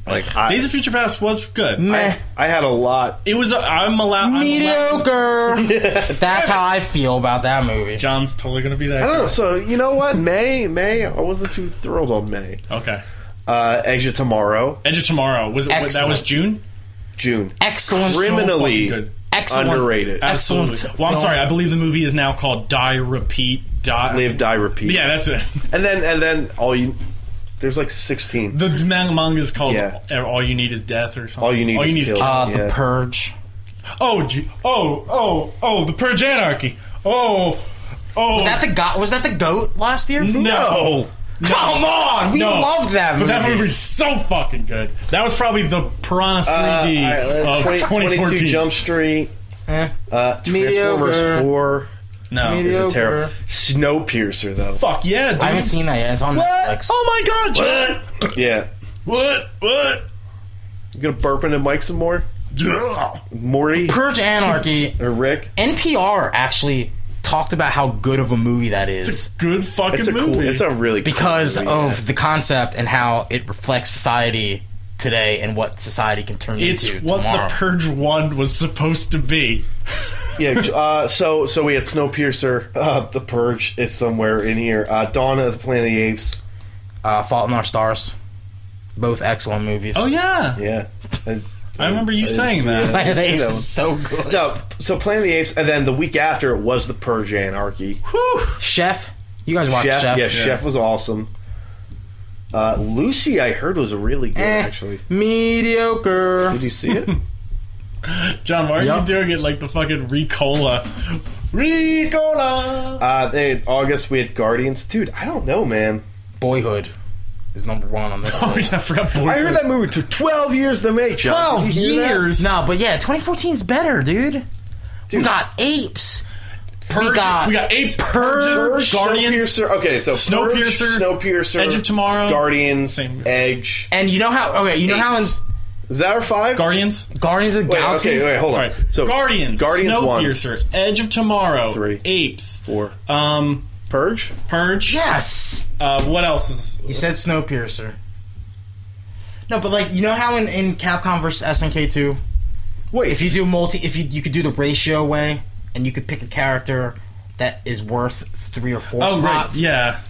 B: Like I,
A: Days of Future Past was good.
D: Meh.
B: I had a lot.
A: It was. A, I'm allowed. I'm allowed- [LAUGHS]
D: Mediocre. That's how I feel about that movie.
A: John's totally gonna be
B: I don't
A: there.
B: know. Oh, So you know what? May May I wasn't too thrilled on May.
A: Okay.
B: Uh, Exit Tomorrow,
A: Edge of Tomorrow was it? That was
D: Excellent.
A: June.
B: June.
D: Excellent.
B: Criminally
A: fucking good.
D: Excellent.
B: underrated.
D: Excellent
A: Absolutely. Well, I'm
D: film.
A: sorry. I believe the movie is now called Die Repeat Die.
B: Live, die, repeat.
A: Yeah, that's it. [LAUGHS]
B: and then and then all you there's like sixteen.
A: The man- manga is called
B: Yeah.
A: All You Need Is Death or something.
B: All You Need Is Kill.
D: Uh,
B: Yeah.
D: The Purge.
A: Oh, gee. oh, oh, oh, the Purge Anarchy. Oh, oh.
D: Was that the go- Was that the goat last year?
A: no?
D: Come on, we
A: No.
D: loved that movie.
A: But that movie's so fucking good. That was probably the Piranha 3D
B: Uh, all
A: of
B: right, 20 22
A: 2014.
B: Jump Street.
D: Eh.
B: Uh, Transformers
D: Mediocre.
B: Four.
A: no.
D: Media-
B: Is a terrible.
D: Mediocre.
B: Snowpiercer though.
A: Fuck yeah, dude.
D: I haven't seen that yet. It's on Netflix.
A: Oh my god, John.
B: Yeah.
A: What? What?
B: You gonna burp into Mike some more?
A: Yeah.
B: Morty
D: Purge Anarchy.
B: or Rick?
D: NPR actually talked about how good of a movie that is
A: Good fucking
B: It's a
A: movie.
B: cool. It's a really cool
D: because
B: movie, yeah.
D: of the concept and how it reflects society today and what society can turn
A: It's
D: into
A: what
D: tomorrow.
A: the Purge One was supposed to be.
B: yeah. Uh, so so we had Snowpiercer, uh, The Purge. It's somewhere in here. Uh, Dawn of the Planet of the Apes.
D: uh, Fault in Our Stars. Both excellent movies. [LAUGHS]
A: Oh yeah,
B: Yeah. And-
A: I remember you saying that.
B: yeah,
D: Planet of the
B: you
D: Apes
B: know.
D: is so good.
B: No, so Planet of the Apes, and then the week after it was The Purge Anarchy.
D: Chef. You guys watched
B: Chef,
D: Chef?
B: yeah, Chef was awesome. Uh, Lucy, I heard was really good.
D: Eh.
B: Actually,
D: Mediocre.
B: did you see
A: [LAUGHS]
B: it?
A: John, why are
D: Yeah.
A: you doing it like the fucking Ricola? Ricola.
B: uh, they, August we had Guardians. Dude, I don't know, man.
D: Boyhood is number one on this
A: [LAUGHS] Oh,
B: [LAUGHS]
D: list.
A: yeah, I forgot. Boy,
B: I heard that movie took twelve years to make. John.
A: twelve
B: Did you hear that?
A: years.
D: No, but yeah, 2014 is better, dude. We
B: Dude.
D: got apes.
A: Purge-
D: we got
A: we got Apes,
B: Purge,
A: Purges, Guardians.
B: Snowpiercer. Okay, so
A: Snowpiercer,
B: Purge, Snowpiercer,
A: Edge of Tomorrow,
B: Guardians,
A: Same.
B: Edge.
D: And you know how? Okay, you know how in
B: Apes. Is that our five?
A: Guardians.
D: Guardians of the
B: wait,
D: Galaxy.
B: okay, wait, hold
A: All
B: on.
A: right.
B: So
A: Guardians.
B: Guardians one,
A: Snowpiercer. Edge of Tomorrow.
B: Three.
A: Apes.
B: four,
A: Um,
B: Purge.
A: Purge.
D: Yes,
A: Uh, what else is?
D: you said Snowpiercer. No, but like you know how in, in Capcom versus SNK two,
B: Wait,
D: if you do multi, if you you could do the ratio way, and you could pick a character that is worth three or four
A: Oh
D: slots.
A: right. Yeah.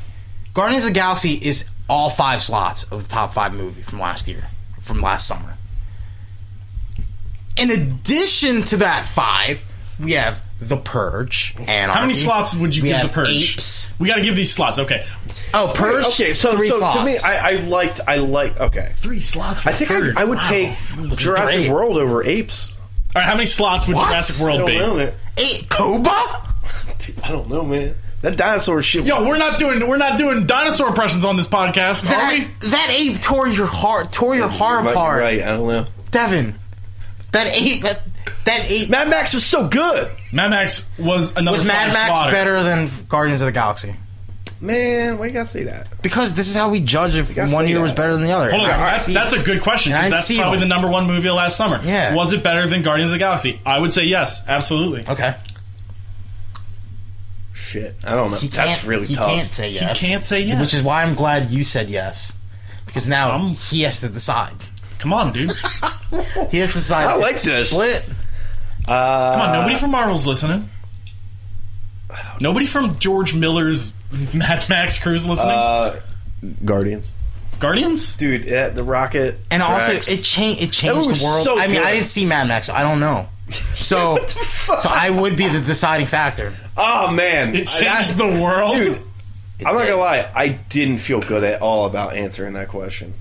D: Guardians of the Galaxy is all five slots of the top five movie from last year, from last summer. In addition to that five, we have The Purge. Anarchy.
A: How many slots would you
D: we
A: give
D: have
A: the Purge?
D: Apes.
A: We got to give these slots. Okay.
D: Oh, Purge.
B: okay, so,
D: three
B: so
D: slots.
B: to me, I, I liked, I like. Okay,
A: Three slots. For
B: I think I, I would take Jurassic
D: great.
B: World over Apes.
A: All right. How many slots would
D: What?
A: Jurassic
B: I
A: World
B: don't
A: be?
B: know, man.
D: Eight. Koba.
B: Dude, I don't know, man. That dinosaur shit.
A: Yo, we're not doing we're not doing dinosaur impressions on this podcast, are
D: That,
A: we?
D: that ape tore your heart, tore your heart
B: Might be
D: apart,
B: Right, I don't know.
D: Devin. That ape, that, that ape.
B: Mad Max was so good,
A: Mad Max was another.
D: was Mad
A: fucking
D: Max
A: slaughter.
D: better than Guardians of the Galaxy?
B: man. Why you gotta say that?
D: Because this is how we judge if
B: gotta
D: one
B: say
D: year was
B: that.
D: better than the other.
A: Hold on,
D: I didn't
A: that's,
D: see
A: that's
D: it.
A: a good question. 'cause
D: I didn't
A: That's
D: see
A: probably
D: them.
A: the number one movie of last summer.
D: Yeah.
A: Was it better than Guardians of the Galaxy? I would say yes, absolutely.
D: okay.
B: Shit, I don't know.
D: He can't,
B: That's really
D: he
B: tough.
D: can't say yes.
A: can't say yes.
D: Which is why I'm glad you said yes. Because now
A: Um,
D: he has to decide.
A: Come on, dude.
D: He has decided.
B: I like
D: it's
B: this.
D: Split.
B: Uh,
A: Come
D: Uh,
A: on, nobody from Marvel's listening. Nobody from George Miller's [LAUGHS] Mad Max Cruise listening.
D: Uh,
B: uh, Guardians.
A: Guardians?
B: Dude, eh, the rocket.
D: And also,
B: tracks.
D: it changed. It
B: It
D: changed
B: was
D: the world.
B: so
D: I mean,
B: good.
D: I didn't see Mad Max. So I don't
B: [LAUGHS]
D: know. So, so I would be the deciding factor.
B: Oh man,
A: It
B: I-
A: changed the world.
B: dude. I'm not gonna lie, I didn't feel good at all about answering that question.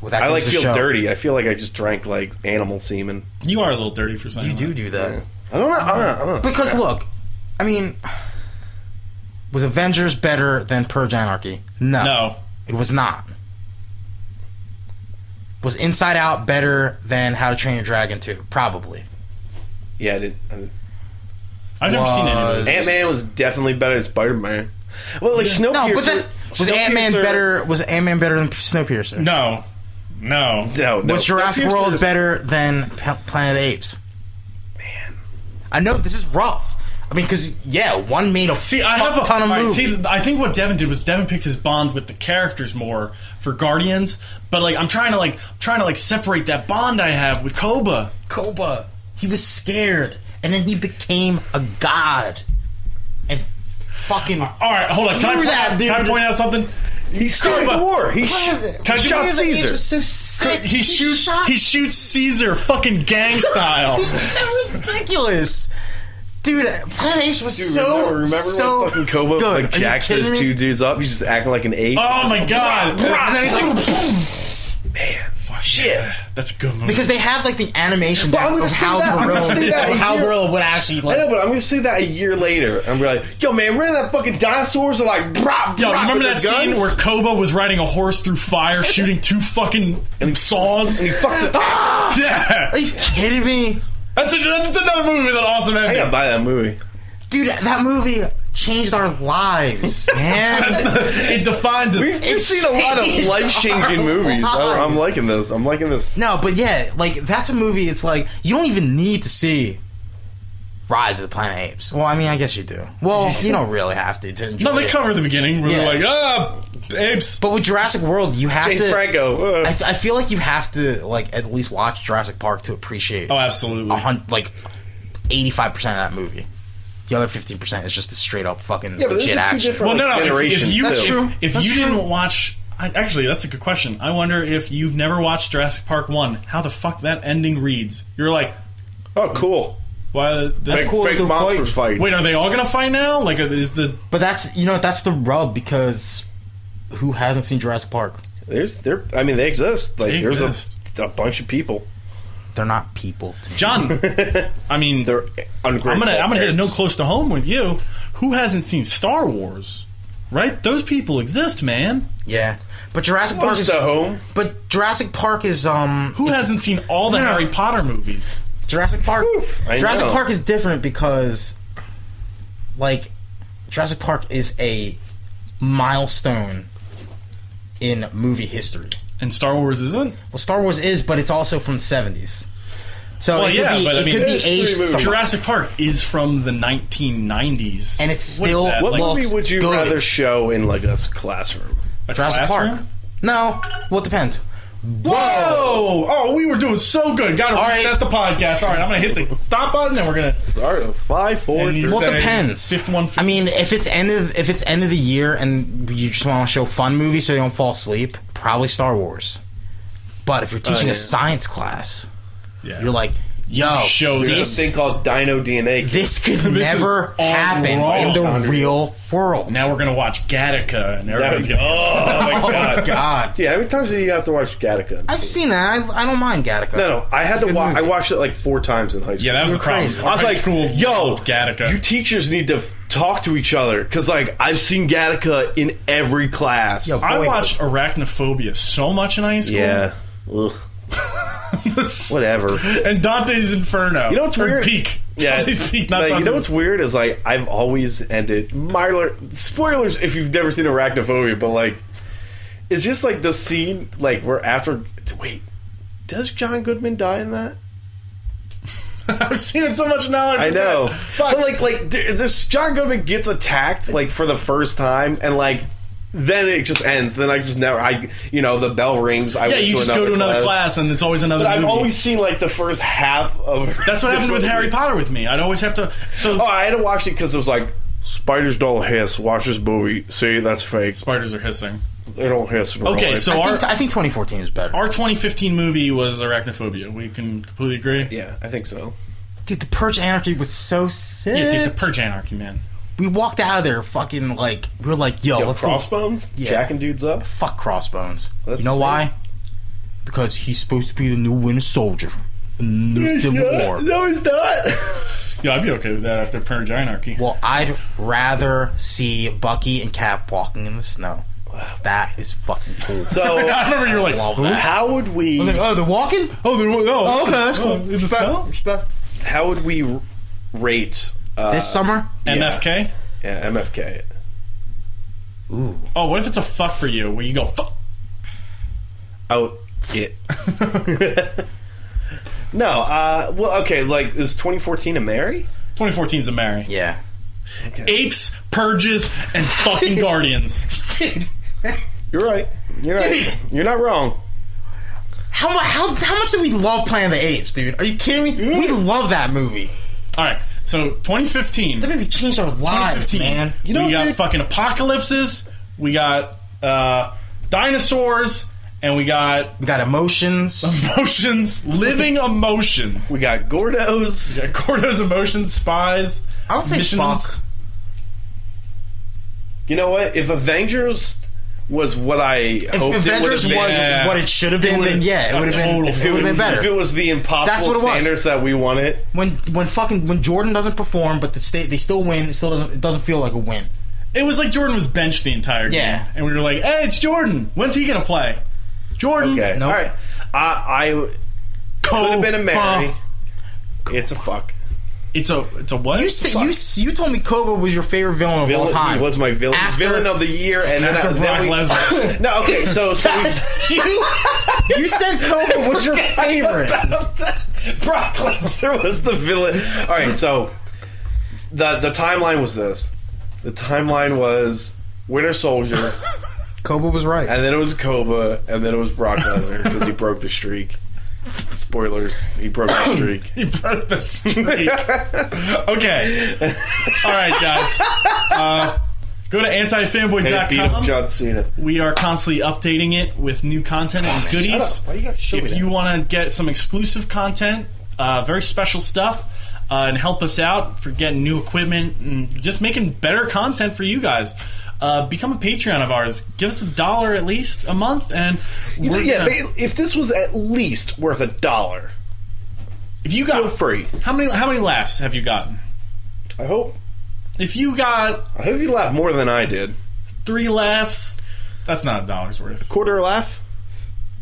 D: Well, that
B: I like
D: goes to
B: feel
D: show.
B: dirty. I feel like I just drank like animal semen.
A: You are a little dirty for saying
D: You do
A: that.
D: do that
B: I don't know. I don't know, I don't know.
D: because look, I mean, was Avengers better than Purge Anarchy? No,
A: No.
D: it was not. Was Inside Out better than How to Train Your Dragon 2? Probably.
B: yeah, I didn't. I didn't.
A: I've never seen any of
D: Was-
A: those.
B: Ant Man was definitely better than Spider Man. Well, like Snowpiercer.
D: No, but then was Ant Man
B: Snowpiercer-
D: better? Was Ant Man better than Snowpiercer?
A: No. No.
B: No, no.
D: was Jurassic
B: Snowpiercer
D: World
B: is-
D: better than P- Planet of the Apes? Man, I know this is rough. I mean, because yeah, one made a
A: See, I have a
D: ton of
A: all right,
D: movies.
A: See, I think what Devin did was Devin picked his bond with the characters more for Guardians, but like I'm trying to like I'm trying to like separate that bond I have with Koba.
D: Koba, he was scared, and then he became a god, and fucking
A: All right, hold on. Can, I,
D: Screw
A: point-
D: that, dude.
A: can I point out something?
B: He started
A: Koba.
B: the war. He, sh-
A: Can I
B: he
A: do
B: shot
A: this?
B: Caesar.
D: was so sick.
A: He shoots.
D: shot-
A: He shoots Caesar, fucking gang style.
D: [LAUGHS] He's so ridiculous. Dude, Planet of the Apes was
B: Dude,
D: so
B: remember, remember
D: so
B: when fucking Koba
D: good.
B: like
D: Are you
B: jacks
D: kidding
B: those
D: me?
B: two dudes up? He's just acting like an ape.
A: Oh my god!
D: And then he's like,
B: man, fuck shit.
A: That's a good movie.
D: because they had like the animation
B: I'm
D: down
B: gonna
D: of
B: say
D: how
B: that- I'm
D: gorilla,
B: gonna say that
D: of how
B: here.
D: gorilla would actually
B: I
D: like.
B: know, but I'm gonna say that a year later. I'm gonna be like, yo, man, remember that fucking dinosaurs are like, brah, brah,
A: Yo, remember
B: with
A: that
B: their guns?
A: scene where Koba was riding a horse through
D: [LAUGHS]
A: fire, shooting two fucking saws?
B: and he fucks it?
D: [LAUGHS]
B: I
A: yeah,
D: Are you kidding me,
A: that's, a, that's another movie with an awesome ending.
B: gotta buy that movie.
D: dude? that- That movie changed our
B: [LAUGHS]
D: lives, man.
A: [LAUGHS] it defines us.
B: We've, we've
D: It
B: seen a lot of
D: changed
B: life changing
D: our
B: movies. I, I'm
D: lives.
B: liking this. I'm liking this.
D: no, but yeah, like that's a movie. It's like you don't even need to see Rise of the Planet of the Apes. Well, I mean, I guess you do.
B: [LAUGHS]
D: Well, you don't really have to to enjoy
A: no, they
D: it.
A: cover the beginning where
D: Yeah.
A: they're like, ah, apes.
D: But with Jurassic World, you have
B: James
D: to.
B: Franco. Uh,
D: I, f- I feel like you have to like at least watch Jurassic Park to appreciate
A: Oh,
D: a
A: absolutely.
D: hun- like eighty five percent of that movie. The other fifty percent is just the straight up fucking
B: yeah, but those
D: legit
B: are two
D: action.
B: different
A: Well, no,
B: like,
A: no. If, if
B: generations,
A: you
D: That's
A: if,
B: too.
D: true.
A: if
D: That's
A: you
D: true.
A: didn't watch, I, actually, that's a good question. I wonder if you've never watched Jurassic Park One, how the fuck that ending reads. You're like,
B: Oh, cool.
A: why? That's
B: Fake, fake
D: they're
B: monsters fight.
A: Wait, are they all gonna fight now? Like, is the
D: But that's you know that's the rub because who hasn't seen Jurassic Park?
B: There's, there. I mean, they exist. Like,
A: They
B: there's
A: exist.
B: A, a bunch of people.
D: They're not people. to me.
A: John? I mean,
B: They're ungrateful.
A: I'm gonna I'm gonna hit a
B: parents.
A: note close to home with you. Who hasn't seen Star Wars? Right? Those people exist, man.
D: Yeah, but Jurassic Park
B: Close
D: is
B: to home.
D: but Jurassic Park is um
A: Who hasn't seen all the
D: No.
A: Harry Potter movies?
D: Jurassic Park.
B: I
D: Jurassic
B: know.
D: Park is different because, like, Jurassic Park is a milestone in movie history.
A: And Star Wars isn't?
D: Well, Star Wars is, but it's also from the seventies. So
A: Well,
D: it could
A: yeah,
D: be,
A: but I
D: it
A: mean,
D: could be
A: there's
B: three
D: aged
B: movies.
D: somewhat.
A: Jurassic Park is from the 1990s.
D: and it's
A: What is
D: still
A: that,
B: What
A: like,
B: movie
D: looks
B: would you
D: good.
B: rather show in like a s- classroom?
A: a
D: Jurassic Park.
A: classroom?
D: No, well, it depends.
A: Whoa! Oh, we were doing so good. Got to
D: right.
A: reset the podcast. All right, I'm gonna hit the stop button, and we're gonna.
B: Sorry, five, four,
A: And you
B: three.
A: said-
D: Well, it
A: Saturday,
D: depends.
A: fifth one-
D: I mean, if it's end of if it's end of the year and you just want to show fun movies so they don't fall asleep, probably Star Wars. But if you're teaching
B: Oh, yeah.
D: a science class,
A: Yeah.
D: you're like,
B: oh,
D: yo,
A: Show
B: There's
A: this.
B: a thing called Dino DNA.
D: this
A: [LAUGHS]
D: could
A: is
D: never
A: all
D: happen
A: wrong.
D: in the real world.
A: Now we're gonna watch Gattaca, and
B: That
A: everybody's
B: would-
A: gonna.
B: [LAUGHS]
A: [LAUGHS]
B: oh my god.
D: God,
B: Yeah, how many times do you have to watch Gattaca?
D: I've seen that. I, I don't mind Gattaca.
B: No, no, I had
D: a
B: to
D: good
B: watch. I
D: movie.
B: watched it like four times in high school.
A: Yeah, that was the problem.
D: crazy.
A: Our
B: I was
A: high
B: like,
A: school
B: yo,
A: loved Gattaca.
B: You teachers need to f- talk to each other because, like, I've seen Gattaca in every class.
D: Yo,
A: I
D: Boy-
A: watched Arachnophobia so much in high school.
B: yeah,
A: [LAUGHS]
B: Ugh. whatever.
A: and Dante's Inferno.
B: You know what's
A: Or
B: weird?
A: Peak. [LAUGHS]
B: Yeah,
A: Dante's Peak, not
B: no, you
A: Dante's.
B: know what's weird is like I've always ended my spoilers if you've never seen Arachnophobia, but like it's just like the scene like where after wait, does John Goodman die in that?
A: [LAUGHS] I've seen it so much now.
B: I
A: forget.
B: know,
A: Fuck.
B: but like like th- this John Goodman gets attacked like for the first time and like. then it just ends. Then I just never. I you know the bell rings. I
A: Yeah,
B: went
A: you
B: to
A: just
B: another
A: go to another class, and it's always another.
B: But I've
A: movie.
B: always seen like the first half of.
A: [LAUGHS] That's what
B: the
A: happened with
B: first-
A: Harry Potter with me. I'd always have to. So
B: Oh, I had to watch it because it was like spiders don't hiss. Watch this movie. See, that's fake.
A: spiders are hissing.
B: They don't hiss. in real
A: Okay,
B: life.
A: so our
D: I think, I think 2014 is better.
A: our 2015 movie was Arachnophobia. We can completely agree.
B: yeah, I think so.
D: Dude, the Purge Anarchy was so sick.
A: Yeah, dude, the Purge Anarchy, man.
D: we walked out of there fucking like we were like, yo,
B: Yo,
D: let's go
B: crossbones, jacking dudes up.
D: fuck Crossbones.
B: That's
D: you know
B: sick.
D: why? Because he's supposed to be the new winter soldier. The new Civil War.
B: No, he's not.
D: [LAUGHS]
A: Yeah, I'd be okay with that after Purge Anarchy.
D: Well, I'd rather see Bucky and Cap walking in the snow. That is fucking
A: [LAUGHS]
D: cool.
A: I
D: [LAUGHS]
B: So
A: remember you were like,
D: Love
A: "Who?"
D: that.
B: how would we?
D: oh, they're walking?
A: oh, there was, no.
D: Oh, okay, that's cool.
A: in the snow?
D: Respect.
B: How would we r- rate uh,
D: This summer?
A: MFK?
B: Yeah, MFK.
D: Ooh.
A: Oh, what if it's a fuck for you where you go, fuck?
B: Out it. no. Uh, well, okay. Like, is 2014 a Mary?
A: 2014's a Mary.
D: Yeah.
A: Apes, Purges, and
B: [LAUGHS]
A: fucking Guardians.
B: You're right. You're right. [LAUGHS] You're not wrong.
D: How, mu- how, how much do we love Planet of the Apes, dude? Are you kidding me? We
B: Mm.
D: love that movie.
A: All right, so 2015.
D: That movie changed our lives,
A: 2015.
D: man.
A: You
B: know,
A: we got
B: dude-
A: fucking apocalypses, we got uh, dinosaurs, and we got [LAUGHS]
D: We got emotions.
B: Oh,
A: emotions, living emotions. [LAUGHS]
B: We got Gordos.
A: Gordo's emotions, spies.
D: I would say
A: missions.
D: fuck.
B: You know what? If Avengers was what I
D: If
B: hoped
D: Avengers
B: it would
D: was
A: Yeah.
D: what it should have been,
A: would've-
D: then yeah,
A: a
D: it would have been.
A: total
D: It would have been better.
B: If it was the impossible
D: That's what it was.
B: standards that we wanted,
D: when when fucking when Jordan doesn't perform, but the state they still win. It still doesn't. It doesn't feel like a win.
A: It was like Jordan was benched the entire game,
D: Yeah.
A: and we were like, "Hey, it's Jordan. When's he gonna play?" Jordan.
B: okay,
D: Nope.
B: all right. Uh, I, I would have been a
D: Oh,
B: Mary. It's a fuck.
A: It's a it's a what?
D: You st- you s- you told me Cobra was your favorite villain of all
B: Villain-
D: time.
B: he was
D: [LAUGHS]
B: my villain
D: After-
B: villain of the year, and then,
A: After
B: I,
A: Brock
B: then we,
D: [LAUGHS]
A: Lesnar.
B: No, okay, so so [LAUGHS] we,
D: you, you said Cobra was your favorite.
B: Brock Lesnar was the villain. All right, so the the timeline was this. The timeline was Winter [LAUGHS] Soldier,
D: Cobra was right.
B: and then it was Koba, and then it was Brock Lesnar because he broke the streak. Spoilers: He broke the streak.
A: he broke the
B: [LAUGHS]
A: streak. okay. All right, guys. Uh, go to
B: And he beat up
A: antifanboy.com.
B: John Cena.
A: We are constantly updating it with new content and goodies.
B: Why you gotta show me
A: if
B: that?
A: you want to get some exclusive content, uh, very special stuff, uh, and help us out for getting new equipment and just making better content for you guys, uh, become a Patreon of ours. Give us a dollar at least a month, and we're
B: yeah,
A: gonna-
B: but if this was at least worth a dollar,
A: if you got
B: feel free.
A: how many how many laughs have you gotten?
B: I hope
A: If you got
B: I hope you laugh more than I did.
A: three laughs, that's not a dollar's worth.
B: Quarter laugh.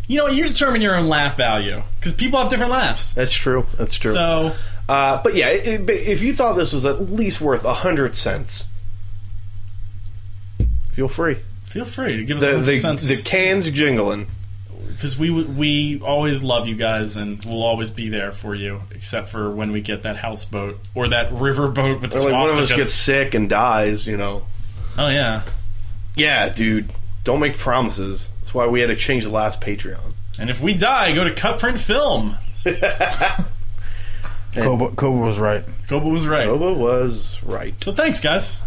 A: You know, you determine your own laugh value because people have different laughs.
B: That's true. That's true.
A: So
B: Uh, but yeah, it, it- but if you thought this was at least worth a hundred cents, feel free.
A: feel free to give us
B: The
A: a
B: the,
A: sense.
B: the cans jingling.
A: because we we always love you guys and we'll always be there for you, except for when we get that houseboat or that riverboat with
B: Or like one of us
A: swastikas.
B: gets sick and dies, you know.
A: oh yeah,
B: Yeah, dude, don't make promises. That's why we had to change the last Patreon.
A: and if we die, go to Cut Print Film.
D: Cobra, Cobra was right.
A: Koba was right.
B: Boba was right.
A: So thanks, guys.